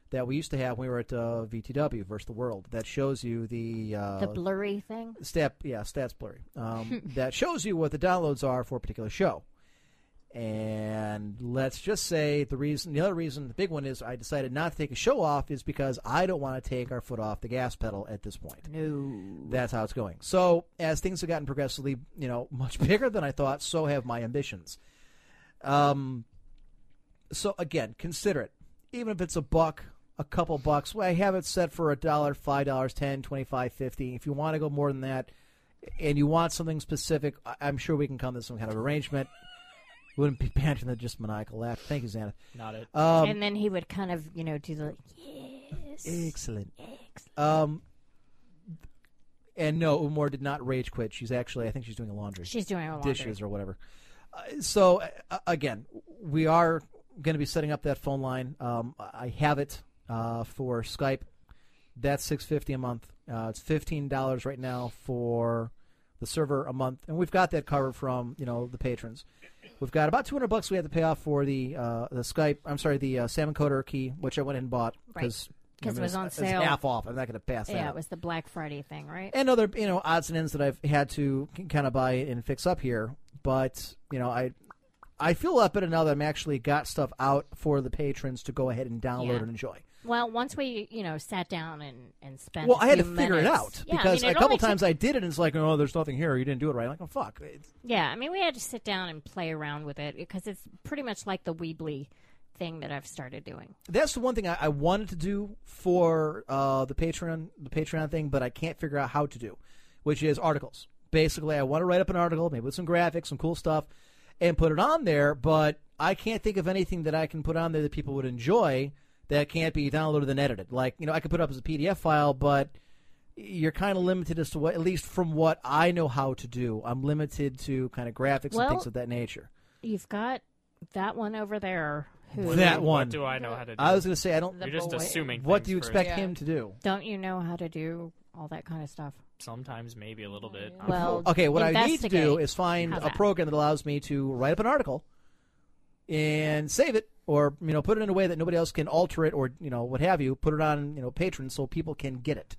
S3: that we used to have when we were at uh, VTW versus the World that shows you the uh,
S4: the blurry thing.
S3: Stat, yeah, stats blurry. Um, that shows you what the downloads are for a particular show. And let's just say the reason, the other reason, the big one is I decided not to take a show off is because I don't want to take our foot off the gas pedal at this point.
S4: No.
S3: That's how it's going. So as things have gotten progressively, you know, much bigger than I thought, so have my ambitions. Um, so again, consider it. Even if it's a buck, a couple bucks, well, I have it set for a dollar, five dollars, ten, twenty-five, fifty. If you want to go more than that, and you want something specific, I- I'm sure we can come to some kind of arrangement. Wouldn't be banned from the just maniacal laugh. Thank you, Xana.
S6: Not it.
S3: Um,
S4: and then he would kind of, you know, do the.
S3: Excellent. Um, and no, Umar did not rage quit. She's actually, I think she's doing the laundry.
S4: She's doing her laundry.
S3: dishes or whatever. Uh, so uh, again, we are going to be setting up that phone line. Um, I have it uh, for Skype. That's six fifty a month. Uh, it's fifteen dollars right now for the server a month, and we've got that covered from you know the patrons. We've got about two hundred bucks we had to pay off for the uh, the Skype. I'm sorry, the uh, Salmon Coder key, which I went ahead and bought because
S4: Right. 'Cause it was on sale.
S3: half off. I'm not going to pass that.
S4: Yeah,
S3: up
S4: it was the Black Friday thing, right?
S3: and other you know odds and ends that I've had to kind of buy and fix up here. But you know, I I feel a lot better now that I'm actually got stuff out for the patrons to go ahead and download
S4: Yeah.
S3: and enjoy.
S4: Well, once we, you know, sat down and and spent.
S3: well,
S4: a
S3: I had to
S4: few
S3: figure it
S4: minutes-
S3: out
S4: Yeah, I
S3: because
S4: mean, it
S3: a couple
S4: only took-
S3: times I did it, and it's like, oh, there's nothing here. You didn't do it right. I'm like, oh, fuck. It's-
S4: Yeah, I mean, we had to sit down and play around with it because it's pretty much like the Weebly thing that I've started doing.
S3: That's the one thing I, I wanted to do for uh, the Patreon, the Patreon thing, but I can't figure out how to do, which is articles. Basically, I want to write up an article, maybe with some graphics, some cool stuff, and put it on there. But I can't think of anything that I can put on there that people would enjoy that can't be downloaded and edited. Like you know, I could put it up as a PDF file, but you're kind of limited as to what, at least from what I know how to do. I'm limited to kind of graphics
S4: Well,
S3: and things of that nature.
S4: You've got that one over there. Who,
S3: that one.
S6: do I know how to do?
S3: I was going to say I don't.
S6: You're just assuming.
S3: What
S6: things
S3: do you
S6: first.
S3: expect him to do?
S4: Don't you know how to do all that kind of stuff?
S6: Sometimes maybe a little bit.
S4: Well,
S3: okay, what I need to do
S4: investigate.
S3: is find
S4: How's
S3: a
S4: that?
S3: program that allows me to write up an article and save it or you know put it in a way that nobody else can alter it or you know what have you put it on you know patrons so people can get it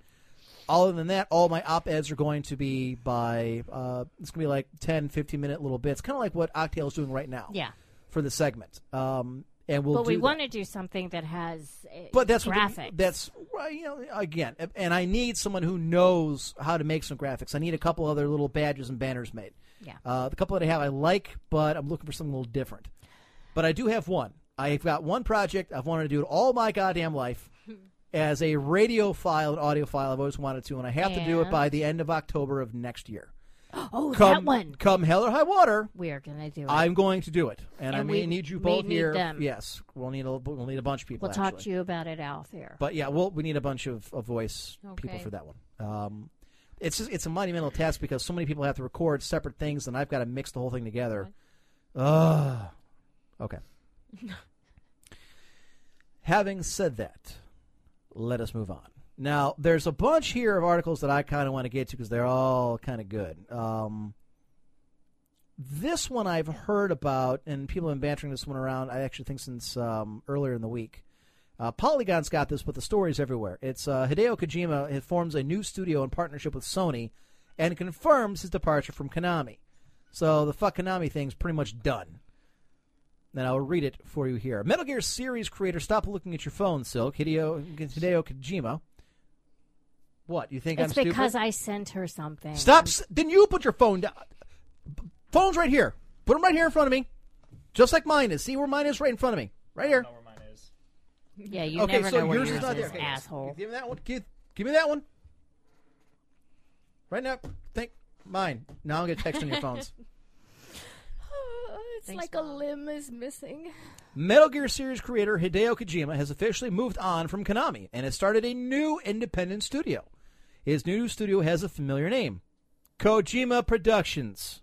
S3: other than that all my op-eds are going to be by uh, it's going to be like 10 15 minute little bits kind of like what octail's doing right now
S4: Yeah.
S3: for the segment um, and we'll
S4: but we
S3: do that.
S4: want to do something that has uh,
S3: But that's
S4: graphic.
S3: What the, that's well, you know again, and I need someone who knows how to make some graphics. I need a couple other little badges and banners made.
S4: Yeah.
S3: Uh, the couple that I have, I like, but I'm looking for something a little different. But I do have one. I've got one project I've wanted to do it all my goddamn life. As a radio file and audio file, I've always wanted to, and I have to do it
S4: And?
S3: by the end of October of next year.
S4: oh,
S3: come,
S4: that one.
S3: Come hell or high water,
S4: We are gonna do it.
S3: I'm going to do it, and, I
S4: And
S3: may
S4: we-
S3: need you
S4: we
S3: both
S4: need
S3: here.
S4: them.
S3: Yes, we'll need a we'll need a bunch of people.
S4: we'll talk
S3: actually.
S4: to you about it out there.
S3: But yeah, we'll, we need a bunch of, of voice people
S4: Okay.
S3: for that one. Um, it's just, it's a monumental task because so many people have to record separate things, and I've got to mix the whole thing together. Ugh. Okay. Having said that, let us move on. Now, there's a bunch here of articles that I kind of want to get to because they're all kind of good. Um, this one I've heard about, and people have been bantering this one around, I actually think, since um, earlier in the week. Uh, Polygon's got this, but the story's everywhere. It's uh, Hideo Kojima it forms a new studio in partnership with Sony and confirms his departure from Konami. So the fuck Konami thing's pretty much done. Then I'll read it for you here. Metal Gear series creator, stop looking at your phone, Silk. Hideo, Hideo Kojima. What, you think
S4: it's
S3: I'm
S4: because
S3: stupid?
S4: I sent her something.
S3: Stop. s- Then you put your phone down. Phone's right here. Put them right here in front of me. Just like mine is. See where mine is? Right in front of me. Right here.
S4: Yeah, you
S3: okay,
S4: never
S3: so
S4: know where
S3: yours
S4: yours
S3: is not there.
S4: is,
S3: Okay,
S4: asshole.
S3: Give me that one. Give, give me that one. Right now, think mine. Now I'm gonna text on your phones.
S4: Oh, it's like a limb is missing.
S3: Metal Gear series creator Hideo Kojima has officially moved on from Konami and has started a new independent studio. His new studio has a familiar name, Kojima Productions.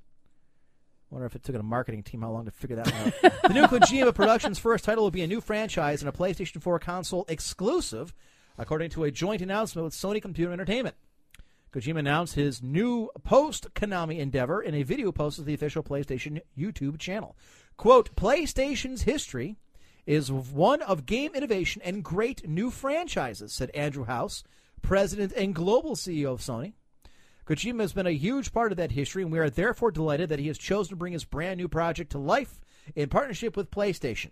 S3: Wonder if it took a marketing team how long to figure that one out. the new Kojima Productions' first title will be a new franchise and a PlayStation 4 console exclusive, according to a joint announcement with Sony Computer Entertainment. Kojima announced his new post Konami endeavor in a video posted to the official PlayStation YouTube channel. Quote PlayStation's history is one of game innovation and great new franchises, said Andrew House, president and global CEO of Sony. Kojima has been a huge part of that history, and we are therefore delighted that he has chosen to bring his brand new project to life in partnership with PlayStation.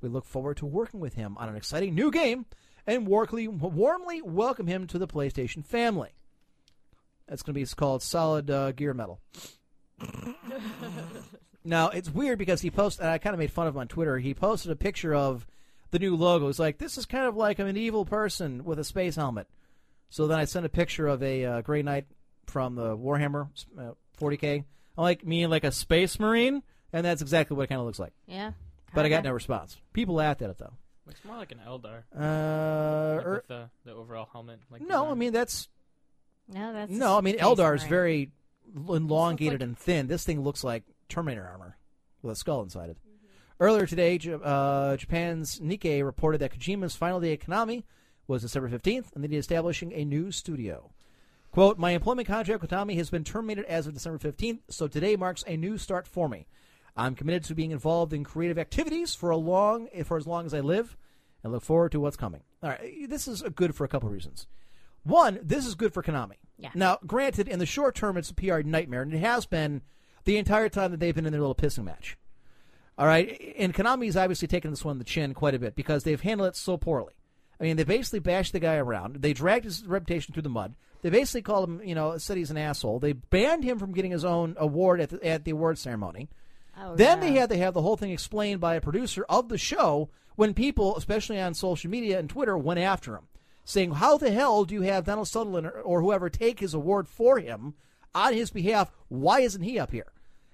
S3: We look forward to working with him on an exciting new game and warmly, warmly welcome him to the PlayStation family. That's going to be it's called Solid uh, Gear Metal. now, it's weird because he posted, and I kind of made fun of him on Twitter, he posted a picture of the new logo. It's like, this is kind of like a medieval person with a space helmet. So then I sent a picture of a uh, Grey Knight from the Warhammer uh, 40K. I'm like, me like a space marine? And that's exactly what it kind of looks like.
S4: Yeah.
S3: But I got
S4: kinda.
S3: no response. People laughed at it though.
S6: Looks more like an Eldar.
S3: Uh,
S6: Like
S3: or-
S6: with the, the overall helmet. Like
S3: no, I mean that's
S4: No, that's
S3: no, I mean
S4: space
S3: Eldar is
S4: marine.
S3: very elongated and thin. This thing looks like Terminator armor with a skull inside it. Earlier today, J- uh, Japan's Nikkei reported that Kojima's final day at Konami was December 15th, and that he is establishing a new studio. Quote, My employment contract with Konami has been terminated as of December 15th, so today marks a new start for me. I'm committed to being involved in creative activities for, a long, for as long as I live and look forward to what's coming. All right, this is uh, good for a couple reasons. One, this is good for Konami.
S4: Yeah.
S3: Now, granted, in the short term, it's a PR nightmare, and it has been the entire time that they've been in their little pissing match. All right, and Konami's obviously taken this one on the chin quite a bit because they've handled it so poorly. I mean, they basically bashed the guy around. They dragged his reputation through the mud. They basically called him, you know, said he's an asshole. They banned him from getting his own award at the, at the award ceremony.
S4: Oh,
S3: then
S4: yeah.
S3: they had to have the whole thing explained by a producer of the show when people, especially on social media and Twitter, went after him, saying, "How the hell do you have Donald Sutherland or, or whoever take his award for him on his behalf? Why isn't he up here?"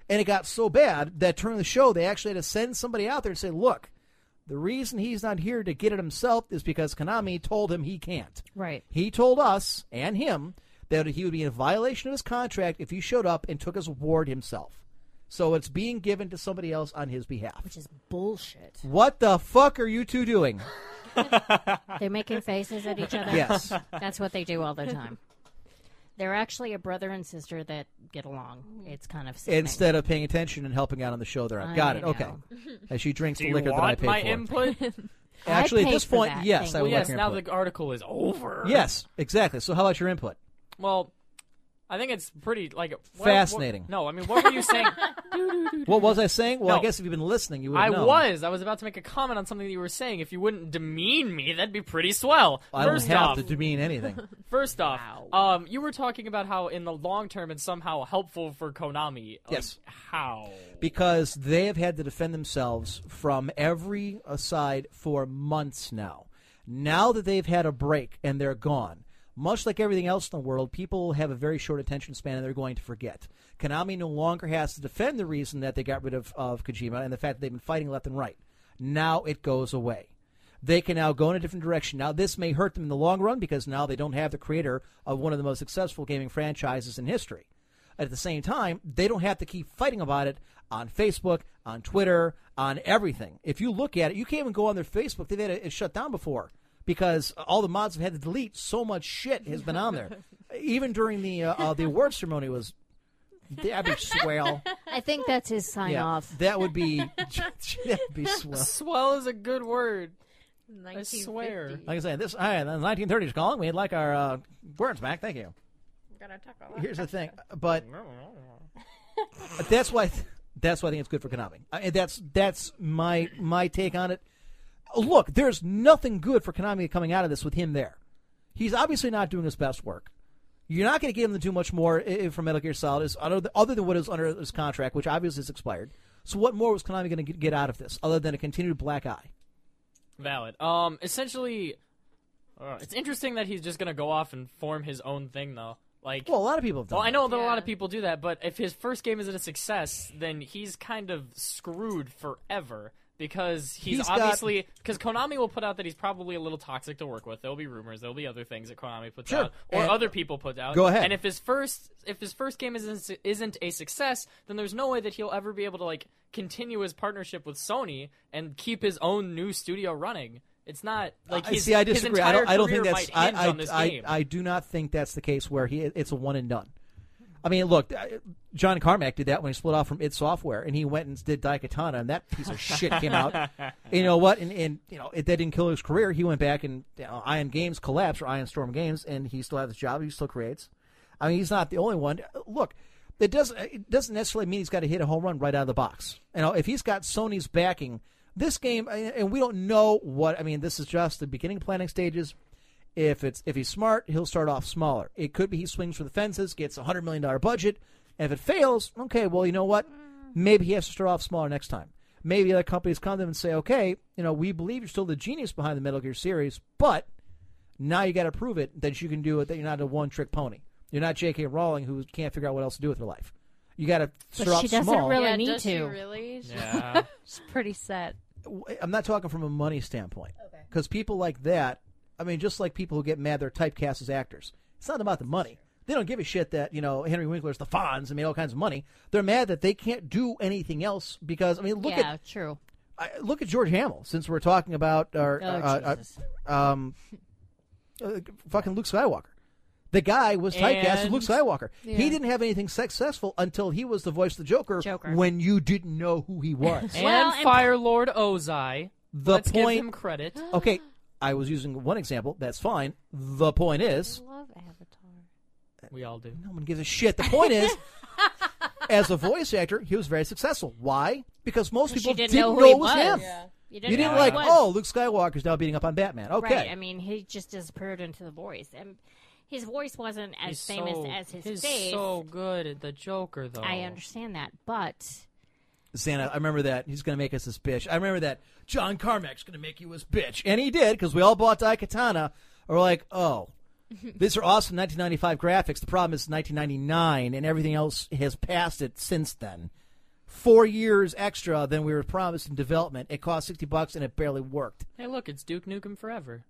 S3: And it got so bad that during the show they actually had to send somebody out there and say, "Look, the reason he's not here to get it himself is because Konami told him he can't."
S4: Right.
S3: He told us and him that he would be in violation of his contract if he showed up and took his award himself. So it's being given to somebody else on his behalf.
S4: Which is bullshit.
S3: What the fuck are you two doing?
S4: They're making faces at each other.
S3: Yes.
S4: That's what they do all the time. They're actually a brother and sister that get along. It's kind of sickening.
S3: Instead of paying attention and helping out on the show they're on.
S4: I
S3: Got it.
S4: know.
S3: Okay. And she drinks
S6: Do
S3: the
S6: you
S3: liquor that I
S6: want
S3: paid
S6: my
S3: for.
S6: input?
S3: Actually, at this point, yes, I would
S6: yes,
S3: like your
S6: now
S3: input.
S6: the article is over.
S3: Yes, exactly. So how about your input?
S6: Well, I think it's pretty like what-
S3: Fascinating.
S6: what- no, I mean, what were you saying?
S3: What was I saying? Well, I
S6: No.
S3: guess if you've been listening, you would
S6: I
S3: know.
S6: was. I was about to make a comment on something that you were saying. If you wouldn't demean me, that'd be pretty swell.
S3: I don't
S6: First
S3: have
S6: off,
S3: to demean anything.
S6: First off, um, you were talking about how in the long term it's somehow helpful for Konami. Like,
S3: Yes.
S6: How?
S3: because they have had to defend themselves from every side for months now. Now that they've had a break and they're gone, much like everything else in the world, people have a very short attention span and they're going to forget. Konami no longer has to defend the reason that they got rid of, of Kojima and the fact that they've been fighting left and right. Now it goes away. They can now go in a different direction. Now, this may hurt them in the long run because now they don't have the creator of one of the most successful gaming franchises in history. At the same time, they don't have to keep fighting about it on Facebook, on Twitter, on everything. If you look at it, you can't even go on their Facebook. They've had it shut down before because all the mods have had to delete so much shit has been on there. even during the uh, uh, the award ceremony was the average swell.
S4: I think that's his sign
S3: yeah,
S4: off.
S3: that would be that'd be swell.
S6: Swell is a good word. Oh, I swear.
S3: Like I said, this I, the 1930s calling. We'd like our uh, words back. Thank you. Here's the thing, but that's why that's why I think it's good for Konami. I, and that's that's my my take on it. Look, there's nothing good for Konami coming out of this with him there. He's obviously not doing his best work. You're not going to get him to do much more i- i- from Metal Gear Solid is other th- other than what is under his contract, which obviously is expired. So what more was Konami going to get out of this other than a continued black eye?
S6: Valid. Um, essentially, uh, it's interesting that he's just gonna go off and form his own thing, though. Like,
S3: Well, a lot of people have done.
S6: well, I
S3: that.
S6: know that a lot of people do that, but if his first game isn't a success, then he's kind of screwed forever because he's,
S3: He's got-
S6: obviously because Konami will put out that he's probably a little toxic to work with. There'll be rumors, there'll be other things that Konami puts
S3: Sure.
S6: out or
S3: And-
S6: other people put out.
S3: Go ahead.
S6: And if his first if his first game isn't isn't a success, then there's no way that he'll ever be able to like continue his partnership with Sony and keep his own new studio running. It's not like
S3: I-
S6: his,
S3: see, I
S6: his
S3: disagree. I
S6: entire
S3: don't, I don't
S6: career
S3: think that's.
S6: might
S3: I,
S6: hinge
S3: I,
S6: on this
S3: I,
S6: game.
S3: I do not think that's the case where he it's a one and done. I mean, look, I- John Carmack did that when he split off from id Software, and he went and did Daikatana, and that piece of shit came out. And you know what? And, and you know, it, that didn't kill his career. He went back and you know, Iron Games collapsed or Iron Storm Games, and he still has his job. He still creates. I mean, he's not the only one. Look, it doesn't it doesn't necessarily mean he's got to hit a home run right out of the box. You know, if he's got Sony's backing, this game, and we don't know what. I mean, this is just the beginning planning stages. If it's if he's smart, he'll start off smaller. It could be he swings for the fences, gets a hundred million dollar budget, and if it fails, okay, well you know what? Maybe he has to start off smaller next time. Maybe other companies come to him and say, okay, you know, we believe you're still the genius behind the Metal Gear series, but now you got to prove it that you can do it. That you're not a one trick pony. You're not J.K. Rowling who can't figure out what else to do with her life. You got to start off
S4: she doesn't
S3: small.
S4: really
S7: Yeah,
S4: need
S7: does she
S4: to.
S7: really?
S6: Yeah.
S7: She's pretty set.
S3: I'm not talking from a money standpoint. Because people like that, I mean, just like people who get mad they're typecast as actors. It's not about the money. They don't give a shit that, you know, Henry Winkler's the Fonz and made all kinds of money. They're mad that they can't do anything else because, I mean, look
S4: yeah,
S3: at
S4: true.
S3: I, look at George Hamill since we're talking about our
S4: Oh,
S3: uh,
S4: Jesus.
S3: uh, um, uh, fucking Luke Skywalker. The guy was typecast as
S6: And-
S3: Luke Skywalker.
S4: Yeah.
S3: He didn't have anything successful until he was the voice of the Joker, when you didn't know who he was.
S6: and
S4: Well, and-
S6: Fire Lord Ozai.
S3: The
S6: Let's
S3: point-
S6: give him credit.
S3: okay, I was using one example. That's fine. The point is,
S4: love Avatar.
S6: We all do.
S3: no one gives a shit. The point is, as a voice actor, he was very successful. Why? Because most
S4: She
S3: people
S4: didn't
S3: didn't
S4: know
S3: know,
S4: who he
S3: it was,
S4: was.
S3: him.
S4: Yeah. You
S3: you
S4: didn't
S3: didn't
S4: know who
S3: like,
S4: he was.
S3: oh, Luke Skywalker's now beating up on Batman. Okay.
S4: Right. I mean, he just disappeared into the voice, and his voice wasn't as
S6: He's
S4: famous
S6: so-
S4: as his
S6: he's
S4: face.
S6: so good at the Joker, though.
S4: I understand that, but
S3: Xana, I remember that. He's going to make us his bitch. I remember that. John Carmack's going to make you his bitch. And he did because we all bought Daikatana. And we're like, oh, these are awesome 1995 graphics. The problem is 1999 and everything else has passed it since then. Four years extra than we were promised in development. It cost 60 bucks and it barely worked.
S6: Hey, look, it's Duke Nukem Forever.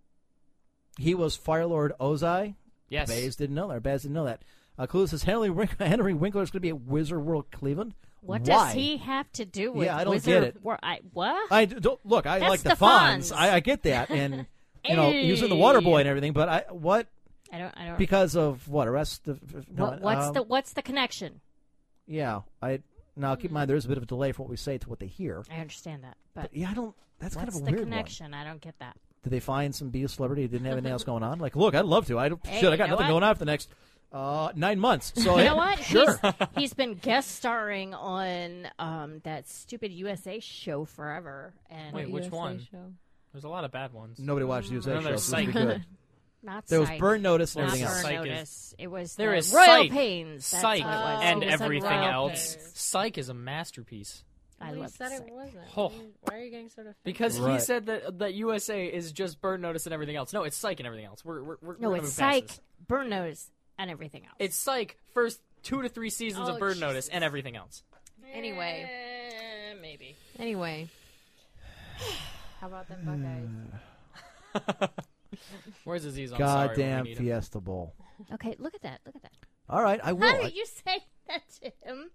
S3: He was Firelord Ozai.
S6: Yes.
S3: Bays didn't know that. Bays didn't know that. Uh, Clue says Henry, Wink- Henry Winkler's going to be at Wizard World Cleveland.
S4: What
S3: Why?
S4: does he have to do with
S3: Yeah, I don't
S4: Wizard
S3: get it.
S4: of War- I, what?
S3: I d- don't look. I
S4: That's
S3: like the,
S4: the
S3: Fonz.
S4: Fonz.
S3: I, I get that, and you know, using the water boy and everything. But I what?
S4: I don't- I don't-
S3: Because of what? Arrest of of- no,
S4: what what's
S3: um,
S4: the what's the connection?
S3: Yeah, I now keep in mind there is a bit of a delay from what we say to what they hear.
S4: I understand that, but,
S3: yeah, I don't. That's kind of
S4: what's
S3: a
S4: the
S3: weird one.
S4: connection. I don't get that.
S3: Did they find some B celebrity who didn't have anything else going on? Like, look, I'd love to. I don't,
S4: Hey,
S3: shit, I
S4: you
S3: got
S4: know
S3: nothing
S4: what?
S3: going on for the next uh, nine months. So
S6: Oh,
S4: you
S3: hey,
S4: know what?
S3: Sure.
S4: He's, he's been guest starring on um, that stupid USA show forever. And
S6: Wait, which one? There's a lot of bad ones.
S3: Nobody watched USA
S6: Another
S3: shows. This would be
S6: psych.
S3: good.
S4: Not
S3: There was
S4: Psych.
S3: Burn Notice and
S4: Not
S3: everything else.
S4: Burn
S6: Psych is-
S4: Notice. It was
S6: There
S4: the
S6: is
S4: Royal
S6: Psych,
S4: Pains. That's
S6: Psych,
S4: what it was.
S6: and
S4: It was the
S6: everything
S4: Royal
S6: else.
S4: Pains.
S6: Psych is a masterpiece.
S4: I
S9: Well, you
S4: love
S9: said
S4: Psych.
S9: it wasn't.
S6: Oh.
S9: Why are you- Why are you getting sort of?
S6: Because he
S3: Right.
S6: said that that USA is just Burn Notice and everything else. No, it's Psych and everything else. We're we're, we're
S4: No,
S6: we're gonna
S4: it's
S6: move past
S4: Psych,
S6: this.
S4: Burn Notice, and everything else.
S6: It's Psych. First two to three seasons
S9: Oh,
S6: of Burn
S9: Jesus.
S6: Notice and everything else.
S7: Anyway,
S9: Eh, maybe.
S7: anyway,
S9: How about them Buckeyes?
S6: Where's Aziz? I'm sorry, when we
S3: Goddamn
S6: need him.
S3: Fiesta Bowl.
S4: Okay, look at that. Look at that.
S3: All right, I will.
S4: How
S3: I-
S4: did you say that to him?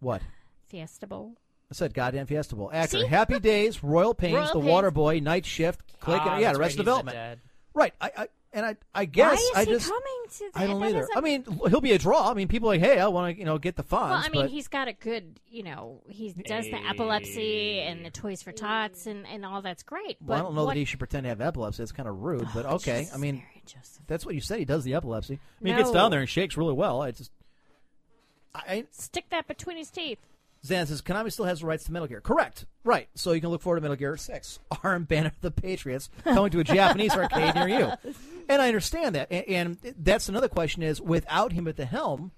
S3: what?
S4: Fiesta Bowl.
S3: I said goddamn Fiesta Bowl. Actor,
S4: See?
S3: Happy Days, Royal Pains,
S4: Royal
S3: The
S4: Pains.
S3: Water Boy, Night Shift, Click,
S6: Ah,
S3: and yeah,
S6: that's
S3: the
S6: right,
S3: rest
S6: he's
S3: of development.
S6: dad.
S3: Right. I, I and I I guess
S4: is
S3: I
S4: he
S3: just
S4: coming to that?
S3: I don't
S4: That
S3: either.
S4: doesn't-
S3: I mean, l- he'll be a draw. I mean, people are like, hey, I want to you know get the Fonz.
S4: Well, I mean,
S3: but
S4: he's got a good, you know, he does the epilepsy and the Toys for Tots and, and all that's great. But
S3: well, I don't know
S4: what, Oh,
S3: that he should pretend to have epilepsy. It's kind of rude, but okay. I mean,
S4: Joseph.
S3: that's what you said. He does the epilepsy. I mean, he gets
S4: No.
S3: down there and shakes really well. I just. I,
S4: Stick that between his teeth.
S3: Zan says Konami still has the rights to Metal Gear. Correct. Right. So you can look forward to Metal Gear 6, Arm Banner of the Patriots, coming to a Japanese arcade near you. And I understand that. And, and that's another question is without him at the helm,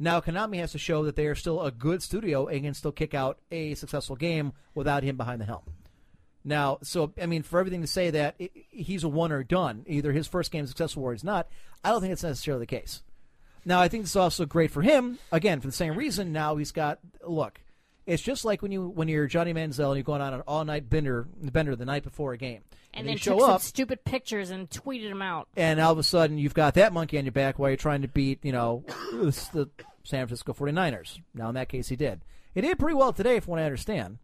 S3: now Konami has to show that they are still a good studio and can still kick out a successful game without him behind the helm. Now, so I mean, for everything to say that i he's a one or done, either his first game is successful or he's not, I don't think that's necessarily the case. Now, I think it's also great for him. Again, for the same reason. Now he's got look. It's just like when you when you're Johnny Manziel and you're going on an all night bender bender the night before a game,
S4: And,
S3: you
S4: then
S3: show
S4: took
S3: up,
S4: some stupid pictures and tweeted them out.
S3: and all of a sudden you've got that monkey on your back while you're trying to beat you know the San Francisco 49ers. Now in that case, he did. He did pretty well today, from what I understand.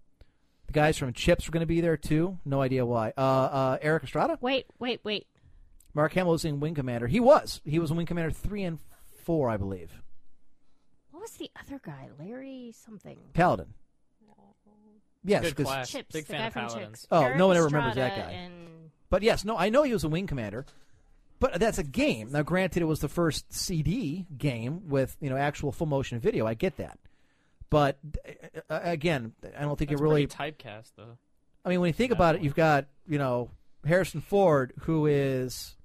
S3: The guys from Chips were going to be there too. No idea why. Uh, uh, Eric Estrada,
S4: Wait, wait, wait.
S3: Mark Hamill was in Wing Commander. He was. He was in Wing Commander three and four, I believe.
S4: What was the other guy? Larry something.
S3: Paladin. Yes,
S6: Good
S3: 'cause-
S6: clash.
S4: Chips,
S6: Big
S4: the
S6: fan
S4: guy
S6: of
S4: from
S6: Paladins.
S4: Chips.
S3: Oh,
S4: Eric
S3: no one ever remembers that
S4: Estrada
S3: guy.
S4: and-
S3: But yes, no, I know he was a wing commander, but that's a game. Now, granted, it was the first CD game with you know actual full motion video. I get that, but uh, again, I don't think
S6: That's
S3: it really.
S6: pretty typecast though.
S3: I mean, when you think about it, you've got you know Harrison Ford, who is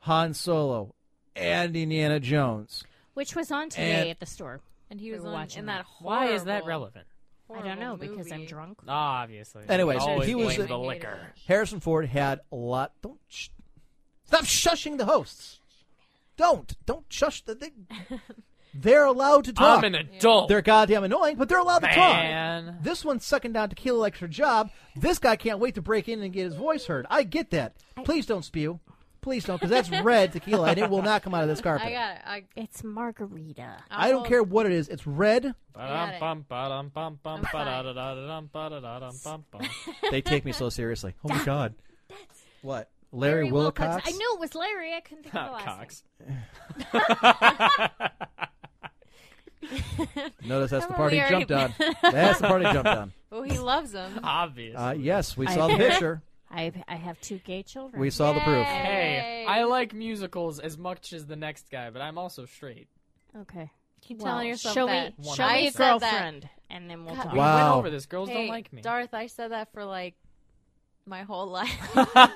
S3: Han Solo and Indiana Jones.
S4: which was on today
S3: And-
S4: at the store.
S7: and he was
S4: We were
S7: on,
S4: watching
S7: in
S4: that.
S7: that
S6: Why is that
S7: horrible-
S6: relevant?
S4: I don't know
S7: horrible
S4: because I'm
S7: movie.
S4: drunk.
S6: Ah, obviously.
S3: Anyways,
S6: Always
S3: he was
S6: blame
S3: a-
S6: the liquor.
S3: Harrison Ford had a lot. Don't sh- stop shushing the hosts. Don't don't shush the. They, they're allowed to talk.
S6: I'm an adult.
S3: They're goddamn annoying, but they're allowed to
S6: Man.
S3: talk. This one's sucking down tequila like her job. This guy can't wait to break in and get his voice heard. I get that. Please don't spew. Please don't, because that's red tequila, and it will not come out of this carpet.
S9: I got it. I,
S4: It's margarita.
S3: I don't care what it is. It's red.
S6: Ba-dum-bum, ba-dum-bum, bum,
S9: fine.
S6: ba-da-da-da-dum, ba-da-da-dum, bum, bum.
S3: They take me so seriously. Oh my god. What? Larry,
S4: Larry
S3: Wilcox.
S4: I knew it was Larry. I couldn't think of the last name.
S6: Cox.
S3: Notice that's the
S7: Remember
S3: part he
S7: we
S3: jumped on.
S7: already-
S3: That's the part he jumped on.
S7: Oh, he loves him.
S6: Obviously.
S3: Uh, yes, we
S4: I-
S3: saw the picture.
S4: I I have two gay children.
S3: We saw the proof.
S6: Hey, I like musicals as much as the next guy, but I'm also straight.
S4: Okay.
S7: Keep
S4: Well,
S7: telling yourself
S4: show
S7: that.
S4: me,
S6: One
S4: show
S6: of
S4: me
S7: them.
S4: a
S7: I said that.
S4: girlfriend, and then we'll
S7: God.
S4: talk.
S6: We
S3: Wow.
S6: went over this. Girls don't
S7: Hey,
S6: like me.
S7: Darth, I said that for like my whole life.
S3: okay,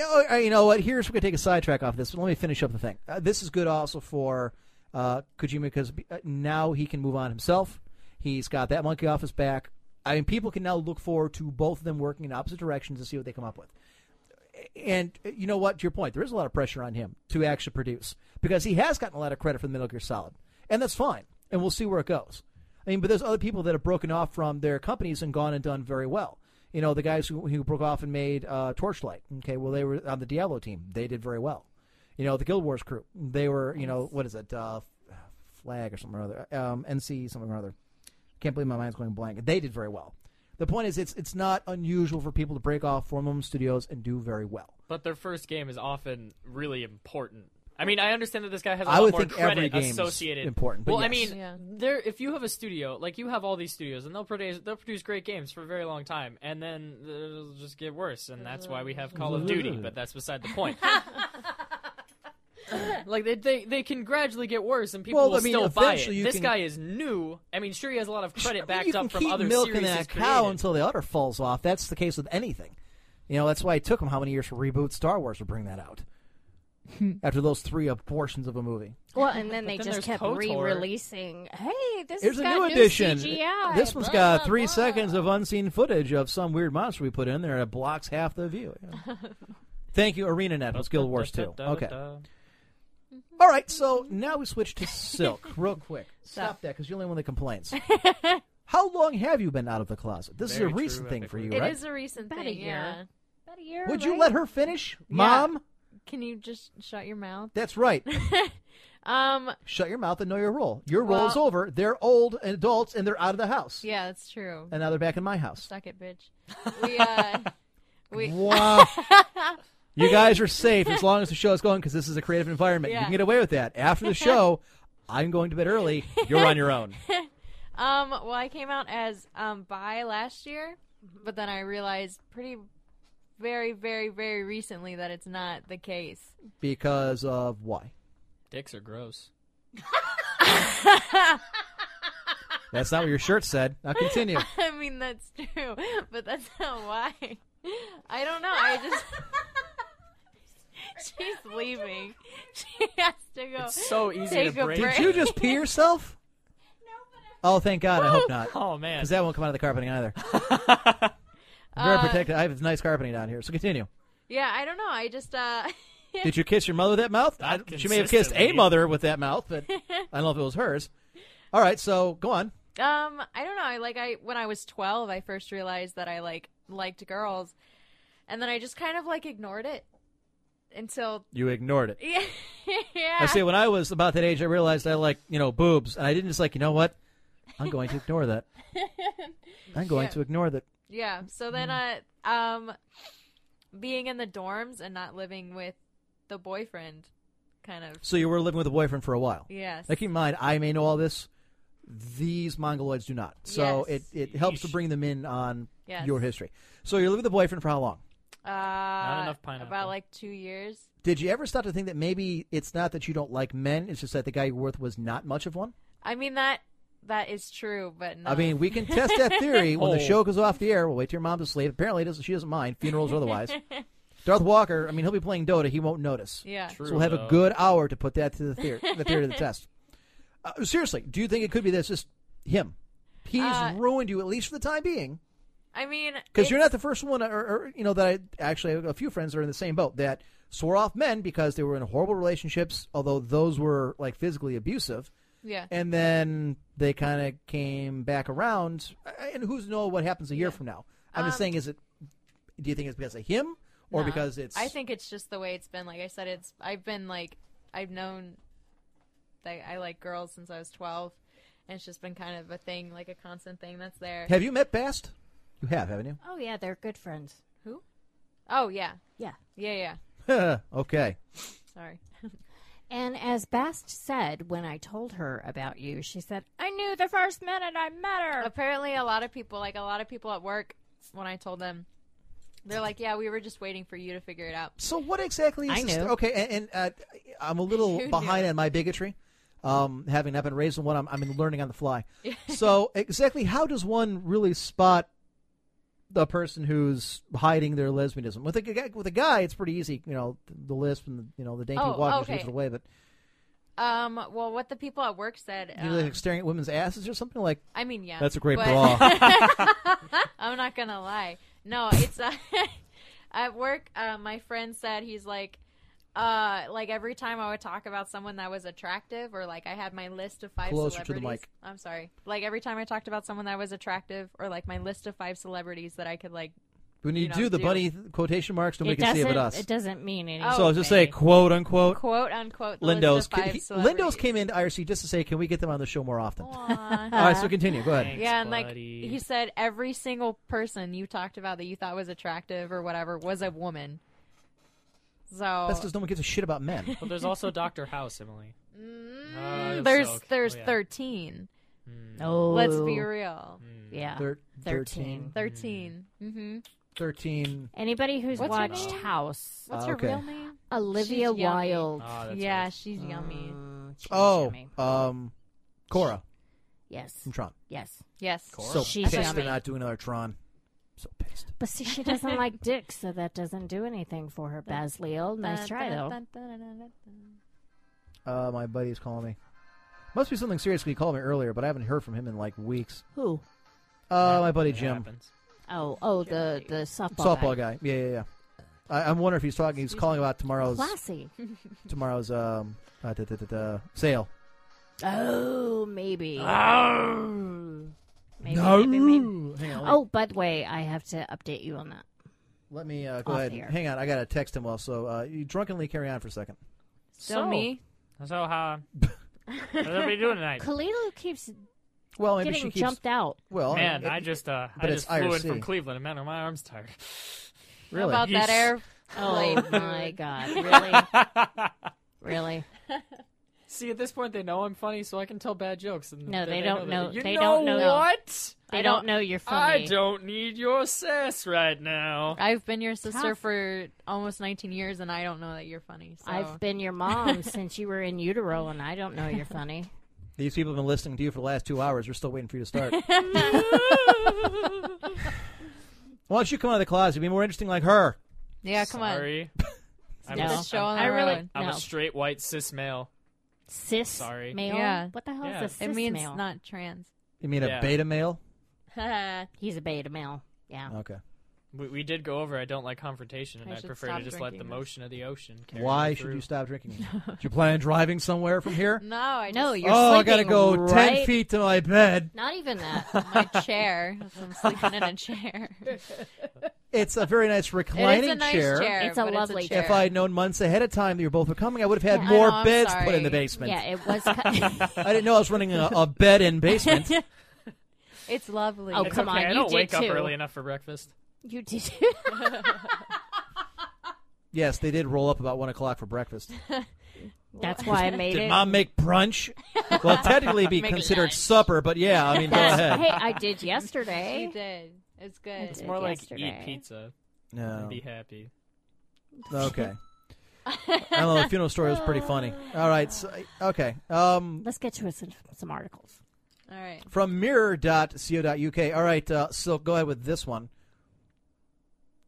S3: oh, uh, you know what? Here's we're gonna take a sidetrack off this. But let me finish up the thing. Uh, this is good also for uh, Kojima because uh, now he can move on himself. He's got that monkey off his back. I mean, people can now look forward to both of them working in opposite directions and see what they come up with. And uh, you know what? To your point, there is a lot of pressure on him to actually produce because he has gotten a lot of credit for the Metal Gear Solid, and that's fine. And we'll see where it goes. I mean, but there's other people that have broken off from their companies and gone and done very well. You know, the guys who, who broke off and made uh, Torchlight. Okay, well, they were on the Diablo team. They did very well. You know, the Guild Wars crew. They were, you know, what is it? Uh, flag or something or other. Um, NC something or other. Can't believe my mind's going blank. They did very well. The point is, it's it's not unusual for people to break off from home studios and do very well.
S6: But their first game is often really important. I mean, I understand that this guy has a
S3: I
S6: lot
S3: would
S6: more
S3: think every
S6: credit
S3: game is
S6: associated.
S3: important, but
S6: well, I
S3: yes.
S6: mean, there if you have a studio, like you have all these studios, and they'll produce they'll produce great games for a very long time, and then it'll just get worse, and that's why we have Call of Duty. But that's beside the point. like they, they they can gradually get worse, and people
S3: Well,
S6: will
S3: I mean,
S6: still buy it.
S3: eventually you
S6: This
S3: can-
S6: guy is new. I mean, sure, he has a lot of credit backed
S3: you can
S6: up from
S3: keep
S6: other
S3: milking
S6: series. he's
S3: that cow
S6: created.
S3: until the udder falls off. That's the case with anything. You know, that's why it took them how many years to reboot Star Wars to bring that out after those three abortions of a movie.
S4: Well, and then they
S6: then
S4: just
S6: there's
S4: kept
S6: KOTOR.
S4: re-releasing. Hey, this
S3: Here's
S4: has
S3: a
S4: got
S3: new edition.
S4: CGI.
S3: this one's
S4: blah,
S3: got
S4: blah,
S3: three
S4: blah.
S3: seconds of unseen footage of some weird monster we put in there that blocks half the view. Yeah. Thank you, ArenaNet. It's Guild Wars 2. Okay. All right, so now we switch to Silk real quick. Stop that because you're the only one that complains. How long have you been out of the closet? This is
S6: Very
S3: a
S6: true,
S3: recent thing for you,
S7: It
S3: right?
S7: is a recent
S4: About a
S7: thing. Yeah.
S4: year.
S7: About a year.
S3: Would you
S7: right?
S3: let her finish, Mom?
S7: Can you just shut your mouth?
S3: That's right.
S7: Um.
S3: Shut your mouth and know your role. Your role is
S7: Well-
S3: over. They're old and adults, and they're out of the house.
S7: Yeah, that's true.
S4: Uh.
S3: And now they're back in my house.
S7: Suck it, bitch. We uh. we.
S3: Wow. you guys are safe as long as the show is going because this is a creative environment. You
S7: Yeah.
S3: can get away with that. After the show, I'm going to bed early. You're on your own.
S7: Um, well, I came out as um, bi last year, but then I realized pretty, very, very, very recently that it's not the case.
S3: Because of why?
S6: Dicks are gross.
S3: That's not what your shirt said. Now continue.
S7: I mean, that's true, but that's not why. I don't know. I just. She's leaving. She has to go.
S6: It's so easy
S7: take
S6: to
S7: a
S6: break.
S7: break.
S3: Did you just pee yourself? Oh, thank God. I hope not.
S6: Oh man.
S3: Because that won't come out of the carpeting either. I'm
S7: Uh,
S3: very protected. I have nice carpeting down here. So continue.
S7: Yeah, I don't know. I just. uh
S3: Did you kiss your mother with that mouth? I, she may have kissed a
S6: consistently.
S3: mother with that mouth, but I don't know if it was hers. All right, so go on.
S7: Um, I don't know. I like I when I was 12, I first realized that I like liked girls. And then I just kind of like ignored it until
S3: You ignored it.
S7: yeah.
S3: I say when I was about that age, I realized I like you know boobs, and I didn't just like you know what, I'm going to ignore that. I'm going
S7: Yeah.
S3: to ignore that.
S7: Yeah. So then uh
S3: Mm-hmm.
S7: um being in the dorms and not living with the boyfriend kind of
S3: So you were living with a boyfriend for a while.
S7: Yes.
S3: Now keep in mind, I may know all this. These mongoloids do not. So
S7: Yes.
S3: it, it helps to bring them in on
S7: Yes.
S3: your history. So you're living with a boyfriend for how long?
S7: uh Not
S6: enough pineapple.
S7: about like 2 years.
S3: Did you ever stop to think that maybe it's not that you don't like men, it's just that the guy you were with was not much of one?
S7: I mean that that is true, but no.
S3: I mean, we can test that theory when the
S6: Oh.
S3: show goes off the air. We'll wait till your mom's asleep. Apparently, it doesn't, she doesn't mind, funerals or otherwise. Darth Walker, I mean, he'll be playing Dota. He won't notice.
S7: Yeah.
S6: True,
S3: so we'll have a
S6: though.
S3: good hour to put that to the theory, the theory to the test. Uh, seriously, do you think it could be that it's just him? He's
S7: Uh,
S3: ruined you at least for the time being
S7: I mean
S3: because you're
S7: it's-
S3: not the first one, or, or you know that I actually have a few friends that are in the same boat that swore off men because they were in horrible relationships, although those were like physically abusive,
S7: Yeah.
S3: and then they kind of came back around. And who's know what happens a year from now? I'm just
S7: Um,
S3: saying, is it? Do you think it's because of him or
S7: No.
S3: because it's?
S7: I think it's just the way it's been. Like I said, it's I've been like I've known that I like girls since I was twelve, and it's just been kind of a thing, like a constant thing that's there.
S3: Have you met Bast? You have, haven't you?
S4: Oh yeah, they're good friends. Who?
S7: Oh yeah,
S4: Yeah.
S7: yeah, yeah.
S3: okay.
S7: Sorry.
S4: And as Bast said when I told her about you, she said, "I knew the first minute I met her."
S7: Apparently, a lot of people, like a lot of people at work, when I told them, they're like, "Yeah, we were just waiting for you to figure it out."
S3: So what exactly is
S4: I
S3: this?
S4: knew.
S3: Okay, and, and uh, I'm a
S7: You
S3: little
S7: knew.
S3: behind on my bigotry, um, having not been raised in one. I'm, I'm learning on the fly. so exactly, how does one really spot the person who's hiding their lesbianism? With a guy, with a guy, it's pretty easy. You know, the, the lisp and the, you know the dainty
S7: Oh,
S3: walk
S7: okay.
S3: gives it away. But
S7: Um. Well, what the people at work said.
S3: you're
S7: um,
S3: like staring at women's asses or something like.
S7: I mean, yeah.
S3: That's a great
S7: Uh, but-
S3: bra.
S7: I'm not gonna lie. No, it's uh, at work. Uh, my friend said he's like, uh, like every time I would talk about someone that was attractive, or like I had my list of five
S3: Closer to the
S7: celebrities.
S3: mic.
S7: I'm sorry. Like every time I talked about someone that was attractive, or like my list of five celebrities that I could like
S3: When you,
S7: know,
S3: do the bunny quotation marks, nobody can see it but us.
S4: It doesn't mean anything.
S7: Oh,
S3: so I'll just say quote unquote.
S7: Quote, unquote, the list
S3: Lindos.
S7: of five
S3: He- Lindos
S7: celebrities.
S3: came into IRC just to say, can we get them on the show more often? All right, so continue. Go ahead.
S7: yeah, and like he said, every single person you talked about that you thought was attractive or whatever was a woman. So
S3: That's because no one gives a shit about men.
S6: Well, there's also Doctor House, Emily. that's
S7: Mm, there's
S6: okay.
S7: there's
S6: Oh, yeah.
S7: thirteen.
S4: No.
S7: let's be real.
S4: Yeah.
S3: Thir-
S4: 13.
S7: 13 Mm-hmm.
S3: Thirteen.
S4: Anybody who's
S7: What's her
S4: watched
S7: name?
S4: House.
S7: What's
S3: Ah,
S7: her
S3: okay.
S7: real name?
S4: Olivia
S7: She's yummy.
S4: Wilde.
S3: Ah, that's
S7: yeah, she's yummy.
S3: Oh, um, Cora
S4: Yes.
S3: from Tron.
S4: Yes.
S7: Yes.
S3: So
S4: She's
S3: pissed
S4: yummy.
S3: they're not doing another Tron. So pissed.
S4: But see, she doesn't like dicks, so that doesn't do anything for her. Basleel, nice try though.
S3: Uh, my buddy's calling me. Must be something serious. 'cause He called me earlier, but I haven't heard from him in like weeks.
S4: Who?
S3: Uh, my buddy Jim,
S4: Oh, oh, the the softball,
S3: softball guy. Yeah, yeah, yeah. I, I'm wondering if he's talking. He's calling about tomorrow's
S4: Classy.
S3: tomorrow's um uh, da, da, da, da, sale.
S4: Oh, maybe.
S3: Oh.
S4: Maybe,
S3: No.
S4: maybe, maybe.
S3: Hang on,
S4: Oh, by the way, I have to update you on that.
S3: Let me uh, go
S4: Off
S3: ahead.
S4: the air.
S3: Hang on, I gotta text him. Also, uh, you drunkenly carry on for a second.
S4: Still me?
S6: So uh, how? how's everybody doing tonight?
S4: Kalilu keeps
S3: Well, Oh, maybe
S4: getting
S3: she keeps.
S4: jumped out.
S3: Well,
S6: Man,
S3: it-
S6: I just uh, I
S3: but it's
S6: just flew in
S3: IRC.
S6: from Cleveland, and man, are my arms tired.
S3: Really?
S7: About
S6: Yeesh.
S7: that air.
S4: Oh my god, really? really?
S6: See, at this point, they know I'm funny, so I can tell bad jokes. And
S4: No, they
S6: know
S4: don't
S6: that-
S4: know-
S6: You
S4: they don't know.
S6: what?
S4: They
S6: I
S4: don't know you're funny.
S6: I don't need your sass right now.
S7: I've been your sister
S4: Tough.
S7: for almost 19 years, and I don't know that you're funny. So.
S4: I've been your mom since you were in utero, and I don't know you're funny.
S3: These people have been listening to you for the last two hours. They're still waiting for you to start. Why don't you come out of the closet? Be more interesting like her.
S7: Yeah, come on.
S6: Sorry. I'm,
S4: No.
S6: a,
S7: Just show on
S4: I
S7: the
S4: really-
S7: road.
S6: I'm
S4: No.
S6: a straight white cis male.
S4: Cis
S6: Sorry.
S4: male.
S7: Yeah.
S4: What the hell
S6: Yeah.
S4: is a cis
S7: It means
S4: male?
S7: not trans.
S3: You mean
S6: Yeah.
S3: a beta male?
S7: I
S4: He's a beta male. Yeah.
S3: Okay.
S6: We, we did go over. I don't like confrontation, and
S7: I
S6: I,
S7: should
S6: prefer to
S7: stop
S6: just let the
S7: drinking this.
S6: motion of the ocean. Carry
S3: Why
S6: me
S3: should
S6: through.
S3: you stop drinking? Do you plan on driving somewhere from here?
S7: No, I
S4: No,
S7: just,
S4: you're
S3: oh, I gotta
S4: sleeping
S3: go ten
S4: right-
S3: feet to my bed.
S4: Not even that.
S7: my chair. I'm sleeping in a chair.
S3: It's a very nice reclining
S7: it is a nice
S3: chair.
S7: chair.
S4: It's a
S7: but
S4: lovely
S7: chair.
S3: If I had known months ahead of time that you both were coming, I would have had
S4: Yeah, I
S3: more
S7: know, I'm
S3: beds put in
S7: sorry.
S3: the basement.
S4: yeah, it was. Cu-
S3: I didn't know I was running a, a bed in basement.
S7: It's lovely.
S4: Oh,
S6: It's
S4: come
S6: okay,
S4: on,
S6: I
S4: you
S6: don't
S4: did
S6: wake up
S4: too.
S6: early enough for breakfast.
S4: you did.
S3: yes, they did roll up about one o'clock for breakfast.
S4: That's why I made
S3: Did
S4: it.
S3: mom make brunch? Well, technically be
S7: Make
S3: considered
S7: lunch.
S3: supper, but yeah, I mean, go
S4: That's-
S3: ahead.
S4: hey, I did
S7: You
S4: yesterday.
S7: did. It's good.
S4: It's
S6: It's more like
S4: yesterday.
S6: eat pizza and
S3: No.
S6: be happy.
S3: Okay. I don't know. The funeral story was pretty funny. All right. So, okay. Um,
S4: Let's get to some, some articles.
S7: All right.
S3: from mirror.co.uk. All right. Uh, so go ahead with this one.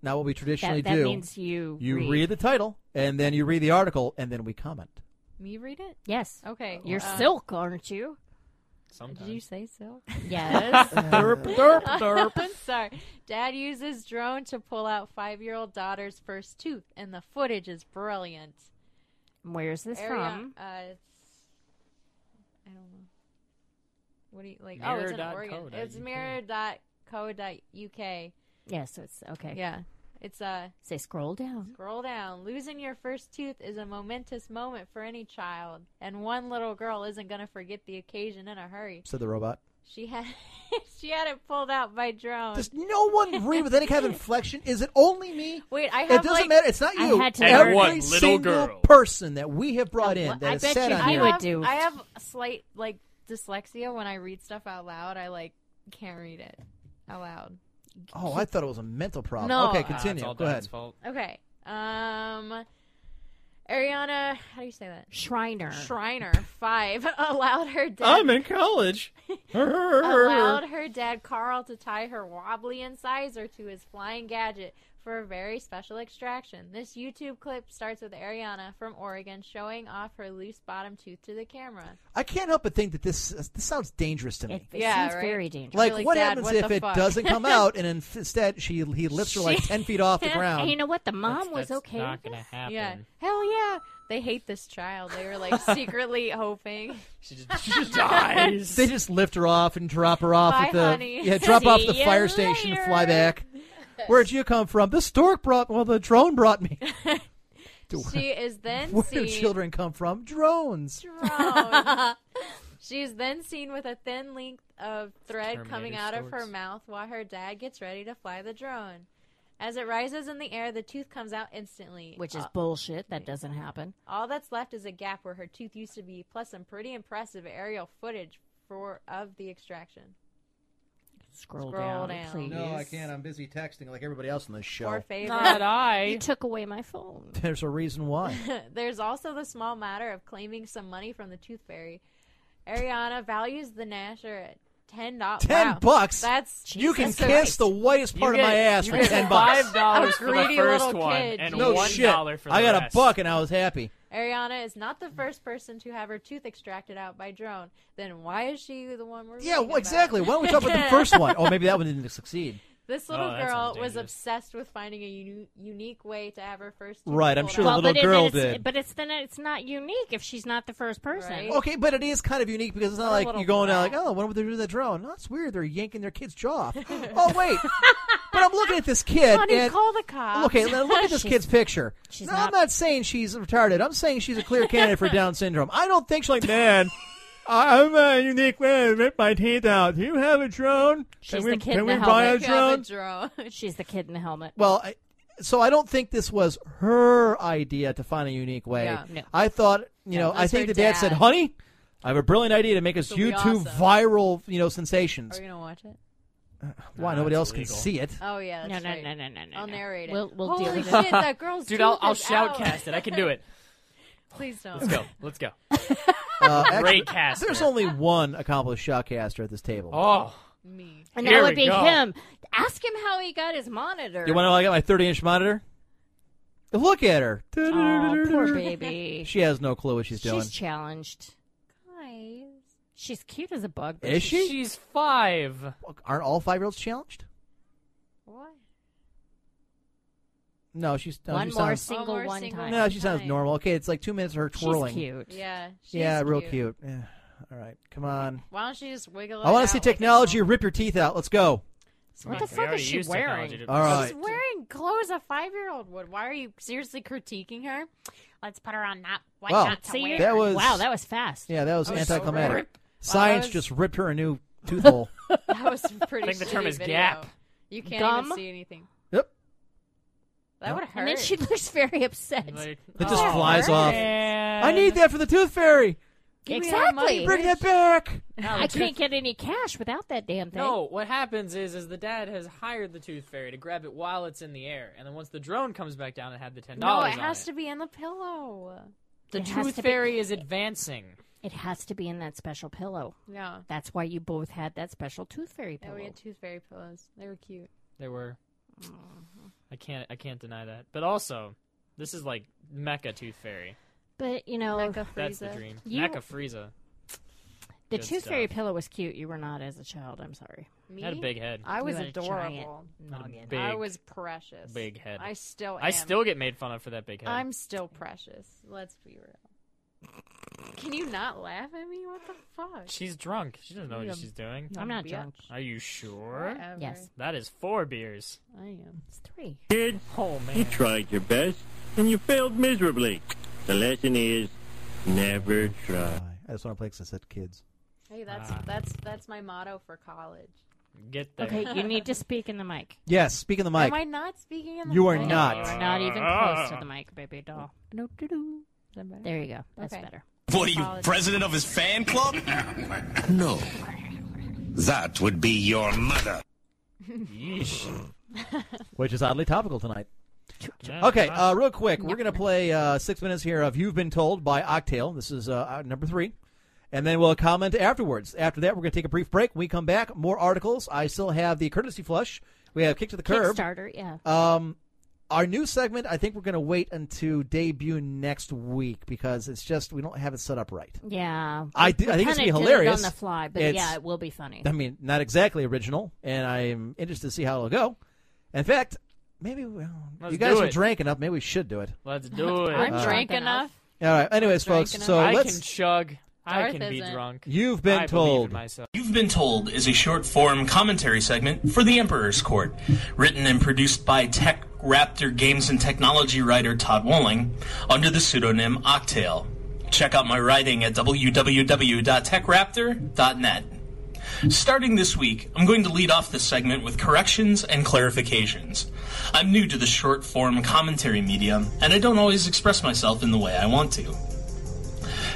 S3: Now, what we traditionally
S4: That, that
S3: do
S4: means you.
S3: you read. the title, and then you read the article, and then we comment.
S7: Me read it?
S4: Yes.
S7: Okay.
S4: You're
S7: uh,
S4: silk, aren't you?
S7: Did
S6: Sometimes.
S7: you say so?
S4: Yes.
S3: derp, derp, derp.
S7: I'm sorry. Dad uses drone to pull out five-year-old daughter's first tooth, and the footage is brilliant.
S4: Where's this
S7: Area-
S4: from?
S7: Uh, it's- I don't know. What do you like? oh, it's in
S6: Mirror.co.uk.
S7: Oregon. It's mirror.co.uk.
S4: Yeah, so it's okay.
S7: Yeah. It's uh
S4: Say scroll down.
S7: scroll down. Losing your first tooth is a momentous moment for any child, and one little girl isn't going to forget the occasion in a hurry.
S3: Said the robot.
S7: She had she had it pulled out by
S4: Oh.
S7: drone.
S3: Does no one read with any kind of inflection? Is it only me?
S7: Wait, I
S3: It
S7: have
S3: doesn't
S7: like
S3: matter. It's not
S4: I
S3: you.
S4: had to
S6: And
S3: Every
S6: learn. one little
S3: single
S6: girl.
S3: person that we have brought in that
S4: I
S3: is
S4: bet
S3: said
S4: you
S3: on
S4: I
S7: I
S3: here.
S4: would
S7: have,
S4: do.
S7: I have a slight like dyslexia when I read stuff out loud. I like can't read it out loud.
S3: Oh, I thought it was a mental problem.
S7: No.
S3: okay,
S6: Ah,
S3: continue.
S6: it's all
S3: Go
S6: Dan's
S3: ahead.
S6: fault.
S7: Okay. Um Ariana, how do you say that?
S4: Shriner.
S7: Shriner 5 allowed her dad
S6: in college.
S7: allowed her dad Carl to tie her wobbly incisor to his flying gadget for a very special extraction. This YouTube clip starts with Ariana from Oregon showing off her loose bottom tooth to the camera.
S3: I can't help but think that this this sounds dangerous to me.
S4: It, it
S7: Yeah,
S4: sounds
S7: right?
S4: very dangerous.
S3: like,
S7: really
S3: what
S7: sad.
S3: happens
S7: What
S3: if
S7: the
S3: it
S7: fuck?
S3: doesn't come out and inf- instead she he lifts her like ten feet off the
S4: and you
S3: ground?
S4: know what? The mom
S6: That's,
S4: was
S6: that's
S4: okay.
S6: Not
S4: with
S6: gonna
S4: it.
S6: happen.
S7: Yeah. Hell yeah. They hate this child. They were like secretly hoping.
S6: She just, she just dies.
S3: They just lift her off and drop her off
S7: Bye,
S3: at the
S7: honey.
S3: yeah drop off at
S4: See
S3: the
S4: ya
S3: fire station and fly
S4: later.
S3: back. Where'd you come from? The stork brought. Well, the drone brought me.
S7: She is then
S3: Where do
S7: seen.
S3: children come from? Drones.
S7: Drones. she is then seen with a thin length of thread
S3: Terminator
S7: coming out of her
S3: swords.
S7: mouth while her dad gets ready to fly the drone. As it rises in the air, the tooth comes out instantly.
S4: Which is
S7: Uh,
S4: bullshit. That doesn't happen.
S7: All that's left is a gap where her tooth used to be, plus some pretty impressive aerial footage for of the extraction.
S4: Scroll,
S7: Scroll
S4: down,
S7: down.
S4: please.
S3: No, I can't. I'm busy texting like everybody else in this show.
S7: Or favorite.
S4: You took away my phone.
S3: There's a reason why.
S7: There's also the small matter of claiming some money from the Tooth Fairy. Ariana values the Nasher at ten dollars.
S3: Ten bucks.
S7: That's
S3: you can
S7: that's
S3: kiss
S7: so great.
S3: the whitest
S7: You
S3: part of
S7: get-
S3: my ass
S7: you
S3: for
S7: get
S3: ten bucks.
S6: $5 for the
S7: greedy
S6: first
S7: little
S6: one
S7: kid.
S6: and
S3: no
S6: $1
S3: shit.
S6: for the
S3: I got
S6: rest.
S3: a buck and I was happy.
S7: Ariana is not the first person to have her tooth extracted out by drone. Then why is she the one we're?
S3: Yeah,
S7: reading
S3: well,
S7: about?
S3: exactly. Why don't we talk about the first one? Oh, maybe that one didn't succeed.
S7: This little
S3: Oh, that
S7: girl
S3: sounds
S7: was
S3: dangerous.
S7: obsessed with finding a uni- unique way to have her first. Tooth
S3: Right, I'm
S7: pulled
S3: sure the
S7: out.
S3: little
S4: but it-
S3: girl
S4: it's,
S3: did.
S4: But it's then it's not unique if she's not the first person.
S3: Okay, but it is kind of unique because it's not
S4: What a
S3: like
S4: little
S3: you're going out like, oh, what would they do to that drone? Oh, that's weird. They're yanking their kid's jaw off. oh, wait. But I'm looking at this kid.
S4: Honey,
S3: and-
S4: call the cops.
S3: Okay, now look at this
S4: She's-
S3: kid's picture.
S4: she's
S3: no, I'm
S4: not-
S3: not saying she's retarded. I'm saying she's a clear candidate for Down syndrome. I don't think she's like, man, I- I'm a unique way to rip my teeth out. Do you have a drone?
S4: She's
S3: can we,
S4: the kid
S3: can
S4: in
S3: we
S4: the
S3: buy a
S4: helmet.
S3: drone?
S4: She's the kid in the helmet.
S3: Well, I, so I don't think this was her idea to find a unique way.
S4: Yeah. No.
S3: I thought, you
S4: No,
S3: know,
S4: it
S3: I
S4: was
S3: think
S4: her
S3: the dad, said,
S4: dad.
S3: "Honey, I have a brilliant idea to make us
S7: be
S3: YouTube viral, you know, sensations."
S7: Are we gonna watch it?
S3: Why
S6: Nah,
S3: nobody
S6: it's
S3: else
S6: illegal.
S3: can see it?
S7: Oh yeah,
S4: No,
S7: that's
S4: no,
S7: right.
S4: no, no, no, no,
S7: I'll
S4: no.
S7: narrate it.
S4: We'll- we'll deal
S7: Holy
S4: with it.
S7: shit, that girl's
S6: Dude, I'll,
S7: tooth
S6: I'll
S7: is
S6: shout
S7: out.
S6: cast it. I can do it.
S7: Please don't.
S6: Let's go. Let's go.
S3: Uh,
S6: Great
S3: actually,
S6: caster.
S3: There's only one accomplished shotcaster at this table.
S6: Oh,
S7: Me.
S4: And
S3: Here
S4: that
S3: we
S4: would be
S3: go.
S4: him. Ask him how he got his monitor.
S3: you want to know? how I got my 30 inch monitor. Look at her.
S4: Aw, poor baby.
S3: She has no clue what she's doing.
S4: She's challenged.
S7: Guys.
S4: She's cute as a bug. but
S3: Is
S4: she's-
S3: she?
S6: She's five.
S3: Aren't all five year olds challenged?
S7: What?
S3: No, she's no,
S4: One
S3: she
S4: more
S3: sounds,
S4: single,
S7: more
S4: one
S7: single,
S4: time.
S3: No, she sounds normal. Okay, it's like two minutes of her twirling.
S4: cute.
S7: Yeah. She's
S3: yeah, real
S7: cute.
S3: cute. Yeah. All right, come on.
S7: Why don't she just wiggle?
S3: I want to see technology rip your teeth out. Let's go.
S7: What
S6: the We fuck is already she use wearing? technology to-
S3: All right.
S7: She's wearing clothes a five-year-old would. Why are you seriously critiquing her? Let's put her on not what
S3: Wow.
S7: not to
S4: See,
S7: wear.
S3: That was
S4: Wow, that was fast.
S3: Yeah, that was
S7: That was so
S3: anticlimactic.
S7: rip. Wow, that
S3: Science
S7: was-
S3: just ripped her a new tooth hole.
S7: That was a pretty.
S6: I think the term
S7: shitty
S6: is
S7: video.
S6: gap.
S7: You can't
S4: Gum?
S7: even see anything.
S3: Yep.
S7: That
S3: Yep.
S7: would hurt.
S4: And then she looks very upset.
S6: Like,
S3: It just
S6: oh,
S3: flies off.
S6: man.
S3: I need that for the tooth fairy.
S7: Give me that
S4: exactly.
S7: money,
S3: Bring that back.
S6: Now the
S4: I
S6: tooth-
S4: can't get any cash without that damn thing.
S6: No, what happens is is the dad has hired the tooth fairy to grab it while it's in the air, and then once the drone comes back down, it had the ten
S7: No,
S6: dollars.
S7: it has to be in the pillow.
S6: The
S4: It has
S6: tooth
S4: to be-
S6: fairy is advancing.
S4: It has to be in that special pillow.
S7: Yeah.
S4: That's why you both had that special tooth fairy
S7: Yeah,
S4: pillow.
S7: we had tooth fairy pillows. They were cute.
S6: They were. I can't. I can't deny that. But also, this is like mecha tooth fairy.
S4: But you know,
S7: Mecha
S6: Oh, That's the
S7: Frieza.
S6: dream.
S4: You-
S6: mecha Frieza
S4: the
S6: Good
S4: tooth fairy
S6: stuff.
S4: pillow was cute. You were not as a child. I'm sorry.
S7: Me?
S6: had a big head.
S7: I was
S4: had a giant
S7: adorable.
S4: noggin.
S6: big-
S7: I was precious.
S6: big head.
S7: I still. Am.
S6: I still get made fun of for that big head.
S7: I'm still precious. Let's be real. Can you not laugh at me? What the fuck?
S6: She's drunk. She doesn't know
S7: Yeah.
S6: what she's doing.
S4: I'm not
S7: Bitch.
S4: drunk.
S6: Are you sure?
S7: Whatever.
S4: Yes.
S6: That is four beers.
S7: I am.
S4: It's three.
S11: Kid,
S6: Oh
S11: you
S6: man.
S11: tried your best, and you failed miserably. The lesson is never try.
S3: I just want to play because I said kids.
S7: Hey, that's
S6: Ah.
S7: that's that's my motto for college.
S6: Get there.
S4: Okay, you need to speak in the mic.
S3: Yes, speaking of the mic.
S7: Am I not speaking in the
S3: You are
S7: mic?
S3: not.
S4: You are not even
S3: Ah.
S4: close to the mic, baby doll.
S7: No, do, do. Is that better?
S4: There you go. That's
S7: Okay.
S4: better.
S8: What are you,
S7: Apologies.
S8: president of his fan club? No. That would be your mother.
S6: Yeesh.
S3: Which is oddly topical tonight.
S6: Yeah,
S3: Okay,
S6: right.
S3: uh, real quick, we're going to play uh, six minutes here of You've Been Told by Octale. This is uh, uh, number three. And then we'll comment afterwards. After that, we're going to take a brief break. When we come back, more articles. I still have the courtesy flush. We have Kick to the Curb.
S4: Kickstarter, yeah.
S3: Um, our new segment, I think we're going to wait until debut next week because it's just, we don't have it set up right.
S4: Yeah.
S3: I, thi- I think it's
S4: Kinda
S3: going to be
S4: did it
S3: hilarious.
S4: on the fly, but
S3: It's-
S4: yeah, it will be funny.
S3: I mean, not exactly original, and I'm interested to see how it'll go. In fact, maybe well,
S6: Let's
S3: you guys
S6: do
S3: are
S6: it.
S3: drank enough. Maybe we should do it.
S6: Let's do it.
S7: I'm drunk enough.
S3: All right. Anyways,
S7: Drank
S3: folks.
S7: enough.
S3: So
S6: I
S3: let's
S6: can chug. I
S7: Darth
S6: can be
S7: isn't.
S6: drunk.
S3: You've been
S6: I believe
S3: told.
S6: in myself.
S12: You've Been Told is a short form commentary segment for The Emperor's Court, written and produced by Tech Raptor Games and Technology writer Todd Wolling under the pseudonym Octail. Check out my writing at www.techraptor.net. Starting this week, I'm going to lead off this segment with corrections and clarifications. I'm new to the short form commentary medium, and I don't always express myself in the way I want to.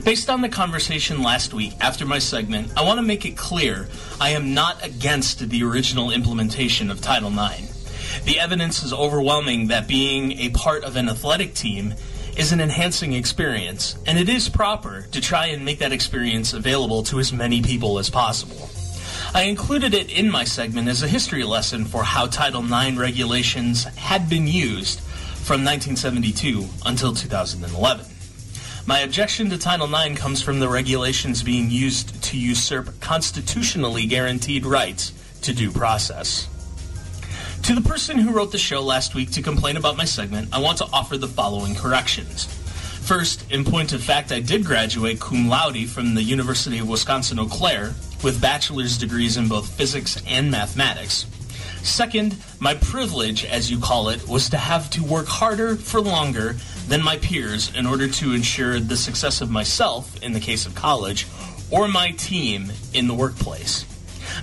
S12: Based on the conversation last week after my segment, I want to make it clear I am not against the original implementation of Title IX. The evidence is overwhelming that being a part of an athletic team is an enhancing experience, and it is proper to try and make that experience available to as many people as possible. I included it in my segment as a history lesson for how Title IX regulations had been used from 1972 until 2011. My objection to Title IX comes from the regulations being used to usurp constitutionally guaranteed rights to due process. To the person who wrote the show last week to complain about my segment, I want to offer the following corrections. First, in point of fact, I did graduate cum laude from the University of Wisconsin Eau Claire with bachelor's degrees in both physics and mathematics. Second, my privilege, as you call it, was to have to work harder for longer than my peers in order to ensure the success of myself in the case of college or my team in the workplace.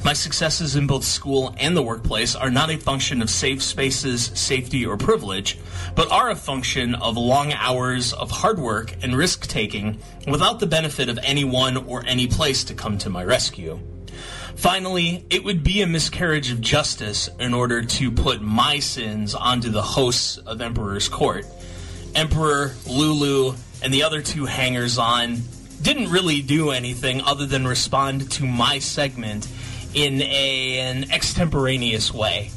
S12: My successes in both school and the workplace are not a function of safe spaces, safety, or privilege, but are a function of long hours of hard work and risk taking without the benefit of anyone or any place to come to my rescue. Finally, it would be a miscarriage of justice in order to put my sins onto the hosts of Emperor's Court. Emperor, Lulu, and the other two hangers on didn't really do anything other than respond to my segment in a, an extemporaneous way.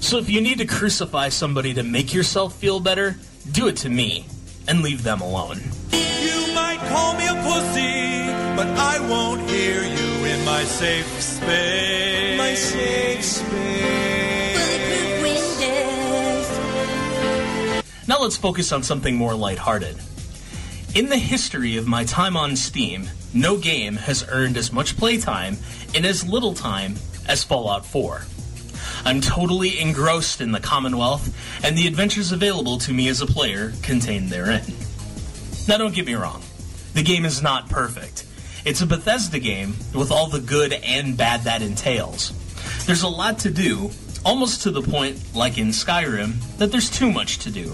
S12: So if you need to crucify somebody to make yourself feel better, do it to me and leave them alone.
S13: You might call me a pussy, but I won't hear you in my safe space. My safe space. Bulletproof
S12: Now let's focus on something more lighthearted. In the history of my time on Steam, no game has earned as much playtime in as little time as Fallout 4. I'm totally engrossed in the Commonwealth and the adventures available to me as a player contained therein. Now, don't get me wrong, the game is not perfect. It's a Bethesda game with all the good and bad that entails. There's a lot to do, almost to the point, like in Skyrim, that there's too much to do.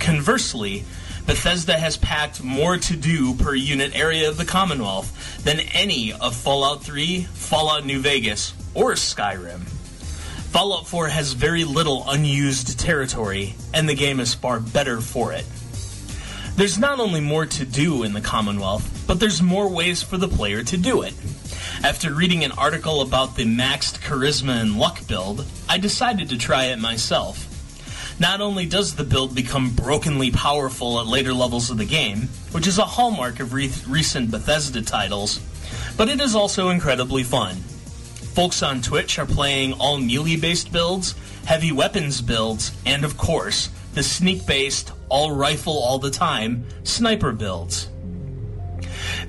S12: Conversely, Bethesda has packed more to do per unit area of the Commonwealth than any of Fallout 3, Fallout New Vegas, or Skyrim. Fallout 4 has very little unused territory, and the game is far better for it. There's not only more to do in the Commonwealth, but there's more ways for the player to do it. After reading an article about the maxed charisma and luck build, I decided to try it myself. Not only does the build become brokenly powerful at later levels of the game, which is a hallmark of re- recent Bethesda titles, but it is also incredibly fun. Folks on Twitch are playing all melee based builds, heavy weapons builds, and of course, the sneak based, all rifle all the time, sniper builds.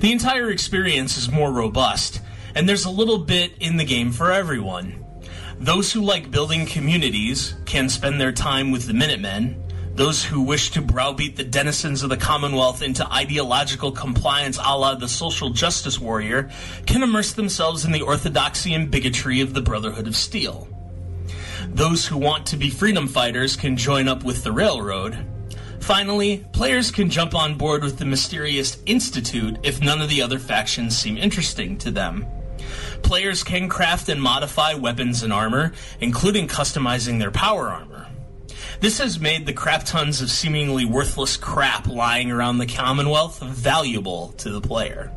S12: The entire experience is more robust, and there's a little bit in the game for everyone. Those who like building communities can spend their time with the Minutemen. Those who wish to browbeat the denizens of the Commonwealth into ideological compliance a la the social justice warrior can immerse themselves in the orthodoxy and bigotry of the Brotherhood of Steel. Those who want to be freedom fighters can join up with the Railroad. Finally, players can jump on board with the mysterious Institute if none of the other factions seem interesting to them. Players can craft and modify weapons and armor, including customizing their power armor. This has made the crap tons of seemingly worthless crap lying around the Commonwealth valuable to the player.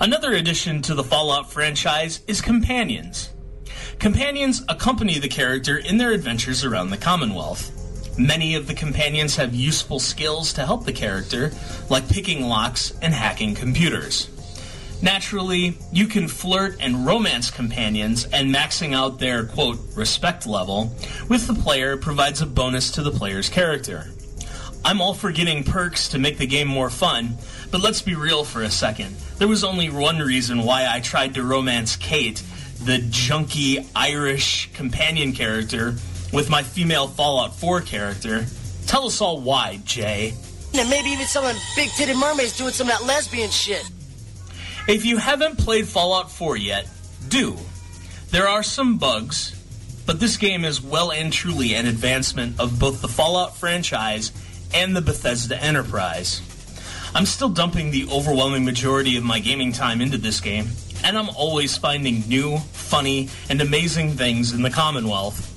S12: Another addition to the Fallout franchise is companions. Companions accompany the character in their adventures around the Commonwealth. Many of the companions have useful skills to help the character, like picking locks and hacking computers. Naturally, you can flirt and romance companions, and maxing out their, quote, respect level with the player provides a bonus to the player's character. I'm all for getting perks to make the game more fun, But let's be real for a second. There was only one reason why I tried to romance Kate, the junky Irish companion character, with my female Fallout 4 character. Tell us all why, Jay.
S14: And maybe even some of them big-titted mermaids doing some of that lesbian shit.
S12: If you haven't played Fallout 4 yet, do. There are some bugs, but this game is well and truly an advancement of both the Fallout franchise and the Bethesda enterprise. I'm still dumping the overwhelming majority of my gaming time into this game, and I'm always finding new, funny, and amazing things in the Commonwealth.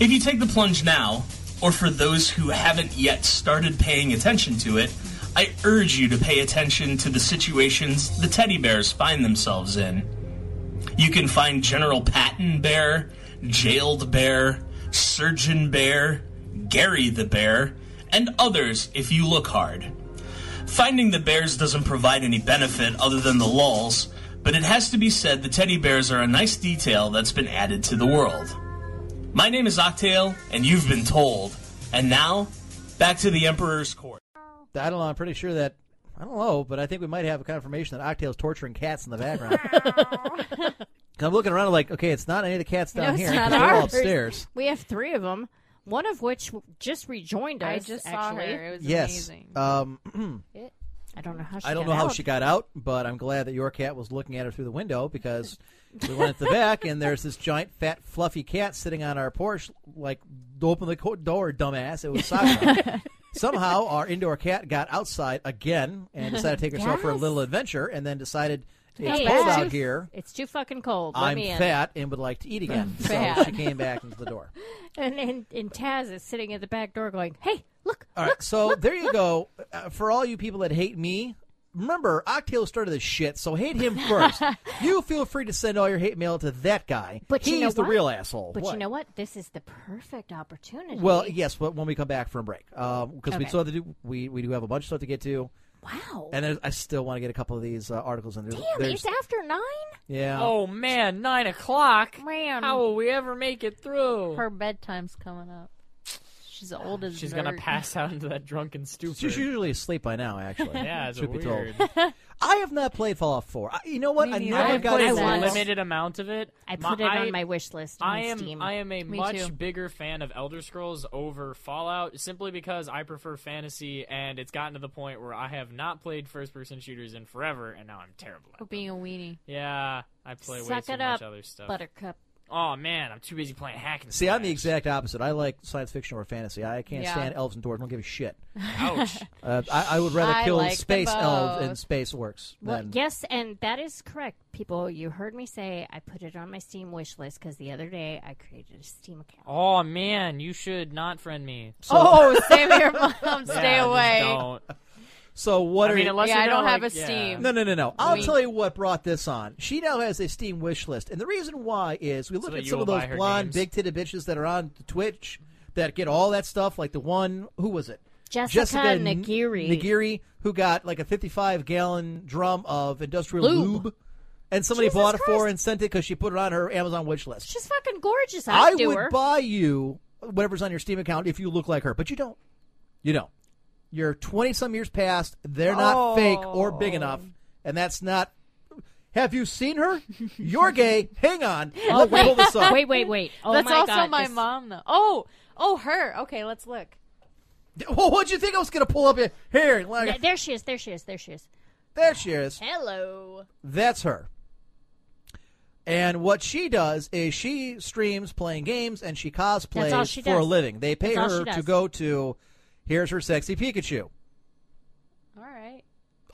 S12: If you take the plunge now, or for those who haven't yet started paying attention to it, I urge you to pay attention to the situations the teddy bears find themselves in. You can find General Patton Bear, Jailed Bear, Surgeon Bear, Gary the Bear, and others if you look hard. Finding the bears doesn't provide any benefit other than the lulls, but it has to be said the teddy bears are a nice detail that's been added to the world. My name is Octale, and you've been told. And now, back to the Emperor's Court.
S3: I don't know. I'm pretty sure that I don't know, but I think we might have a confirmation that Octale's torturing cats in the background. 'Cause I'm looking around, like, okay, it's not any of the cats down
S4: no,
S3: here.
S4: it's not
S3: they're all
S4: ours.
S3: upstairs.
S4: We have three of them, one of which w- just rejoined us.
S7: I just saw
S4: actually.
S7: her. It was
S3: yes. Um,
S4: I don't know how she
S3: I don't
S4: got
S3: know how
S4: out.
S3: she got out, but I'm glad that your cat was looking at her through the window because we went at the back and there's this giant, fat, fluffy cat sitting on our porch. Like, open the co- door, dumbass! It was Sakura. Somehow, our indoor cat got outside again and decided to take herself for a
S4: Yes.
S3: little adventure, and then decided it's
S4: Hey,
S3: cold
S4: it's
S3: out
S4: too-
S3: here.
S4: It's too fucking cold. Let
S3: I'm
S4: me in.
S3: fat and would like to eat again. so
S4: Fat.
S3: she came back into the door.
S4: And, and and Taz is sitting at the back door going, "Hey, look,
S3: All right, so there you go. Uh, for all you people that hate me, remember Octale started this shit, so hate him first. you feel free to send all your hate mail to that guy.
S4: But
S3: he's
S4: you know
S3: the
S4: what?
S3: real asshole.
S4: But
S3: What?
S4: you know what? This is the perfect opportunity.
S3: Well, yes, but when we come back from break, because we
S4: Okay.
S3: still have to do, we we do have a bunch of stuff to get to.
S4: Wow.
S3: And there's, I still want to get a couple of these uh, articles in. There's,
S4: Damn,
S3: there's-
S4: it's after nine.
S3: yeah.
S6: Oh man, nine o'clock.
S4: Man,
S6: how will we ever make it through?
S7: Her bedtime's coming up. She's old as
S6: She's
S7: dirt.
S6: gonna pass out into that drunken stupor.
S3: She's usually asleep by now, actually.
S6: Yeah, it's
S3: should be
S6: weird.
S3: told. I have not played Fallout 4. I, you know what? I never
S6: I
S3: got
S6: played
S3: into
S6: a
S3: this.
S6: limited amount of it.
S4: I put it on my wish list on
S6: I am
S4: Steam.
S6: I am a
S4: Me
S6: much
S4: too.
S6: bigger fan of Elder Scrolls over Fallout simply because I prefer fantasy and it's gotten to the point where I have not played first person shooters in forever and now I'm terrible. at it.
S7: For being a weenie.
S6: Yeah, I play way
S7: Suck
S6: too
S7: it
S6: much
S7: up,
S6: other stuff.
S7: Buttercup.
S6: Oh man, I'm too busy playing hack and
S3: See, I'm the exact opposite. I like science fiction or fantasy. I can't
S6: Yeah.
S3: stand elves and dwarves. I don't give a shit.
S6: Ouch.
S3: Uh, I, I would rather
S4: I
S3: kill
S4: like them
S3: space elves
S4: both.
S3: and space orcs
S4: Well,
S3: than
S4: yes, and that is correct, people. You heard me say I put it on my Steam wish list because the other day I created a Steam account.
S6: Oh man, you should not friend me.
S4: Oh, save your mom.
S6: Yeah,
S4: Stay
S6: just
S4: away.
S6: don't.
S3: So what
S6: I
S3: are
S6: mean,
S3: you-
S6: unless Yeah, you're I don't gonna, have like- a
S7: Steam.
S3: No, no, no, no. I'll
S7: We-
S3: tell you what brought this on. She now has a Steam wish list, and the reason why is we look
S6: that
S3: at
S6: you
S3: some of
S6: will buy
S3: those
S6: her
S3: blonde,
S6: games.
S3: big titted bitches that are on Twitch that get all that stuff. Like the one who was it?
S4: Jessica
S3: N-
S4: Nagiri.
S3: Nagiri, who got like a fifty-five gallon drum of industrial
S4: Lube.
S3: lube, and somebody
S4: Jesus
S3: bought it for
S4: Christ.
S3: her and sent it because she put it on her Amazon wish list.
S4: She's fucking gorgeous. I,
S3: I
S4: do
S3: would
S4: her.
S3: buy you whatever's on your Steam account if you look like her, but you don't. You don't. You're 20 some years past. They're
S1: Oh.
S3: not fake or big enough, and that's not. Have you seen her? You're gay. Hang on. Let me pull this up.
S4: Oh, wait, wait, wait. Oh
S7: That's
S4: my
S7: also
S4: God,
S7: my
S4: this-
S7: mom, though. Oh, oh, her. Okay, let's look.
S3: Well, what'd you think I was going to pull up here? Here,
S4: Th-
S3: like,
S4: There she is. There she is. There she is.
S3: there she is.
S4: Hello.
S3: That's her. And what she does is she streams playing games and she
S4: That's all
S3: cosplays
S4: she
S3: for a
S4: does.
S3: living. They pay
S4: That's all
S3: her
S4: she
S3: to
S4: does.
S3: go to. Here's her sexy Pikachu.
S7: All right.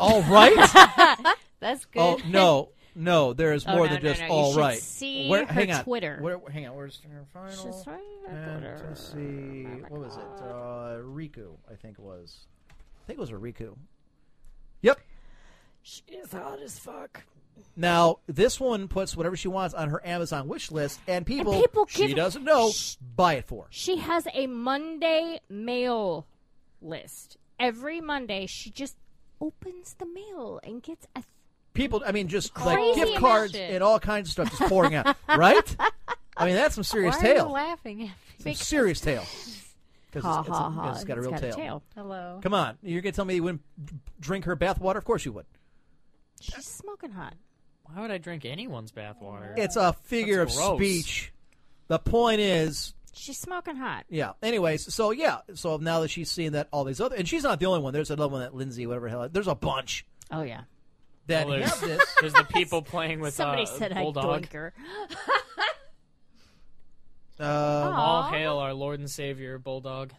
S3: All right.
S7: That's good.
S3: Oh no, no, there is
S7: Oh,
S3: more
S7: no,
S3: than
S7: no,
S3: just
S7: no, you
S3: all
S7: should
S3: right.
S7: see
S3: Where-
S7: her
S3: hang on.
S7: Twitter.
S3: Where, hang on. Where's her final?
S7: She's right on
S3: And
S7: Twitter. Oh
S3: let's see. What was it? Uh, Riku, I think it was. I think it was a Riku. Yep.
S4: She is hot as fuck.
S3: Now this one puts whatever she wants on her Amazon wish list, and people,
S4: people
S3: she
S4: give-
S3: doesn't know buy it for.
S4: She has a Monday mail list. Every Monday, she just opens the mail and gets a.
S3: People, I mean, just
S4: Crazy
S3: like gift
S4: amount.
S3: cards and all kinds of stuff just pouring out, right? I mean, that's some serious
S7: Why are you
S3: tale.
S7: laughing at me?
S3: Some serious tale. because
S4: Ha,
S3: it's, it's,
S4: ha,
S3: a-
S4: ha,
S3: it's got a
S4: it's
S3: real
S4: got a
S3: tail.
S4: tail. Hello.
S3: Come on, you're gonna tell me you wouldn't drink her bathwater? Of course you would.
S4: She's smoking hot.
S6: Why would I drink anyone's bathwater?
S3: It's a figure
S6: That's
S3: of
S6: gross.
S3: speech. The point is,
S4: She's smoking hot.
S3: yeah. Anyways, so yeah, so now that she's seeing that all these other, and she's not the only one. There's another one that Lindsay, whatever the hell. There's a bunch
S4: Oh yeah.
S3: that
S6: Well,
S3: have
S6: there's,
S3: this.
S6: there's the people playing with
S4: Somebody
S6: uh,
S4: said I
S6: bulldog.
S4: doink her.
S3: Uh,
S6: All hail our Lord and Savior, Bulldog.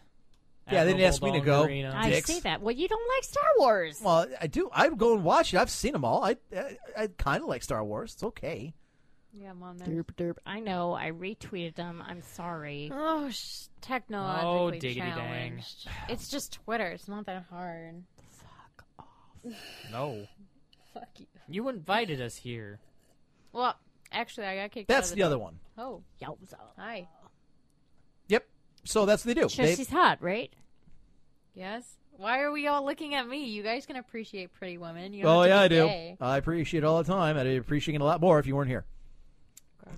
S3: Yeah, they didn't
S6: Admiral
S3: ask me to
S6: Bulldog
S3: go.
S6: Arena.
S4: I
S3: Dicks.
S4: see that. Well, you don't like Star Wars.
S3: Well, I do. I would go and watch it. I've seen them all. I I, I kind of like Star Wars. It's okay.
S7: Yeah, mom.
S4: Derp derp. I know. I retweeted them. I'm sorry.
S7: Oh, sh- technologically
S4: Oh, diggity dang.
S7: challenged. It's just Twitter. It's not that hard.
S6: No.
S7: Fuck you.
S6: You invited us here.
S7: Well, actually, I got kicked. out
S3: That's
S7: of
S3: the other
S7: door.
S3: one.
S7: Oh,
S4: yowza!
S7: Hi.
S3: Yep. So that's what they do.
S4: Sure,
S3: They-
S4: she's hot, right?
S7: Yes. Why are we all looking at me? You guys can appreciate pretty women. You don't
S3: Oh
S7: have to
S3: yeah, I
S7: be
S3: do.
S7: gay.
S3: I appreciate it all the time. I'd appreciate it a lot more if you weren't here.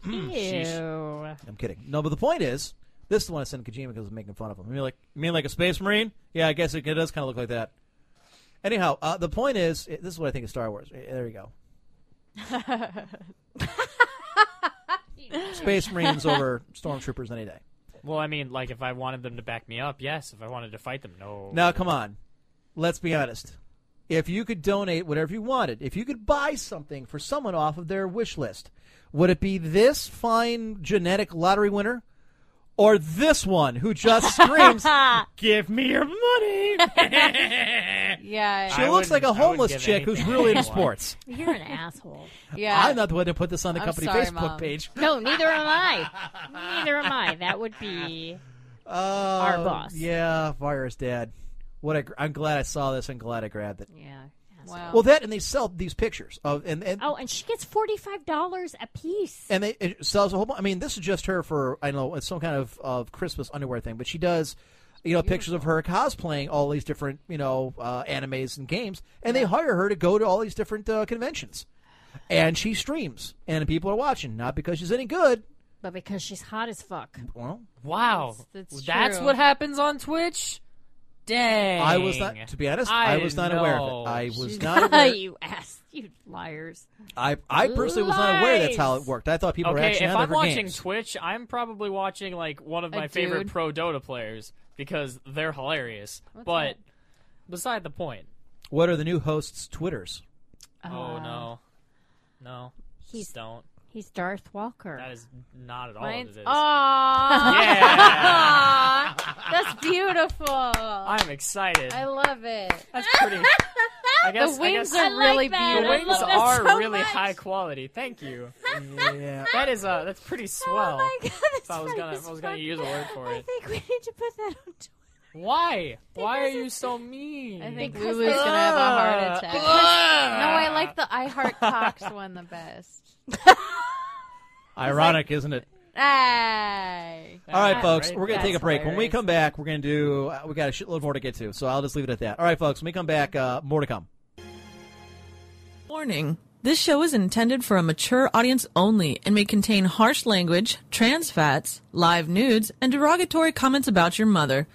S3: Mm,
S4: Ew.
S3: I'm kidding. No, but the point is, this is the one I sent Kojima because I was making fun of him. You mean like, you mean like a space marine? Yeah, I guess it, it does kind of look like that. Anyhow, uh, the point is, it- this is what I think of Star Wars. Eh, There you go. Space marines over stormtroopers any day.
S6: Well, I mean, like if I wanted them to back me up, yes. If I wanted to fight them, no.
S3: Now, come on. Let's be honest. If you could donate whatever you wanted, if you could buy something for someone off of their wish list, would it be this fine genetic lottery winner or this one who just screams, Give me your money?
S7: Yeah.
S3: She looks like a homeless chick who's really into sports.
S4: You're an asshole.
S7: Yeah.
S3: I'm not the one to put this on the
S7: I'm
S3: company
S7: sorry,
S3: Facebook
S7: Mom.
S3: page.
S4: No, neither am I. neither am I. That would be
S3: Uh,
S4: our boss.
S3: Yeah, virus dad. What a gr- I'm glad I saw this and glad I grabbed it.
S4: Yeah. asshole.
S7: Wow.
S3: Well, that and they sell these pictures of and and,
S4: Oh, and she gets forty-five dollars a piece.
S3: and they it sells a whole. bu- I mean, this is just her for I don't know it's some kind of of Christmas underwear thing, but she does. You know, pictures of her cosplaying all these different, you know, uh, animes and games, and they hire her to go to all these different uh, conventions, and she streams, and people are watching, not because she's any good.
S4: But because she's hot as fuck.
S3: Well,
S6: Wow.
S4: That's-
S6: That's,
S4: that's true.
S6: what happens on Twitch? Dang.
S3: I was not, to be honest, I,
S6: I
S3: was not
S6: didn't
S3: aware
S6: know.
S3: of it. I was
S6: She's-
S3: not aware.
S4: you ass. You liars.
S3: I, I personally was not aware that's how it
S4: Lies.
S3: worked. I thought people were
S6: okay,
S3: actually
S6: if
S3: out there
S6: I'm
S3: for
S6: watching
S3: games.
S6: Twitch, I'm probably watching like one of
S7: A
S6: my favorite
S7: dude.
S6: pro Dota players because they're hilarious. but beside the point.
S3: What are the new hosts' Twitters?
S6: oh
S4: Uh,
S6: no, no,
S4: He's-
S6: just don't.
S4: He's Darth Walker.
S6: That is not at all
S7: Mine's-
S6: what it is.
S7: Aw.
S6: Yeah.
S7: Aw. That's beautiful. I
S6: I'm excited.
S7: love it.
S6: That's pretty. I guess, I
S7: the wings
S6: guess-
S7: are really
S6: The
S7: beautiful.
S6: wings are really high quality. Thank you.
S3: yeah.
S6: That is uh, that's
S7: Oh,
S6: pretty swell.
S4: my God,
S6: if I was gonna, if I was gonna use a word for
S4: I
S6: it.
S4: think we need to put that on Twitter.
S6: Why? Why are you so mean?
S7: I think
S4: Because
S7: Lulu's gonna have a heart attack.
S6: Ah.
S7: no, I like the I heart cocks one the best.
S3: Ironic, isn't it?
S7: Hey.
S3: All right, folks, we're going to
S7: That's
S3: take a break. When we
S7: hilarious.
S3: come back, we're going to do. Uh, we got a shitload more to get to, so I'll just leave it at that. All right, folks, when we come back, uh, more to come.
S2: Warning. This show is intended for a mature audience only and may contain harsh language, trans fats, live nudes, and derogatory comments about your mother.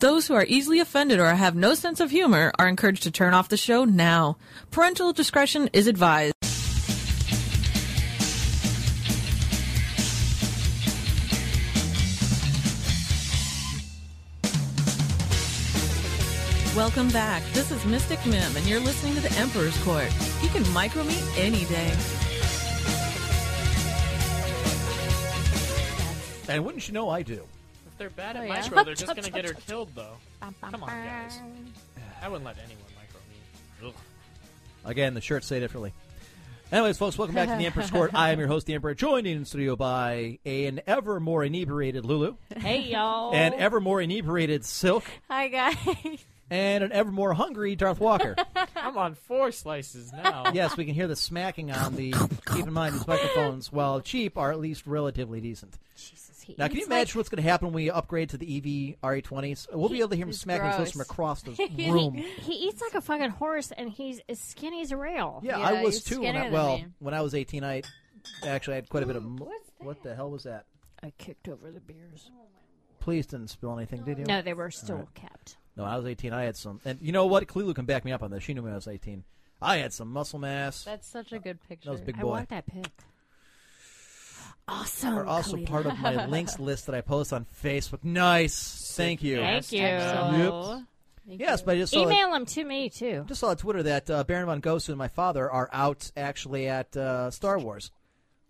S2: Those who are easily offended or have no sense of humor are encouraged to turn off the show now. Parental discretion is advised. Welcome back. This is Mystic Mim, and you're listening to The Emperor's Court. You can micro me any day.
S3: And wouldn't you know, I do.
S6: If they're bad
S7: Oh,
S6: at
S7: yeah.
S6: micro, they're just gonna get her killed, though.
S7: Bum, bum,
S6: Come on, guys.
S7: bum.
S6: I wouldn't let anyone micro me. Ugh.
S3: Again, the shirts say differently. Anyways, folks, welcome back to the Emperor's Court. I am your host, the Emperor, joined in studio by an ever more inebriated Lulu,
S4: Hey, y'all.
S3: an ever more inebriated Silk,
S7: Oh. Hi guys.
S3: and an ever more hungry Darth Walker.
S6: I'm on four slices now.
S3: yes, we can hear the smacking on the. Keep in mind, these microphones, while cheap, are at least relatively decent.
S4: Jesus, he
S3: Now, can you
S4: eats
S3: imagine what's going to happen when we upgrade to the E EV RE20s? We'll be able to hear him
S7: It's
S3: smacking his lips
S7: gross.
S3: from across the
S4: like-
S3: room.
S4: He, he eats like a fucking horse, and he's as skinny as a rail.
S3: Yeah,
S7: Yeah,
S3: I was
S7: you're
S3: too. When
S7: skinnier
S3: I,
S7: than
S3: well,
S7: me.
S3: when I was 18, I actually had quite a bit of. mo- What the hell was that?
S4: I kicked over the beers.
S3: Please didn't spill anything, did you?
S4: No, they were
S3: All
S4: still
S3: right.
S4: kept.
S3: No, when I was 18. I had some. And you know what? Clelu can back me up on this. She knew when I was 18. I had some muscle mass.
S7: That's such a good picture.
S3: That was a big boy.
S4: that pic. Awesome.
S3: are also part of my links list that I post on Facebook. Nice. Thank you.
S4: Thank you.
S3: Yep.
S4: Thank
S3: Yes,
S4: you.
S3: but I just saw
S4: email them to me too.
S3: Just saw on Twitter that uh, Baron von Gosu and my father are out actually at uh, Star Wars.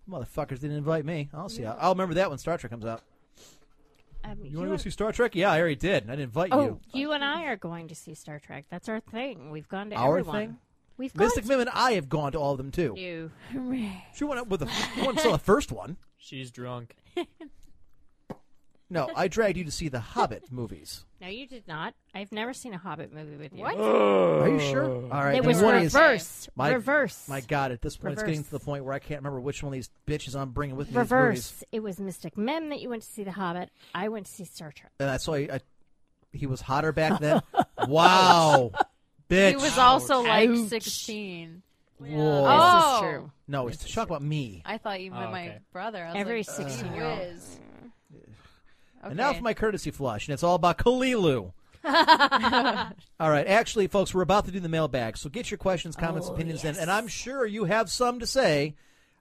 S3: Motherfuckers didn't invite me. I'll see.
S4: Yeah.
S3: I'll remember that when Star Trek comes out.
S4: I mean,
S3: You want to go see Star Trek? Yeah, I already did. I didn't invite
S4: oh,
S3: you.
S4: Um, and I are going to see Star Trek. That's our thing. We've gone to
S3: Our
S4: everyone.
S3: thing?
S4: We've gone
S3: Mystic Mim and I have gone to all of them too.
S4: to you. Hooray.
S3: She went up with the one saw the first one.
S6: She's drunk.
S3: No, I dragged you to see the Hobbit movies.
S4: No, you did not. I've never seen a Hobbit movie with you.
S7: What?
S3: Are you sure? All right,
S4: It
S3: then
S4: was
S3: one is-
S4: reverse.
S3: My,
S4: reverse.
S3: My God, at this point, it's
S4: Reverse.
S3: getting to the point where I can't remember which one of these bitches I'm bringing with me. to these movies.
S4: reverse. It was Mystic Mem that you went to see The Hobbit. I went to see Star Trek.
S3: And that's why I, he was hotter back then. wow, bitch.
S7: He was also like
S4: Ouch.
S7: 16.
S3: Whoa.
S4: Oh,
S7: This is true.
S3: No, it's talk about me.
S7: I thought you meant
S3: Oh,
S7: my
S3: okay.
S7: brother. I was
S4: Every
S7: like, gee
S4: 16-year-old.
S7: whiz.
S3: And now for my courtesy flush, and it's all about Kalilu. All right, actually, folks, we're about to do the mailbag, so get your questions, comments,
S13: Oh,
S3: opinions in, and I'm sure you have some to say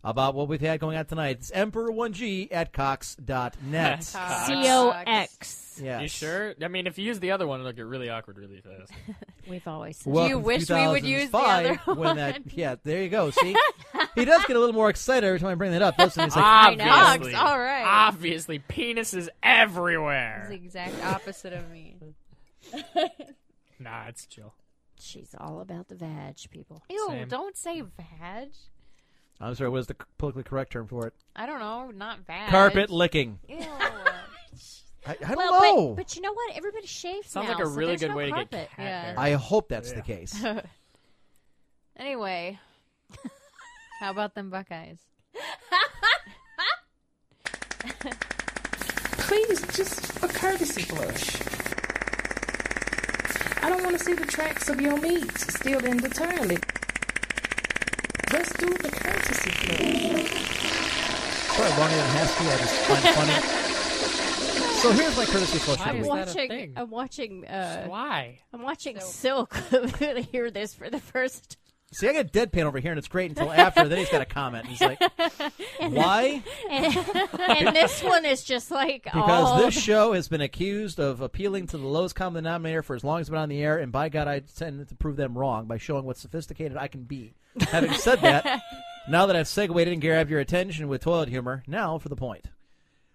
S3: about what we've had going on tonight. It's Emperor1G at Cox.net.
S6: Cox.
S4: C-O-X.
S3: Yes.
S6: You sure? I mean, if you use the other one, it'll get really awkward really fast.
S4: We've always said
S3: Welcome to 2005, when that- yeah, there you go. See, he does get a little more excited every time I bring that up. Doesn't he? He's like,
S4: Ah.
S6: obviously,
S7: all right.
S6: Obviously, penises everywhere.
S7: He's the exact opposite of me.
S6: Nah, it's chill.
S4: She's all about the vag, people.
S7: Ew,
S3: Same.
S7: don't say vag.
S3: I'm sorry. What is the c- politically correct term for it?
S7: I don't know, not vag.
S3: Carpet licking.
S7: Ew.
S3: I, I don't
S4: well,
S3: know.
S4: But, but you know what? Everybody shaves
S6: Sounds
S4: now.
S6: like a
S4: so
S6: really
S4: there's
S6: good
S4: no
S6: way to get
S4: carpet.
S6: cat hair.
S3: I hope that's the case.
S7: anyway, how about them Buckeyes?
S15: Please, just a courtesy blush. I don't want to see the tracks of your meat still indeterminate. Let's do the courtesy blush.
S3: Sorry, longer than it has to. I just find it funny. so here's my courtesy flush for the
S4: I'm
S3: week.
S4: watching. I'm watching. Uh,
S6: Why?
S4: I'm watching Silk. to hear this for the first.
S3: See, I got deadpan over here, and it's great until after. then he's got a comment. He's like, "Why?"
S4: and, and this one is just like oh. all
S3: Because this show has been accused of appealing to the lowest common denominator for as long as it's been on the air, and by God, I intend to prove them wrong by showing what sophisticated I can be. Having said that, now that I've segued and grabbed your attention with toilet humor, now for the point.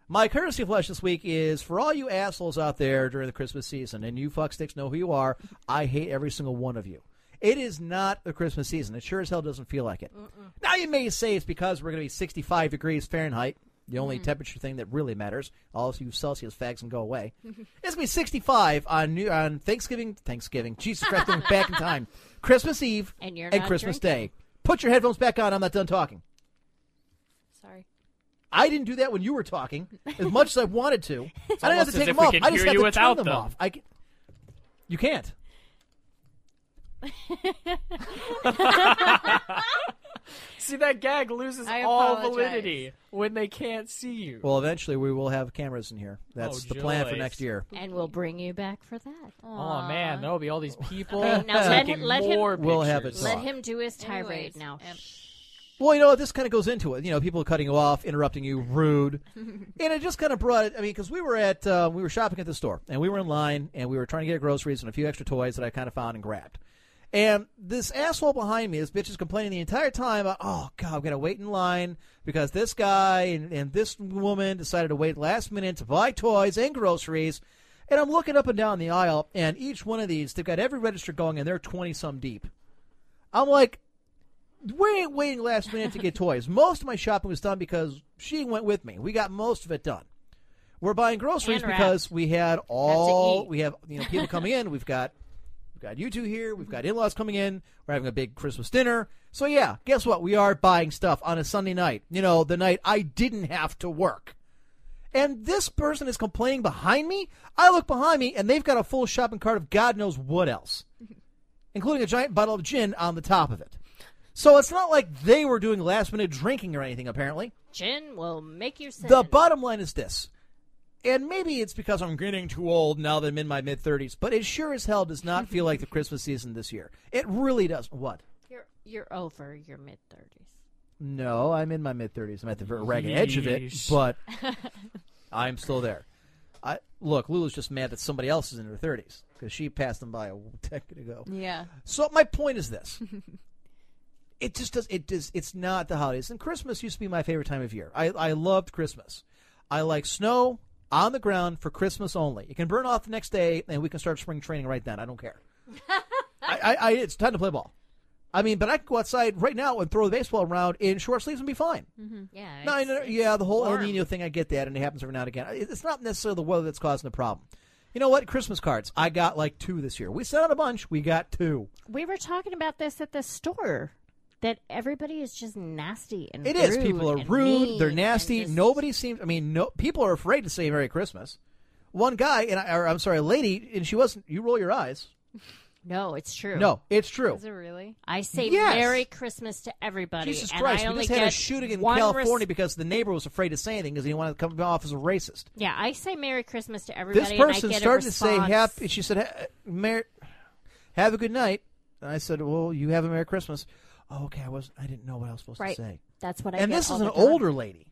S3: My courtesy flush this week is for all you assholes out there during the Christmas season, and you fucksticks know who you are. I hate every single one of you. It is not the Christmas season. It sure as hell doesn't feel like it. Now you may say it's because we're going to be 65 degrees Fahrenheit, the only
S4: Mm.
S3: temperature thing that really matters. All of you Celsius fags can go away. It's gonna be 65 on New on Thanksgiving. Thanksgiving. Jesus Christ, I'm back in time. Christmas Eve
S4: And you're not
S3: Christmas
S4: drinking.
S3: Day. Put your headphones back on. I'm not done talking.
S7: Sorry.
S3: I didn't do that when you were talking as much as I wanted to. I didn't have
S6: almost
S3: to
S6: as
S3: take
S6: if
S3: them
S6: we
S3: off.
S6: can
S3: I just
S6: hear
S3: got
S6: you
S3: to
S6: without
S3: turn them,
S6: them.
S3: off. I ca- you can't.
S6: See that gag loses
S7: I
S6: all
S7: apologize.
S6: validity when they can't see you.
S3: Well, eventually we will have cameras in here. That's
S6: Oh,
S3: the plan for
S6: joys.
S3: next year.
S4: and we'll bring you back for that.
S6: Oh man, there'll be all these people
S4: Okay, now let,
S6: taking
S4: let him.
S6: more
S3: We'll have
S6: pictures.
S3: it
S4: Let
S3: talk.
S4: him do his tirade
S7: Anyways, um,
S4: now.
S3: Well, you know what? This kind of goes into it. You know, people cutting you off, interrupting you, rude. and it just kind of brought it. I mean, because we were at uh, we were shopping at the store, and we were in line, and we were trying to get groceries and a few extra toys that I kind of found and grabbed. And this asshole behind me, this bitch is complaining the entire time. About, oh God, I'm gonna wait in line because this guy and, and this woman decided to wait last minute to buy toys and groceries. And I'm looking up and down the aisle, and each one of these, they've got every register going, and they're twenty some deep. I'm like, we ain't waiting last minute to get toys. Most of my shopping was done because she went with me. We got most of it done. We're buying groceries
S13: And wrapped.
S3: because we had all
S13: eat.
S3: we have. You know, people coming in. We've got we've got you two here. We've got in laws coming in. We're having a big Christmas dinner. So yeah, guess what? We are buying stuff on a Sunday night. You know, the night I didn't have to work. And this person is complaining behind me. I look behind me, and they've got a full shopping cart of God knows what else including a giant bottle of gin on the top of it. So it's not like they were doing last minute drinking or anything, apparently.
S4: Gin will make you sick.
S3: The bottom line is this And maybe it's because I'm getting too old now that I'm in my mid 30s, but it sure as hell does not feel like the Christmas season this year. It really does. What?
S4: You're you're over your mid thirties.
S3: No, I'm in my mid 30s. I'm at the very ragged edge of it,
S4: Yeesh.
S3: but I'm still there. I look, Lulu's just mad that somebody else is in her 30s because she passed them by a decade ago.
S4: Yeah.
S3: So my point is this: it just does. It does. It's not the holidays. And Christmas used to be my favorite time of year. I I loved Christmas. I like snow on the ground for Christmas only. It can burn off the next day, and we can start spring training right then. I don't care. I, I, I it's time to play ball. I mean, but I can go outside right now and throw the baseball around in short sleeves and be fine.
S4: Mm-hmm. Yeah.
S3: No, I know- yeah, the whole El
S4: warm.
S3: Nino thing, I get that, and it happens every now and again. It- It's not necessarily the weather that's causing the problem. You know what? Christmas cards. I got like two this year. We sent out a bunch. We got two.
S4: We were talking about this at the store. That everybody is just nasty and
S3: It is.
S4: rude
S3: People are
S4: and
S3: rude.
S4: mean.
S3: They're nasty. Nobody seems. I mean, no. People are afraid to say Merry Christmas. One guy, and I, or, I'm sorry, a lady, and she wasn't. You roll your eyes.
S4: No, it's true.
S3: No, it's true.
S7: Is it really?
S4: I say
S3: Yes.
S4: Merry Christmas to everybody.
S3: Jesus
S4: and
S3: Christ!
S4: I
S3: We
S4: only
S3: just had a
S4: get
S3: shooting in
S4: one
S3: California
S4: res-
S3: because the neighbor was afraid to say anything because he didn't want to come off as a racist.
S4: yeah, I say Merry Christmas to everybody.
S3: this person
S4: and I get a
S3: started to say
S4: response.
S3: happy. She said, "Ha- "Mer- "Have a good night." And I said, "Well, you have a merry Christmas." Oh, okay, I was. not I didn't know what I was supposed
S4: Right.
S3: to say.
S4: That's what I
S3: And
S4: get
S3: this
S4: all
S3: is
S4: the
S3: an
S4: time.
S3: older lady,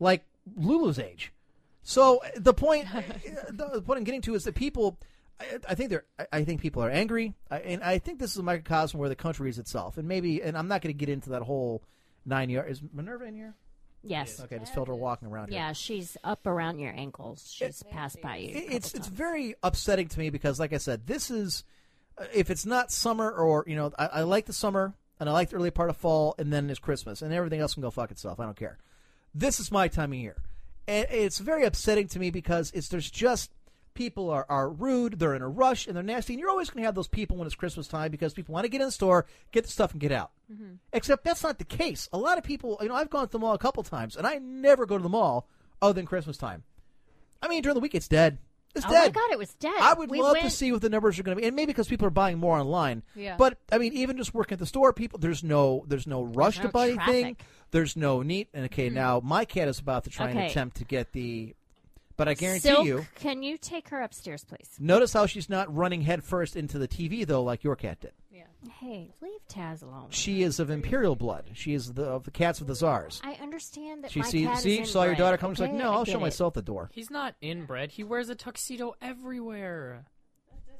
S3: like Lulu's age. So uh, the point, uh, the the point I'm getting to is that people, I, I think they're, I- I think people are angry, I, and I think this is a microcosm where the country is itself, and maybe, and I'm not going to get into that whole nine yard. Is Minerva in here?
S4: Yes.
S3: Okay, I just felt her walking around here.
S4: Yeah, she's up around your ankles. She's passed by you. a
S3: It-
S4: couple
S3: it's it's very upsetting to me because, like I said, this is uh, if it's not summer or you know, I, I like the summer and I like the early part of fall, and then it's Christmas, and everything else can go fuck itself. I don't care. This is my time of year, and it's very upsetting to me because it's there's just people are, are rude, they're in a rush, and they're nasty, and you're always going to have those people when it's Christmas time because people want to get in the store, get the stuff, and get out.
S4: Mm-hmm.
S3: Except that's not the case. A lot of people, you know, I've gone to the mall a couple times, and I never go to the mall other than Christmas time. I mean, during the week, it's dead. It's
S4: Oh my
S3: dead.
S4: God, it was dead.
S3: I would
S4: We
S3: love to
S4: went-
S3: see what the numbers are going to be, and maybe because people are buying more online.
S4: Yeah.
S3: But I mean, even just working at the store, people there's no there's no rush
S4: no
S3: to buy anything.
S4: traffic. Mm-hmm.
S3: There's no need. And okay, now my cat is about to try and
S4: Okay.
S3: attempt to get the, but I guarantee
S4: Silk,
S3: you,
S4: Can you take her upstairs, please?
S3: notice how she's not running headfirst into the TV though, like your cat did.
S4: Hey, leave Taz alone.
S3: She is of imperial blood. She is the, of the cats of the czars.
S4: I understand that
S3: She
S4: my
S3: see,
S4: cat
S3: see,
S4: is
S3: saw your
S4: inbred,
S3: daughter come. She's like,
S4: okay?
S3: no,
S4: I
S3: I'll
S4: get
S3: show
S4: it.
S3: myself the door.
S6: He's not inbred. He wears a tuxedo everywhere.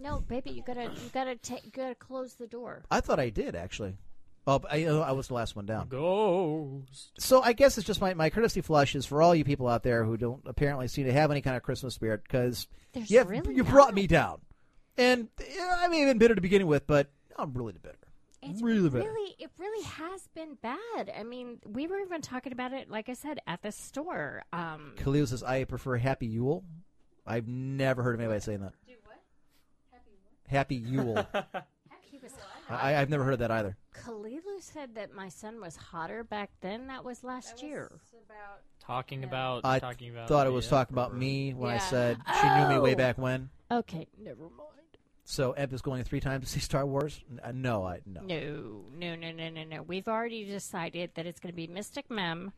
S4: No, baby, you gotta, you gotta, ta- you gotta close the door.
S3: I thought I did actually. Oh, but I, I was the last one down.
S6: Ghost.
S3: So I guess it's just my, my courtesy flush is for all you people out there who don't apparently seem to have any kind of Christmas spirit because
S4: There's
S3: you, have-
S4: really
S3: you brought me down, and yeah, I may have been bitter to begin with, but I'm really bitter.
S4: It's
S3: really bitter.
S4: really, it really has been bad. I mean, we were even talking about it, like I said, at the store. Um,
S3: Khalil says I prefer Happy Yule. I've never heard of anybody saying that. Do what? Happy Yule. Happy Yule.
S4: he was hot.
S3: I, I've never heard of that either.
S4: Kalilu said that my son was hotter back then. That was last year.
S6: Talking about.
S3: I
S6: talking about.
S3: thought it was
S6: the
S3: talking about me when I
S4: Yeah.
S3: said she knew me way
S4: Oh.
S3: back when.
S4: Okay, never mind.
S3: So Eb is going three times to see Star Wars. N- uh, No, I no.
S4: No, no, no, no, no, no. We've already decided that it's going to be Mystic Mem,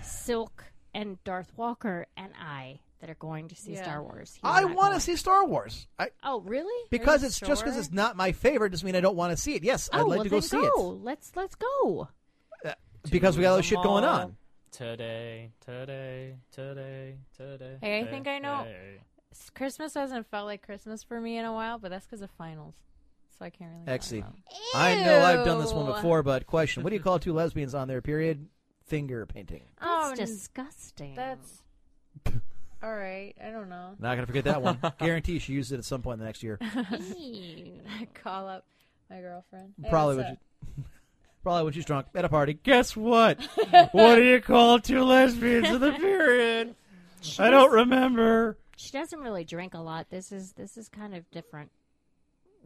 S4: Silk, and Darth Walker and I that are going to see
S3: Yeah.
S4: Star Wars. He's
S3: I want
S4: not going.
S3: to see Star Wars. I,
S4: Oh, really?
S3: because it's just because it's not my favorite doesn't mean I don't want to see it. Yes,
S4: Oh,
S3: I'd like
S4: well,
S3: to go
S4: then
S3: see
S4: go. Let's let's go.
S3: it because we got
S6: To
S3: other
S6: the
S3: shit going
S6: mall.
S3: on.
S6: Today, today, today, today.
S7: Hey, I think I know.
S6: today.
S7: S- Christmas hasn't felt like Christmas for me in a while, but that's because of finals, so I can't really.
S3: Exy, I know I've done this one
S7: Ew.
S3: before, but question: What do you call two lesbians on their period? Finger painting.
S4: That's
S7: n-
S4: disgusting.
S7: That's all right. I don't know.
S3: Not gonna forget that one. Guarantee she used it at some point in the next year.
S7: I call up my girlfriend. Hey,
S3: Probably
S7: what's
S3: when
S7: up?
S3: she, probably when she's drunk at a party. Guess what? what do you call two lesbians in the period?
S4: She
S3: I don't
S4: does-
S3: remember.
S4: She doesn't really drink a lot. This is this is kind of different.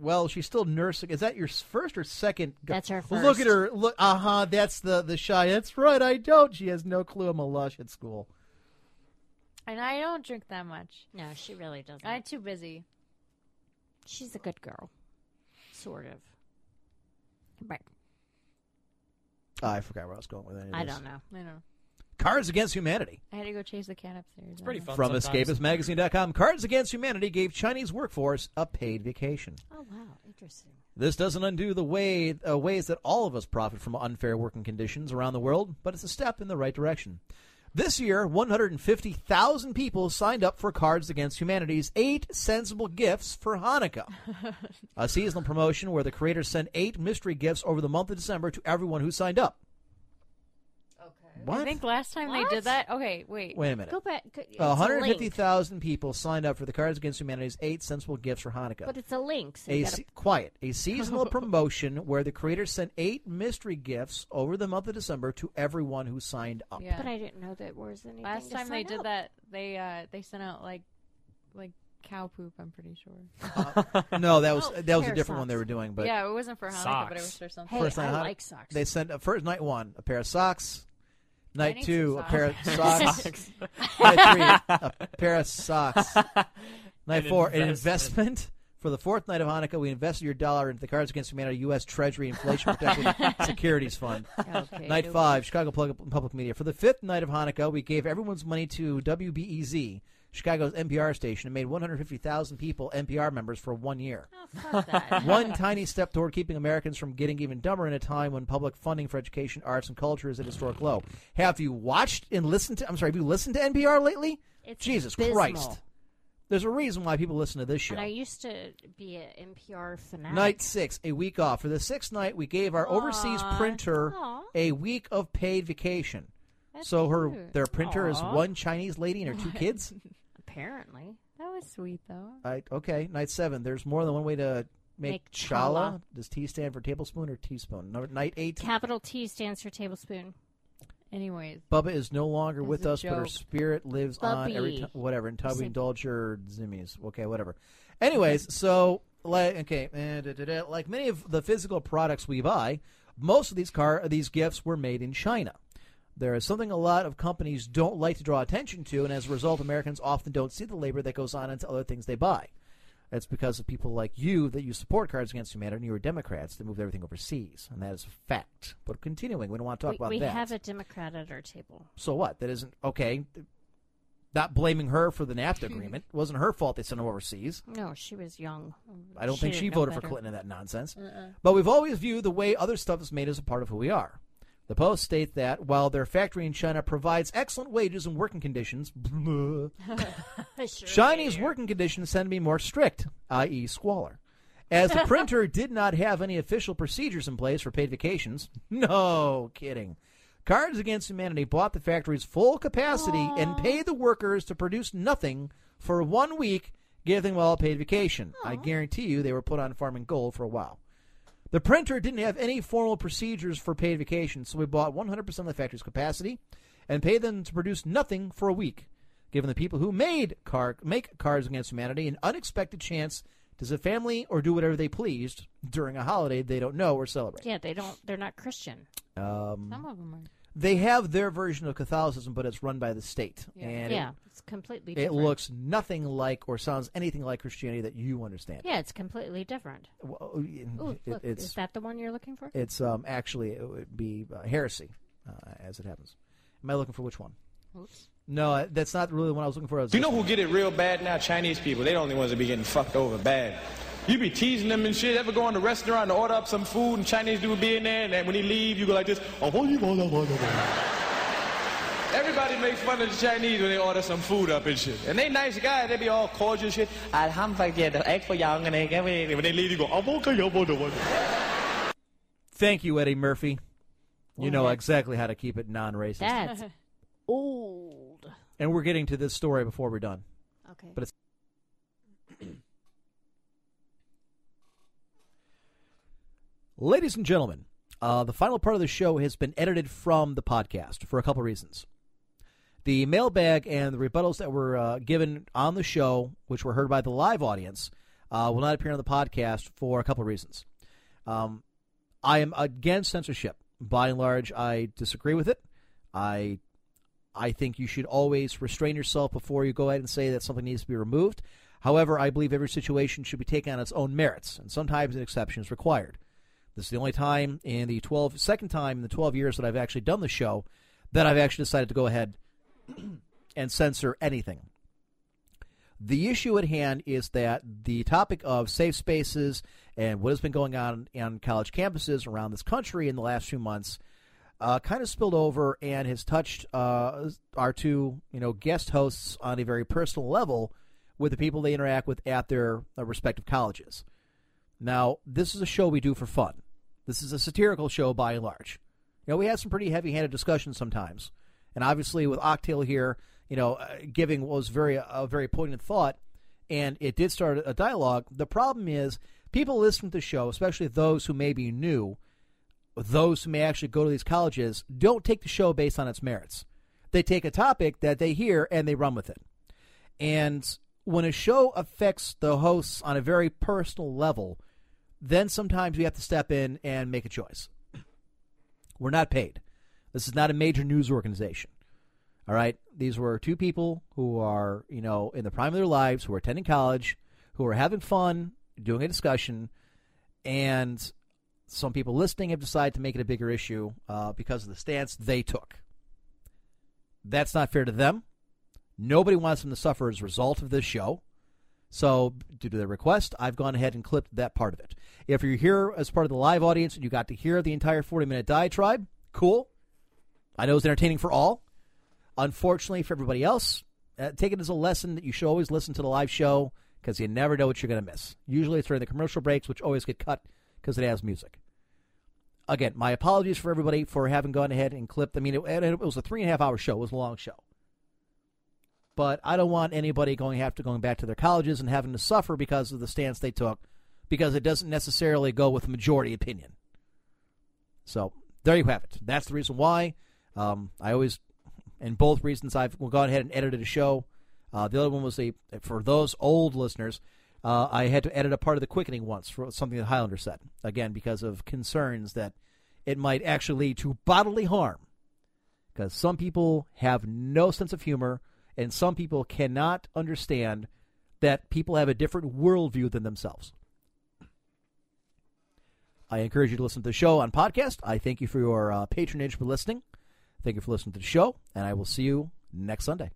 S3: Well, she's still nursing. Is that your s- first or second? g-
S4: That's her
S3: Look
S4: first.
S3: at her. Look. Uh huh. That's the the shy. That's right. I don't. She has no clue I'm a lush at school.
S7: And I don't drink that much.
S4: No, she really doesn't.
S7: I'm too busy.
S4: She's a good girl, sort of. Right.
S3: Ah, I forgot where I was going with any of
S4: I
S3: this.
S4: don't know.
S7: I know.
S3: Cards Against Humanity.
S7: I had to go chase the cat upstairs. It's
S6: pretty
S3: From escapistmagazine.com, Cards Against Humanity gave Chinese workforce a paid vacation.
S7: Oh wow, interesting.
S3: This doesn't undo the way, uh, ways that all of us profit from unfair working conditions around the world, but it's a step in the right direction. This year, 150,000 people signed up for Cards Against Humanity's Eight Sensible Gifts for Hanukkah, a seasonal promotion where the creators sent eight mystery gifts over the month of December to everyone who signed up. What?
S7: I think last time they did that. Okay, wait.
S3: Wait a minute.
S7: Go back. Go- it's a link.
S3: 150,000 people signed up for the Cards Against Humanity's Eight Sensible Gifts for Hanukkah.
S7: But it's a link. So
S3: a
S7: you gotta...
S3: se- quiet a seasonal promotion where the creators sent eight mystery gifts over the month of December to everyone who signed up.
S7: Yeah.
S4: But I didn't know that was anything.
S7: Last
S4: to
S7: time they
S4: sign
S7: did
S4: up.
S7: that, they uh they sent out like like cow poop. I'm pretty sure.
S3: no, that was
S7: Oh,
S3: that was a
S7: pair of
S3: different one
S7: socks.
S3: they were doing. But
S7: yeah, it wasn't for Hanukkah, but it was for something.
S3: night Hanukkah- They sent uh, first night one a pair of socks. Night
S7: need
S3: two,
S7: some
S3: a pair of socks.
S7: socks. Socks.
S3: night three, a pair of socks. Night
S6: An
S3: four, an
S6: investment.
S3: investment. For the fourth night of Hanukkah, we invested your dollar into the Cards Against Humanity U.S. Treasury Inflation Protection Securities Fund.
S16: Okay.
S3: night five, Chicago Public Public Media. For the fifth night of Hanukkah, we gave everyone's money to WBEZ, Chicago's NPR station, and made 150,000 people NPR members for one year.
S4: Oh,
S3: One tiny step toward keeping Americans from getting even dumber in a time when public funding for education, arts, and culture is at a historic low. Have you watched and listened to? I'm sorry, have you listened to NPR lately?
S4: It's
S3: Jesus
S4: abysmal.
S3: Christ! There's a reason why people listen to this show.
S4: And I used to be an NPR fanatic.
S3: Night six, a week off. For the sixth night, we gave our overseas
S4: Aw.
S3: printer
S4: Aw.
S3: a week of paid vacation.
S7: That's
S3: so her
S7: cute.
S3: their printer is
S7: Aw.
S3: one Chinese lady and her two kids.
S7: Apparently, that was sweet though.
S3: I, okay, night seven. There's more than one way to make,
S7: Make
S3: chala.
S7: challah.
S3: Does T stand for tablespoon or teaspoon? Number, night eight.
S4: Capital T stands for tablespoon.
S7: Anyways,
S3: Bubba is no longer
S4: That's
S3: with
S4: a
S3: us, but her
S4: joke.
S3: spirit lives on every
S4: Bubby.
S3: time. Whatever, until we
S4: Sim-
S3: indulge your zimmies. Okay, whatever. Anyways, so like okay, eh, da, da, da. like many of the physical products we buy, most of these car these gifts were made in China. There is something a lot of companies don't like to draw attention to, and as a result, Americans often don't see the labor that goes on into other things they buy. That's because of people like you that you support Cards Against Humanity and you are Democrats that moved everything overseas, and that is a fact. But continuing, we don't want to talk
S4: we
S3: about
S4: we
S3: that
S4: have a Democrat at our table.
S3: so what? That isn't okay. Not blaming her for the NAFTA agreement It wasn't her fault. They sent him overseas.
S4: No, she was young.
S3: I don't think
S4: didn't
S3: she
S4: know
S3: voted for
S4: better.
S3: Clinton in that nonsense.
S4: Uh-uh.
S3: But we've always viewed the way other stuff is made as a part of who we are. The Post state that while their factory in China provides excellent wages and working conditions, blah, Chinese working conditions tend to be more strict, i.e., squalor. As the printer did not have any official procedures in place for paid vacations, no kidding. Cards Against Humanity bought the factory's full capacity and paid the workers to produce nothing for one week, giving them all paid vacation. I guarantee you they were put on farming gold for a while. The printer didn't have any formal procedures for paid vacation, so we bought 100% of the factory's capacity and paid them to produce nothing for a week, giving the people who made car- make Cards Against Humanity an unexpected chance to see family or do whatever they pleased during a holiday they don't know or celebrate.
S4: Yeah, they don't. They're not Christian.
S3: Um,
S4: Some of them are.
S3: they have their version of Catholicism, but it's run by the state, and it-
S4: yeah, it's completely.
S3: it
S4: different.
S3: looks nothing like or sounds anything like Christianity that you understand.
S4: Yeah, it's completely different.
S3: Well, oh,
S4: Ooh,
S3: it-
S4: look,
S3: it's
S4: is that the one you're looking for?
S3: It's um, actually it would be uh, heresy, uh, as it happens. Am I looking for which one?
S4: Oops.
S3: No, I- that's not really the one I was looking for. I was
S17: You know who get it real bad now? Chinese people. They the only ones that be getting fucked over bad. You be teasing them and shit. Ever go in the restaurant and order up some food and Chinese dude be in there and then when he leave, you go like this. "Oh, what you want, oh, what you want?" Everybody make fun of the Chinese when they order some food up and shit. And they nice guys. They be all cordial and shit. Alhamdulillah, the egg for young and egg. When they leave, you go. "Oh, what you want, oh, what you want?"
S3: Thank you, Eddie Murphy. You know exactly how to keep it non-racist.
S4: That's old.
S3: And we're getting to this story before we're done.
S4: Okay.
S3: But it's Ladies and gentlemen, uh, the final part of the show has been edited from the podcast for a couple reasons. The mailbag and the rebuttals that were uh, given on the show, which were heard by the live audience, uh, will not appear on the podcast for a couple reasons. Um, I am against censorship. By and large, I disagree with it. I I think you should always restrain yourself before you go ahead and say that something needs to be removed. However, I believe every situation should be taken on its own merits, and sometimes an exception is required. This is the only time in the 12 second time in the 12 years that I've actually done the show that I've actually decided to go ahead and censor anything. The issue at hand is that the topic of safe spaces and what has been going on on college campuses around this country in the last few months uh, kind of spilled over and has touched uh, our two you know guest hosts on a very personal level with the people they interact with at their uh, respective colleges. Now, this is a show we do for fun. This is a satirical show by and large. You know, we have some pretty heavy-handed discussions sometimes, and obviously with Octail here, you know, uh, giving what was very a very poignant thought, and it did start a dialogue. The problem is people listening to the show, especially those who may be new, those who may actually go to these colleges, don't take the show based on its merits. They take a topic that they hear and they run with it. And when a show affects the hosts on a very personal level, then sometimes we have to step in and make a choice. We're not paid. This is not a major news organization. All right. These were two people who are, you know, in the prime of their lives, who are attending college, who are having fun, doing a discussion, and some people listening have decided to make it a bigger issue uh, because of the stance they took. That's not fair to them. Nobody wants them to suffer as a result of this show. So, due to their request, I've gone ahead and clipped that part of it. If you're here as part of the live audience and you got to hear the entire 40 minute diatribe, cool. I know it's entertaining for all. Unfortunately, for everybody else, uh, take it as a lesson that you should always listen to the live show because you never know what you're going to miss. Usually, it's during the commercial breaks, which always get cut because it has music. Again, my apologies for everybody for having gone ahead and clipped. I mean, it, it, it was a three and a half hour show, it was a long show but I don't want anybody going have to going back to their colleges and having to suffer because of the stance they took, because it doesn't necessarily go with majority opinion. So there you have it. That's the reason why um, I always, and both reasons I've gone ahead and edited a show. Uh, the other one was the for those old listeners, uh, I had to edit a part of the quickening once for something that Highlander said again because of concerns that it might actually lead to bodily harm. Because some people have no sense of humor and some people cannot understand that people have a different worldview than themselves. I encourage you to listen to the show on podcast. I thank you for your uh, patronage for listening. Thank you for listening to the show, and I will see you next Sunday.